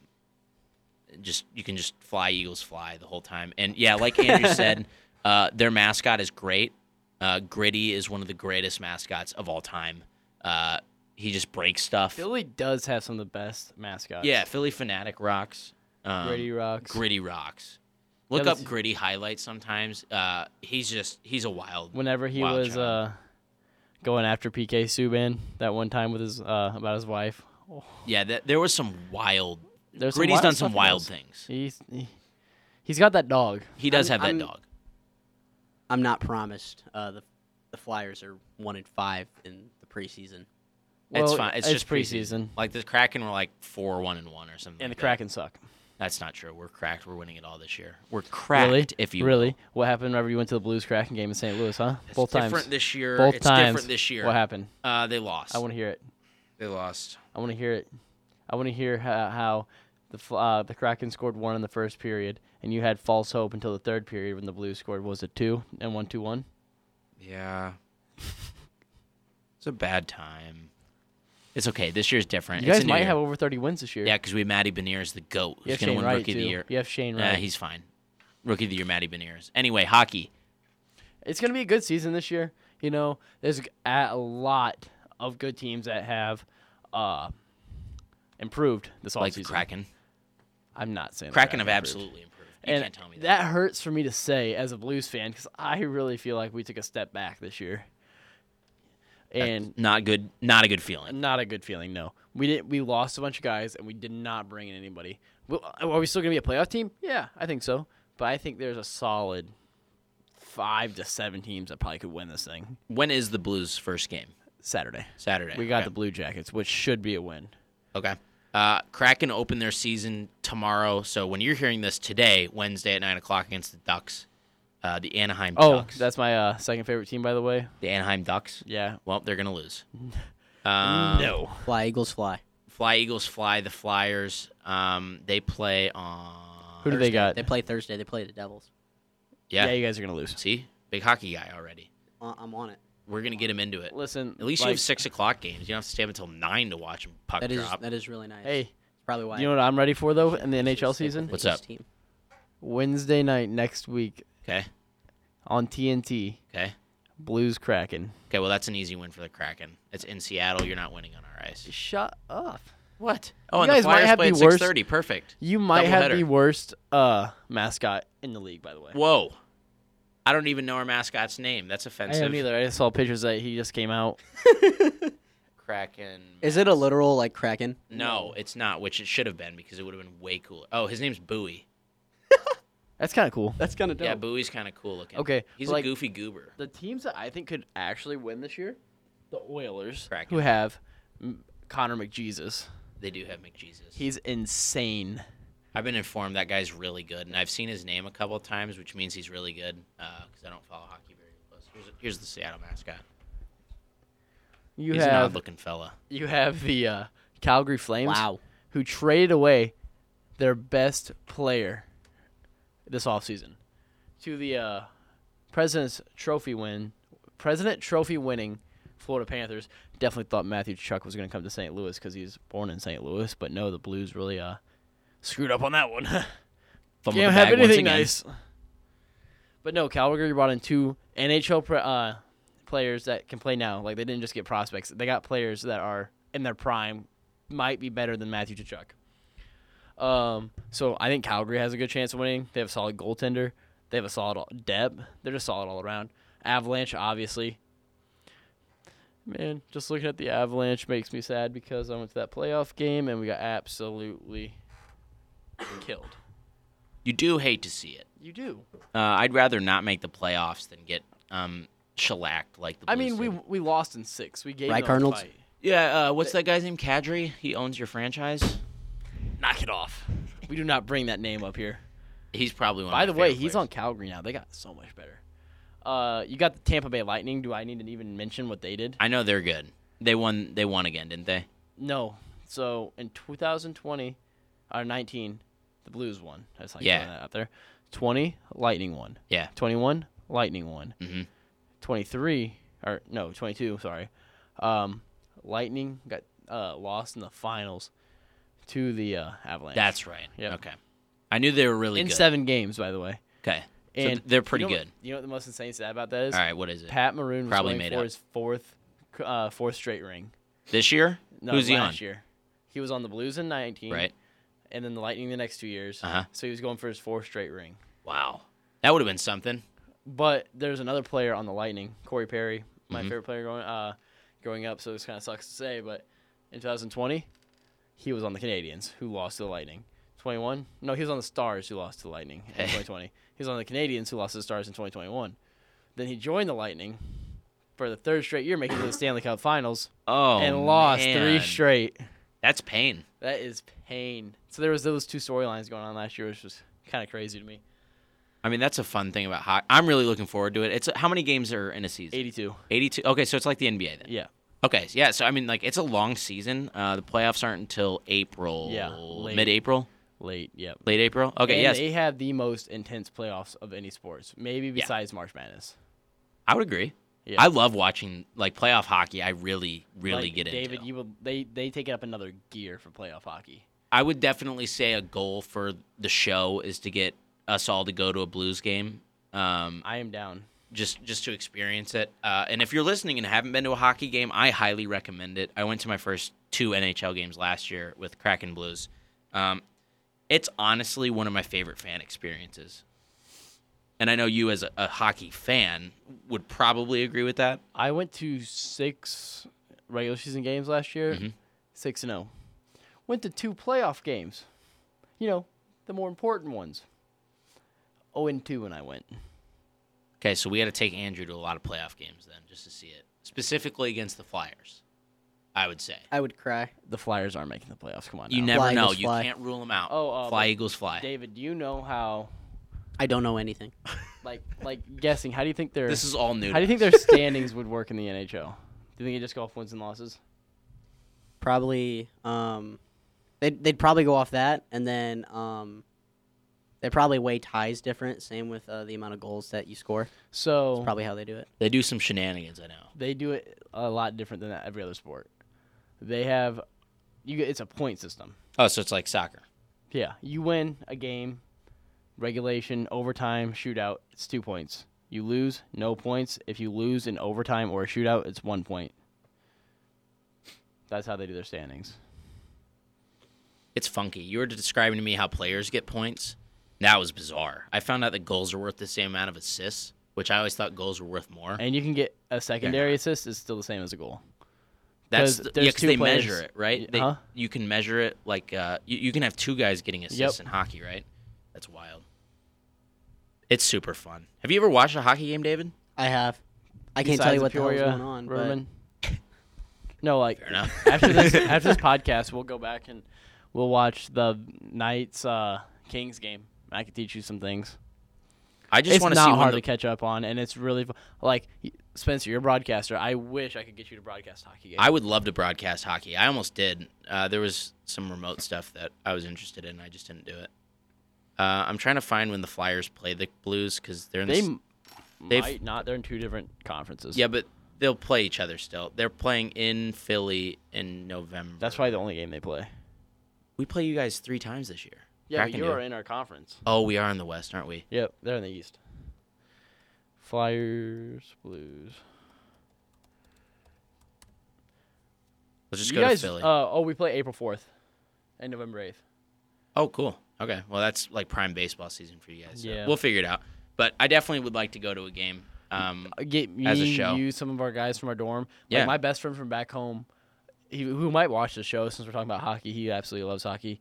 A: just you can just fly Eagles fly the whole time, and yeah, like Andrew said, uh, their mascot is great. Uh, Gritty is one of the greatest mascots of all time. Uh, he just breaks stuff.
B: Philly does have some of the best mascots.
A: yeah, Philly fanatic rocks. Um,
B: Gritty rocks.
A: Gritty rocks. Look
B: Yeah,
A: up
B: that's-
A: Gritty highlights sometimes. Uh, he's just he's a wild.
B: Whenever he
A: wild
B: was
A: child.
B: uh, going after PK Subban that one time with his uh, about his wife.
A: yeah, th- there was some wild.
B: There's some
A: Gritty's
B: wild
A: done
B: stuff
A: some
B: he
A: wild
B: does.
A: things.
B: He's he, he's got that dog.
A: He does
C: I'm-
A: have that
C: I'm-
A: dog.
C: I'm not promised. Uh, the the Flyers are one in five in the preseason.
A: it's
B: Well,
A: fine. It's,
B: it's
A: just preseason.
B: preseason.
A: Like the Kraken were like four one and one or something.
B: And the
A: like that.
B: Kraken suck.
A: That's not true. We're cracked. We're winning it all this year. We're cracked.
B: really?
A: If you
B: really, what happened whenever you went to the Blues Kraken game in St. Louis? Huh?
A: It's
B: Both
A: different
B: times.
A: this year.
B: Both
A: it's
B: times.
A: different this year.
B: What happened?
A: Uh, they lost.
B: I want to hear it.
A: they lost.
B: I want to hear it. I want to hear how, how the Fl- uh, the Kraken scored one in the first period, and you had false hope until the third period when the Blues scored. Was it two and one two one?
A: Yeah. it's a bad time. It's okay. This year's different.
B: You
A: It's a
B: guys
A: new
B: might
A: year.
B: have over 30 wins this year.
A: yeah, because we have Matty Benier as the goat.
B: you
A: He's
B: have
A: gonna
B: Shane
A: win
B: Wright
A: Rookie
B: too.
A: of the Year.
B: You have Shane
A: Yeah,
B: Wright.
A: he's fine. Rookie of the Year, Matty Beniers. Anyway, hockey.
B: it's going to be a good season this year. You know, there's a lot of good teams that have uh, improved this
A: Like
B: offseason.
A: Kraken.
B: I'm not saying that
A: Kraken have
B: improved.
A: absolutely improved. You
B: and
A: can't tell me that.
B: that hurts for me to say as a Blues fan because I really feel like we took a step back this year, and
A: Not good. Not a good feeling.
B: not a good feeling. No, we didn't. We lost a bunch of guys, and we did not bring in anybody. Well, Are we still gonna be a playoff team? Yeah, I think so. But I think there's a solid five to seven teams that probably could win this thing
A: When is the Blues' first game?
B: Saturday.
A: Saturday.
B: We got
A: okay.
B: the Blue Jackets, which should be a win.
A: Okay. Uh, Kraken open their season tomorrow. So when you're hearing this today, Wednesday at nine o'clock against the Ducks, uh, the Anaheim
B: Oh,
A: Ducks.
B: that's my uh, second favorite team, by the way.
A: the Anaheim Ducks.
B: Yeah.
A: Well, they're gonna lose. Um,
B: no.
C: Fly Eagles fly.
A: Fly Eagles, fly the Flyers. Um, they play on.
B: Who do they got?
C: They play Thursday. They play the Devils.
A: Yeah.
B: yeah, you guys are gonna lose.
A: See, big hockey guy already.
C: Uh, I'm on it.
A: We're gonna get him into it.
B: Listen,
A: At least you
B: like-
A: have six o'clock games. You don't have to stay up until nine to watch him puck
C: That is
A: drop.
C: that is really nice.
B: Hey,
C: probably why.
B: You know what I'm ready for though in the
C: I
B: NHL
C: should stick with
B: season?
C: the
A: What's
C: Eagles
A: up?
C: Team.
B: Wednesday night next week
A: okay.
B: on TNT,
A: Okay.
B: Blues Kraken.
A: Okay. Well, that's an easy win for the Kraken. It's in Seattle. You're not winning on our ice.
B: Shut up.
A: What? Oh,
B: You
A: and
B: guys
A: the
B: might
A: Flyers
B: have
A: play
B: the
A: at
B: worst-
A: six thirty. Perfect.
B: You might have the
A: Doubleheader.
B: worst uh mascot in the league, by the way.
A: Whoa. I don't even know our mascot's name. That's
B: I
A: offensive.
B: am either. I just saw pictures that he just came out.
A: Kraken.
C: Is it a literal like Kraken?
A: No, it's not. Which it should have been because it would have been way cooler. Oh, his name's Bowie.
B: That's kind of cool.
C: That's kind of
A: Yeah, Bowie's kind of cool looking.
B: Okay,
A: He's
B: like-
A: a goofy goober.
B: The teams that I think could actually win this year, the Oilers,
A: Kraken.
B: who have M- Connor McJesus.
A: They do have McJesus.
B: He's insane.
A: I've been informed that guy's really good, and I've seen his name a couple of times, which means he's really good. Because I don't follow hockey very close. Here's, here's the Seattle mascot.
B: You
A: he's an
B: have
A: odd-looking fella.
B: you have the uh, Calgary Flames.
C: Wow.
B: who traded away their best player this offseason to the uh, President's Trophy win, President Trophy winning Florida Panthers. Definitely thought Matthew Chuck was going to come to St. Louis because he's born in St. Louis, but no, the Blues really uh, screwed up on that one.
A: Fumbled
B: Can't
A: the
B: have
A: bag once
B: anything
A: again.
B: nice. But no, Calgary brought in two NHL pre- uh, players that can play now. Like they didn't just get prospects; they got players that are in their prime, might be better than Matthew Tkachuk. Um, so I think Calgary has a good chance of winning. They have a solid goaltender. They have a solid all- depth. They're just solid all around. Avalanche, obviously. Man, just looking at the Avalanche makes me sad because I went to that playoff game and we got absolutely killed.
A: You do hate to see it.
B: You do.
A: Uh, I'd rather not make the playoffs than get um, shellacked like the.
B: I
A: Blues
B: mean, we
A: did.
B: we lost in six. We gave
C: Right,
B: them
C: Cardinals?
B: A fight.
A: Yeah, uh, what's that guy's name? Kadri. He owns your franchise.
B: Knock it off. We do not bring that name up here.
A: He's probably one.
B: By
A: of
B: the
A: my
B: way,
A: favorite
B: he's on
A: players.
B: Calgary now. They got so much better. Uh, you got the Tampa Bay Lightning. Do I need to even mention what they did?
A: I know they're good. They won. They won again, didn't they?
B: No. So in 2020 or 19, the Blues won. That's how you
A: Yeah.
B: yeah. that out there. 20, Lightning won.
A: Yeah.
B: 21, Lightning won.
A: Mhm.
B: 23 or no, 22. Sorry. Um, Lightning got uh, lost in the finals to the uh, Avalanche.
A: That's right.
B: Yep.
A: Okay. I knew they were really
B: in
A: good.
B: seven games, by the way.
A: Okay. So
B: And
A: th- they're
B: you
A: pretty
B: know what-
A: good.
B: You know what the most insane stat about that is?
A: All right. What is it?
B: Pat Maroon was
A: Probably
B: going
A: made
B: for
A: up.
B: his fourth, uh, fourth straight ring.
A: This year?
B: No,
A: Who's he on?
B: last year. He was on the Blues in 19,
A: Right.
B: and then the Lightning the next two years.
A: Uh-huh.
B: So he was going for his fourth straight ring.
A: Wow. That would have been something.
B: But there's another player on the Lightning, Corey Perry, my
A: Mm-hmm.
B: favorite player growing uh, growing up. So this kind of sucks to say, but in 2020, he was on the Canadians, who lost to the Lightning. 21, no, he was on the Stars, who lost to the Lightning in 2020. He was on the Canadians, who lost to the Stars in 2021. Then he joined the Lightning for the third straight year, making it to the Stanley Cup Finals
A: Oh.
B: and lost three
A: man.
B: straight.
A: That's pain.
B: That is pain. So there was those two storylines going on last year, which was kind of crazy to me.
A: I mean, that's a fun thing about hockey. I'm really looking forward to it. It's how many games are in a season?
B: 82.
A: 82. Okay, so it's like the NBA then.
B: Yeah.
A: Okay, yeah. So I mean, like it's a long season. Uh, the playoffs aren't until April.
B: Yeah, late.
A: Mid-April,
B: Late. Yep.
A: late April. Okay,
B: and
A: yes,
B: they have the most intense playoffs of any sports, maybe besides March Madness.
A: I would agree.
B: Yeah.
A: I love watching like playoff hockey. I really, really
B: Like,
A: get into.
B: David, you will they they take it up another gear for playoff hockey.
A: I would definitely say a goal for the show is to get us all to go to a Blues game, um,
B: I am down.
A: just just to experience it. Uh, and if you're listening and haven't been to a hockey game, I highly recommend it. I went to my first two NHL games last year with Kraken Blues. Um, it's honestly one of my favorite fan experiences. And I know you, as a, a hockey fan, would probably agree with that.
B: I went to six regular season games last year,
A: Mm-hmm.
B: six and zero. Went to two playoff games, you know, the more important ones. Oh and two when I went.
A: Okay, so we got to take Andrew to a lot of playoff games then, just to see it, specifically against the Flyers. I would say.
C: I would cry.
B: The Flyers aren't making the playoffs. Come on,
A: You
B: now.
A: never
C: Fly,
A: know.
C: Eagles,
A: you
C: fly.
A: can't rule them out.
B: Oh, uh,
A: fly
B: but
A: Eagles fly.
B: David, do you know how
C: I don't know anything.
B: like like guessing? How do you think their
A: this is all new.
B: how do you think their standings would work in the NHL? Do you think it just go off wins and losses?
C: Probably, um, they'd, they'd probably go off that, and then um, they probably weigh ties different. Same with uh, the amount of goals that you score.
B: So
C: That's probably how they do it.
A: they do some shenanigans. I know.
B: they do it a lot different than every other sport. They have you get it's a point system.
A: Oh, so it's like soccer.
B: Yeah, you win a game, regulation, overtime, shootout, it's 2 points. You lose, no points. If you lose in overtime or a shootout, it's 1 point. That's how they do their standings.
A: It's funky. You were describing to me how players get points. That was bizarre. I found out that goals are worth the same amount of assists, which I always thought goals were worth more.
B: And you can get a secondary assist is still the same as a goal.
A: That's
B: 'cause
A: the, yeah,
B: there's
A: 'cause
B: two
A: they
B: players.
A: measure it, right? They,
B: Huh?
A: You can measure it like uh, you, you can have two guys getting assists in hockey, right? That's wild. It's super fun. Have you ever watched a hockey game, David?
C: I have. I can't tell you what
B: Besides
C: the
B: Peoria
C: hell's going on. but-
B: Rivermen. No, like
A: enough.
B: after this after this podcast, we'll go back and we'll watch the Knights uh, Kings game. I can teach you some things.
A: I just
B: it's
A: want
B: not
A: to see when
B: hard
A: the,
B: to catch up on, and it's really fu- like y- Spencer, you're a broadcaster. I wish I could get you to broadcast hockey games.
A: I would love to broadcast hockey. I almost did. Uh, there was some remote stuff that I was interested in. I just didn't do it. Uh, I'm trying to find when the Flyers play the Blues because they're in the,
B: they
A: s-
B: m-
A: they've-
B: might not. They're in two different conferences.
A: yeah, but they'll play each other still. They're playing in Philly in November.
B: that's probably the only game they play.
A: we play you guys three times this year.
B: Yeah,
A: Kraken
B: but you're
A: do.
B: in our conference.
A: Oh, we are in the West, aren't we?
B: Yep, they're in the East. Flyers, Blues.
A: Let's just
B: you
A: go
B: guys,
A: to Philly.
B: Uh, oh, we play April fourth and November eighth.
A: oh, cool. Okay, well that's like prime baseball season for you guys. so
B: Yeah.
A: we'll figure it out. But I definitely would like to go to a game. Um,
B: Get me,
A: As a show.
B: you, some of our guys from our dorm.
A: Yeah.
B: Like my best friend from back home, he, who might watch the show since we're talking about hockey. He absolutely loves hockey.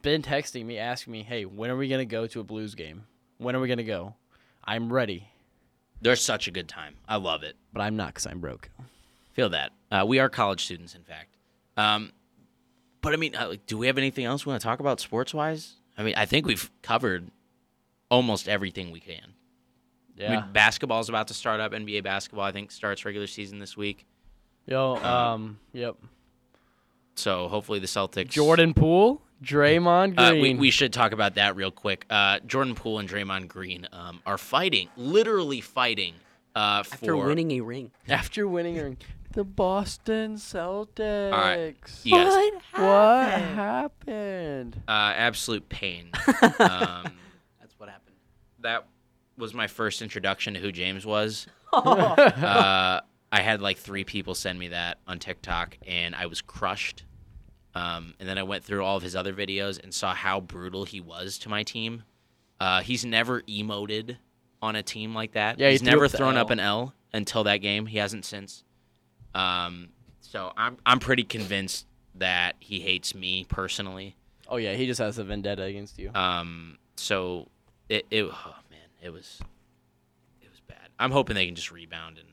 B: Been texting me, asking me, "Hey, when are we gonna go to a Blues game? When are we gonna go? I'm ready,
A: they're such a good time. I love it.
B: but I'm not because I'm broke."
A: Feel that. Uh, we are college students, in fact. Um, but I mean, uh, like, do we have anything else we want to talk about sports wise? I mean, I think we've covered almost everything we can. I
B: Yeah.
A: mean, basketball's about to start up. NBA basketball, I think, starts regular season this week. Uh,
B: Yo. Um. Yep.
A: So hopefully the Celtics.
B: Jordan Poole, Draymond
A: Uh,
B: Green.
A: we, we should talk about that real quick. Uh, Jordan Poole and Draymond Green um, are fighting, literally fighting uh, for
C: After winning a ring.
B: after winning or- the Boston Celtics.
A: You guys,
B: What happened?
A: uh, absolute pain. um,
C: That's what happened.
A: that was my first introduction to who James was.
B: Oh.
A: uh, I had like three people send me that on TikTok, and I was crushed. Um, and then I went through all of his other videos and saw how brutal he was to my team. Uh, he's never emoted on a team like that.
B: Yeah, he
A: he's
B: threw
A: never
B: up the
A: thrown up
B: L.
A: an L until that game. He hasn't since. Um, so I'm I'm pretty convinced that he hates me personally.
B: Oh yeah, he just has a vendetta against you.
A: Um, so it, it oh man, it was it was bad. I'm hoping they can just rebound and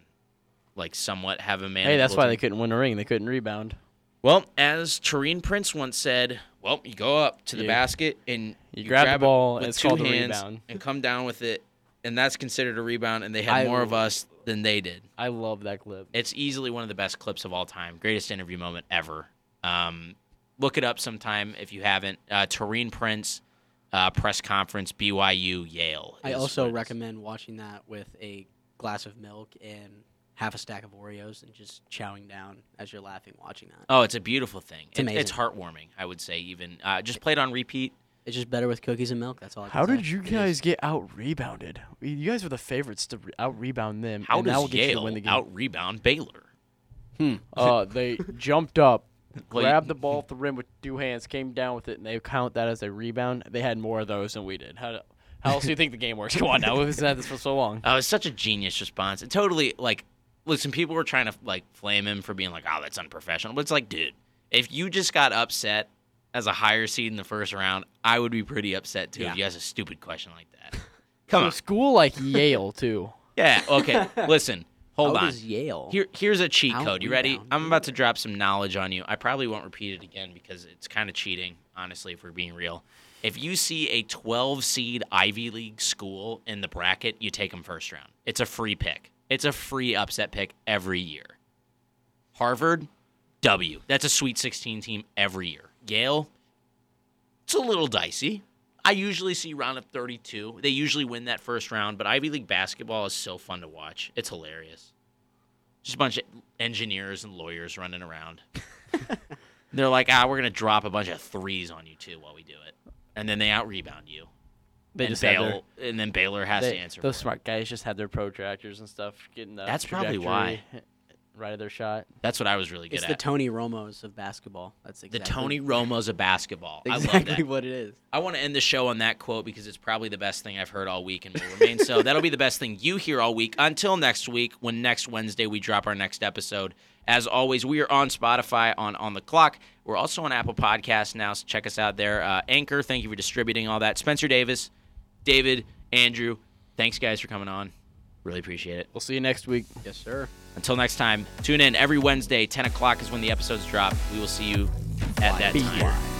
A: like somewhat have a man.
B: Hey, that's why they couldn't win a ring. They couldn't rebound.
A: Well, as Tareen Prince once said, well, you go up to the
B: You-
A: basket and
B: you grab the
A: it
B: ball,
A: with
B: it's
A: two
B: called a
A: hands
B: rebound.
A: and come down with it, and that's considered a rebound. And they had
B: I-
A: more of us than they did.
B: I love that clip.
A: It's easily one of the best clips of all time. Greatest interview moment ever. Um, look it up sometime if you haven't. Uh, Tareen Prince, uh, press conference, BYU, Yale.
C: I
A: is
C: also
A: what it is.
C: recommend watching that with a glass of milk and half a stack of Oreos and just chowing down as you're laughing watching that.
A: Oh, it's a beautiful thing. It's,
C: amazing.
A: it's heartwarming. I would say even uh, just played on repeat.
C: It's just better with cookies and milk. That's all. I can
B: How
C: say.
B: did you guys get out rebounded? You guys were the favorites to re- out rebound them.
A: How
B: and that will
A: does
B: get you to
A: Yale
B: win the game.
A: out rebound Baylor?
B: Uh, they jumped up,
A: Well,
B: grabbed the ball off the rim with two hands, came down with it, and they count that as a rebound. They had more of those than we did. How, how else do you think the game works? Come on now, we've been at this for so long.
A: Oh, it's such a genius response. It totally like listen, people were trying to like flame him for being like, oh, that's unprofessional. But it's like, dude, if you just got upset as a higher seed in the first round, I would be pretty upset too if you asked a stupid question like that. Come
B: A
A: on.
B: school like Yale too.
A: Yeah, okay. Listen, hold on.
C: How does Yale?
A: Here, here's a cheat
C: Out
A: code. You ready?
C: rebound.
A: I'm about to drop some knowledge on you. I probably won't repeat it again because it's kind of cheating, honestly, if we're being real. If you see a 12 seed Ivy League school in the bracket, you take them first round. It's a free pick. It's a free upset pick every year. Harvard, W. That's a Sweet 16 team every year. Yale, it's a little dicey. I usually see round of 32. They usually win that first round, but Ivy League basketball is so fun to watch. It's hilarious just a bunch of engineers and lawyers running around. They're like, ah, we're gonna drop a bunch of threes on you too while we do it, and then they out rebound you.
B: They
A: and
B: just had
A: Bail- and then Baylor has
B: their,
A: to
B: they,
A: answer.
B: those
A: for it.
B: smart guys just had their protractors and stuff getting the
A: That's probably why.
B: trajectory right of their shot.
A: That's what I was really good
C: It's
A: at.
C: the Tony Romo's of basketball. That's
A: the
C: exactly
A: Tony Romo's of basketball. I love
C: Exactly
A: that.
C: what it is.
A: I want to end the show on that quote because it's probably the best thing I've heard all week and will remain so. That'll be the best thing you hear all week until next week when next Wednesday we drop our next episode. As always, we are on Spotify on On the Clock. We're also on Apple Podcasts now, so check us out there. Uh, Anchor, thank you for distributing all that. Spencer Davis, David, Andrew, thanks guys for coming on. Really appreciate it.
B: We'll see you next week.
C: Yes, sir.
A: Until next time, tune in every Wednesday, 10 o'clock is when the episodes drop. We will see you at that time.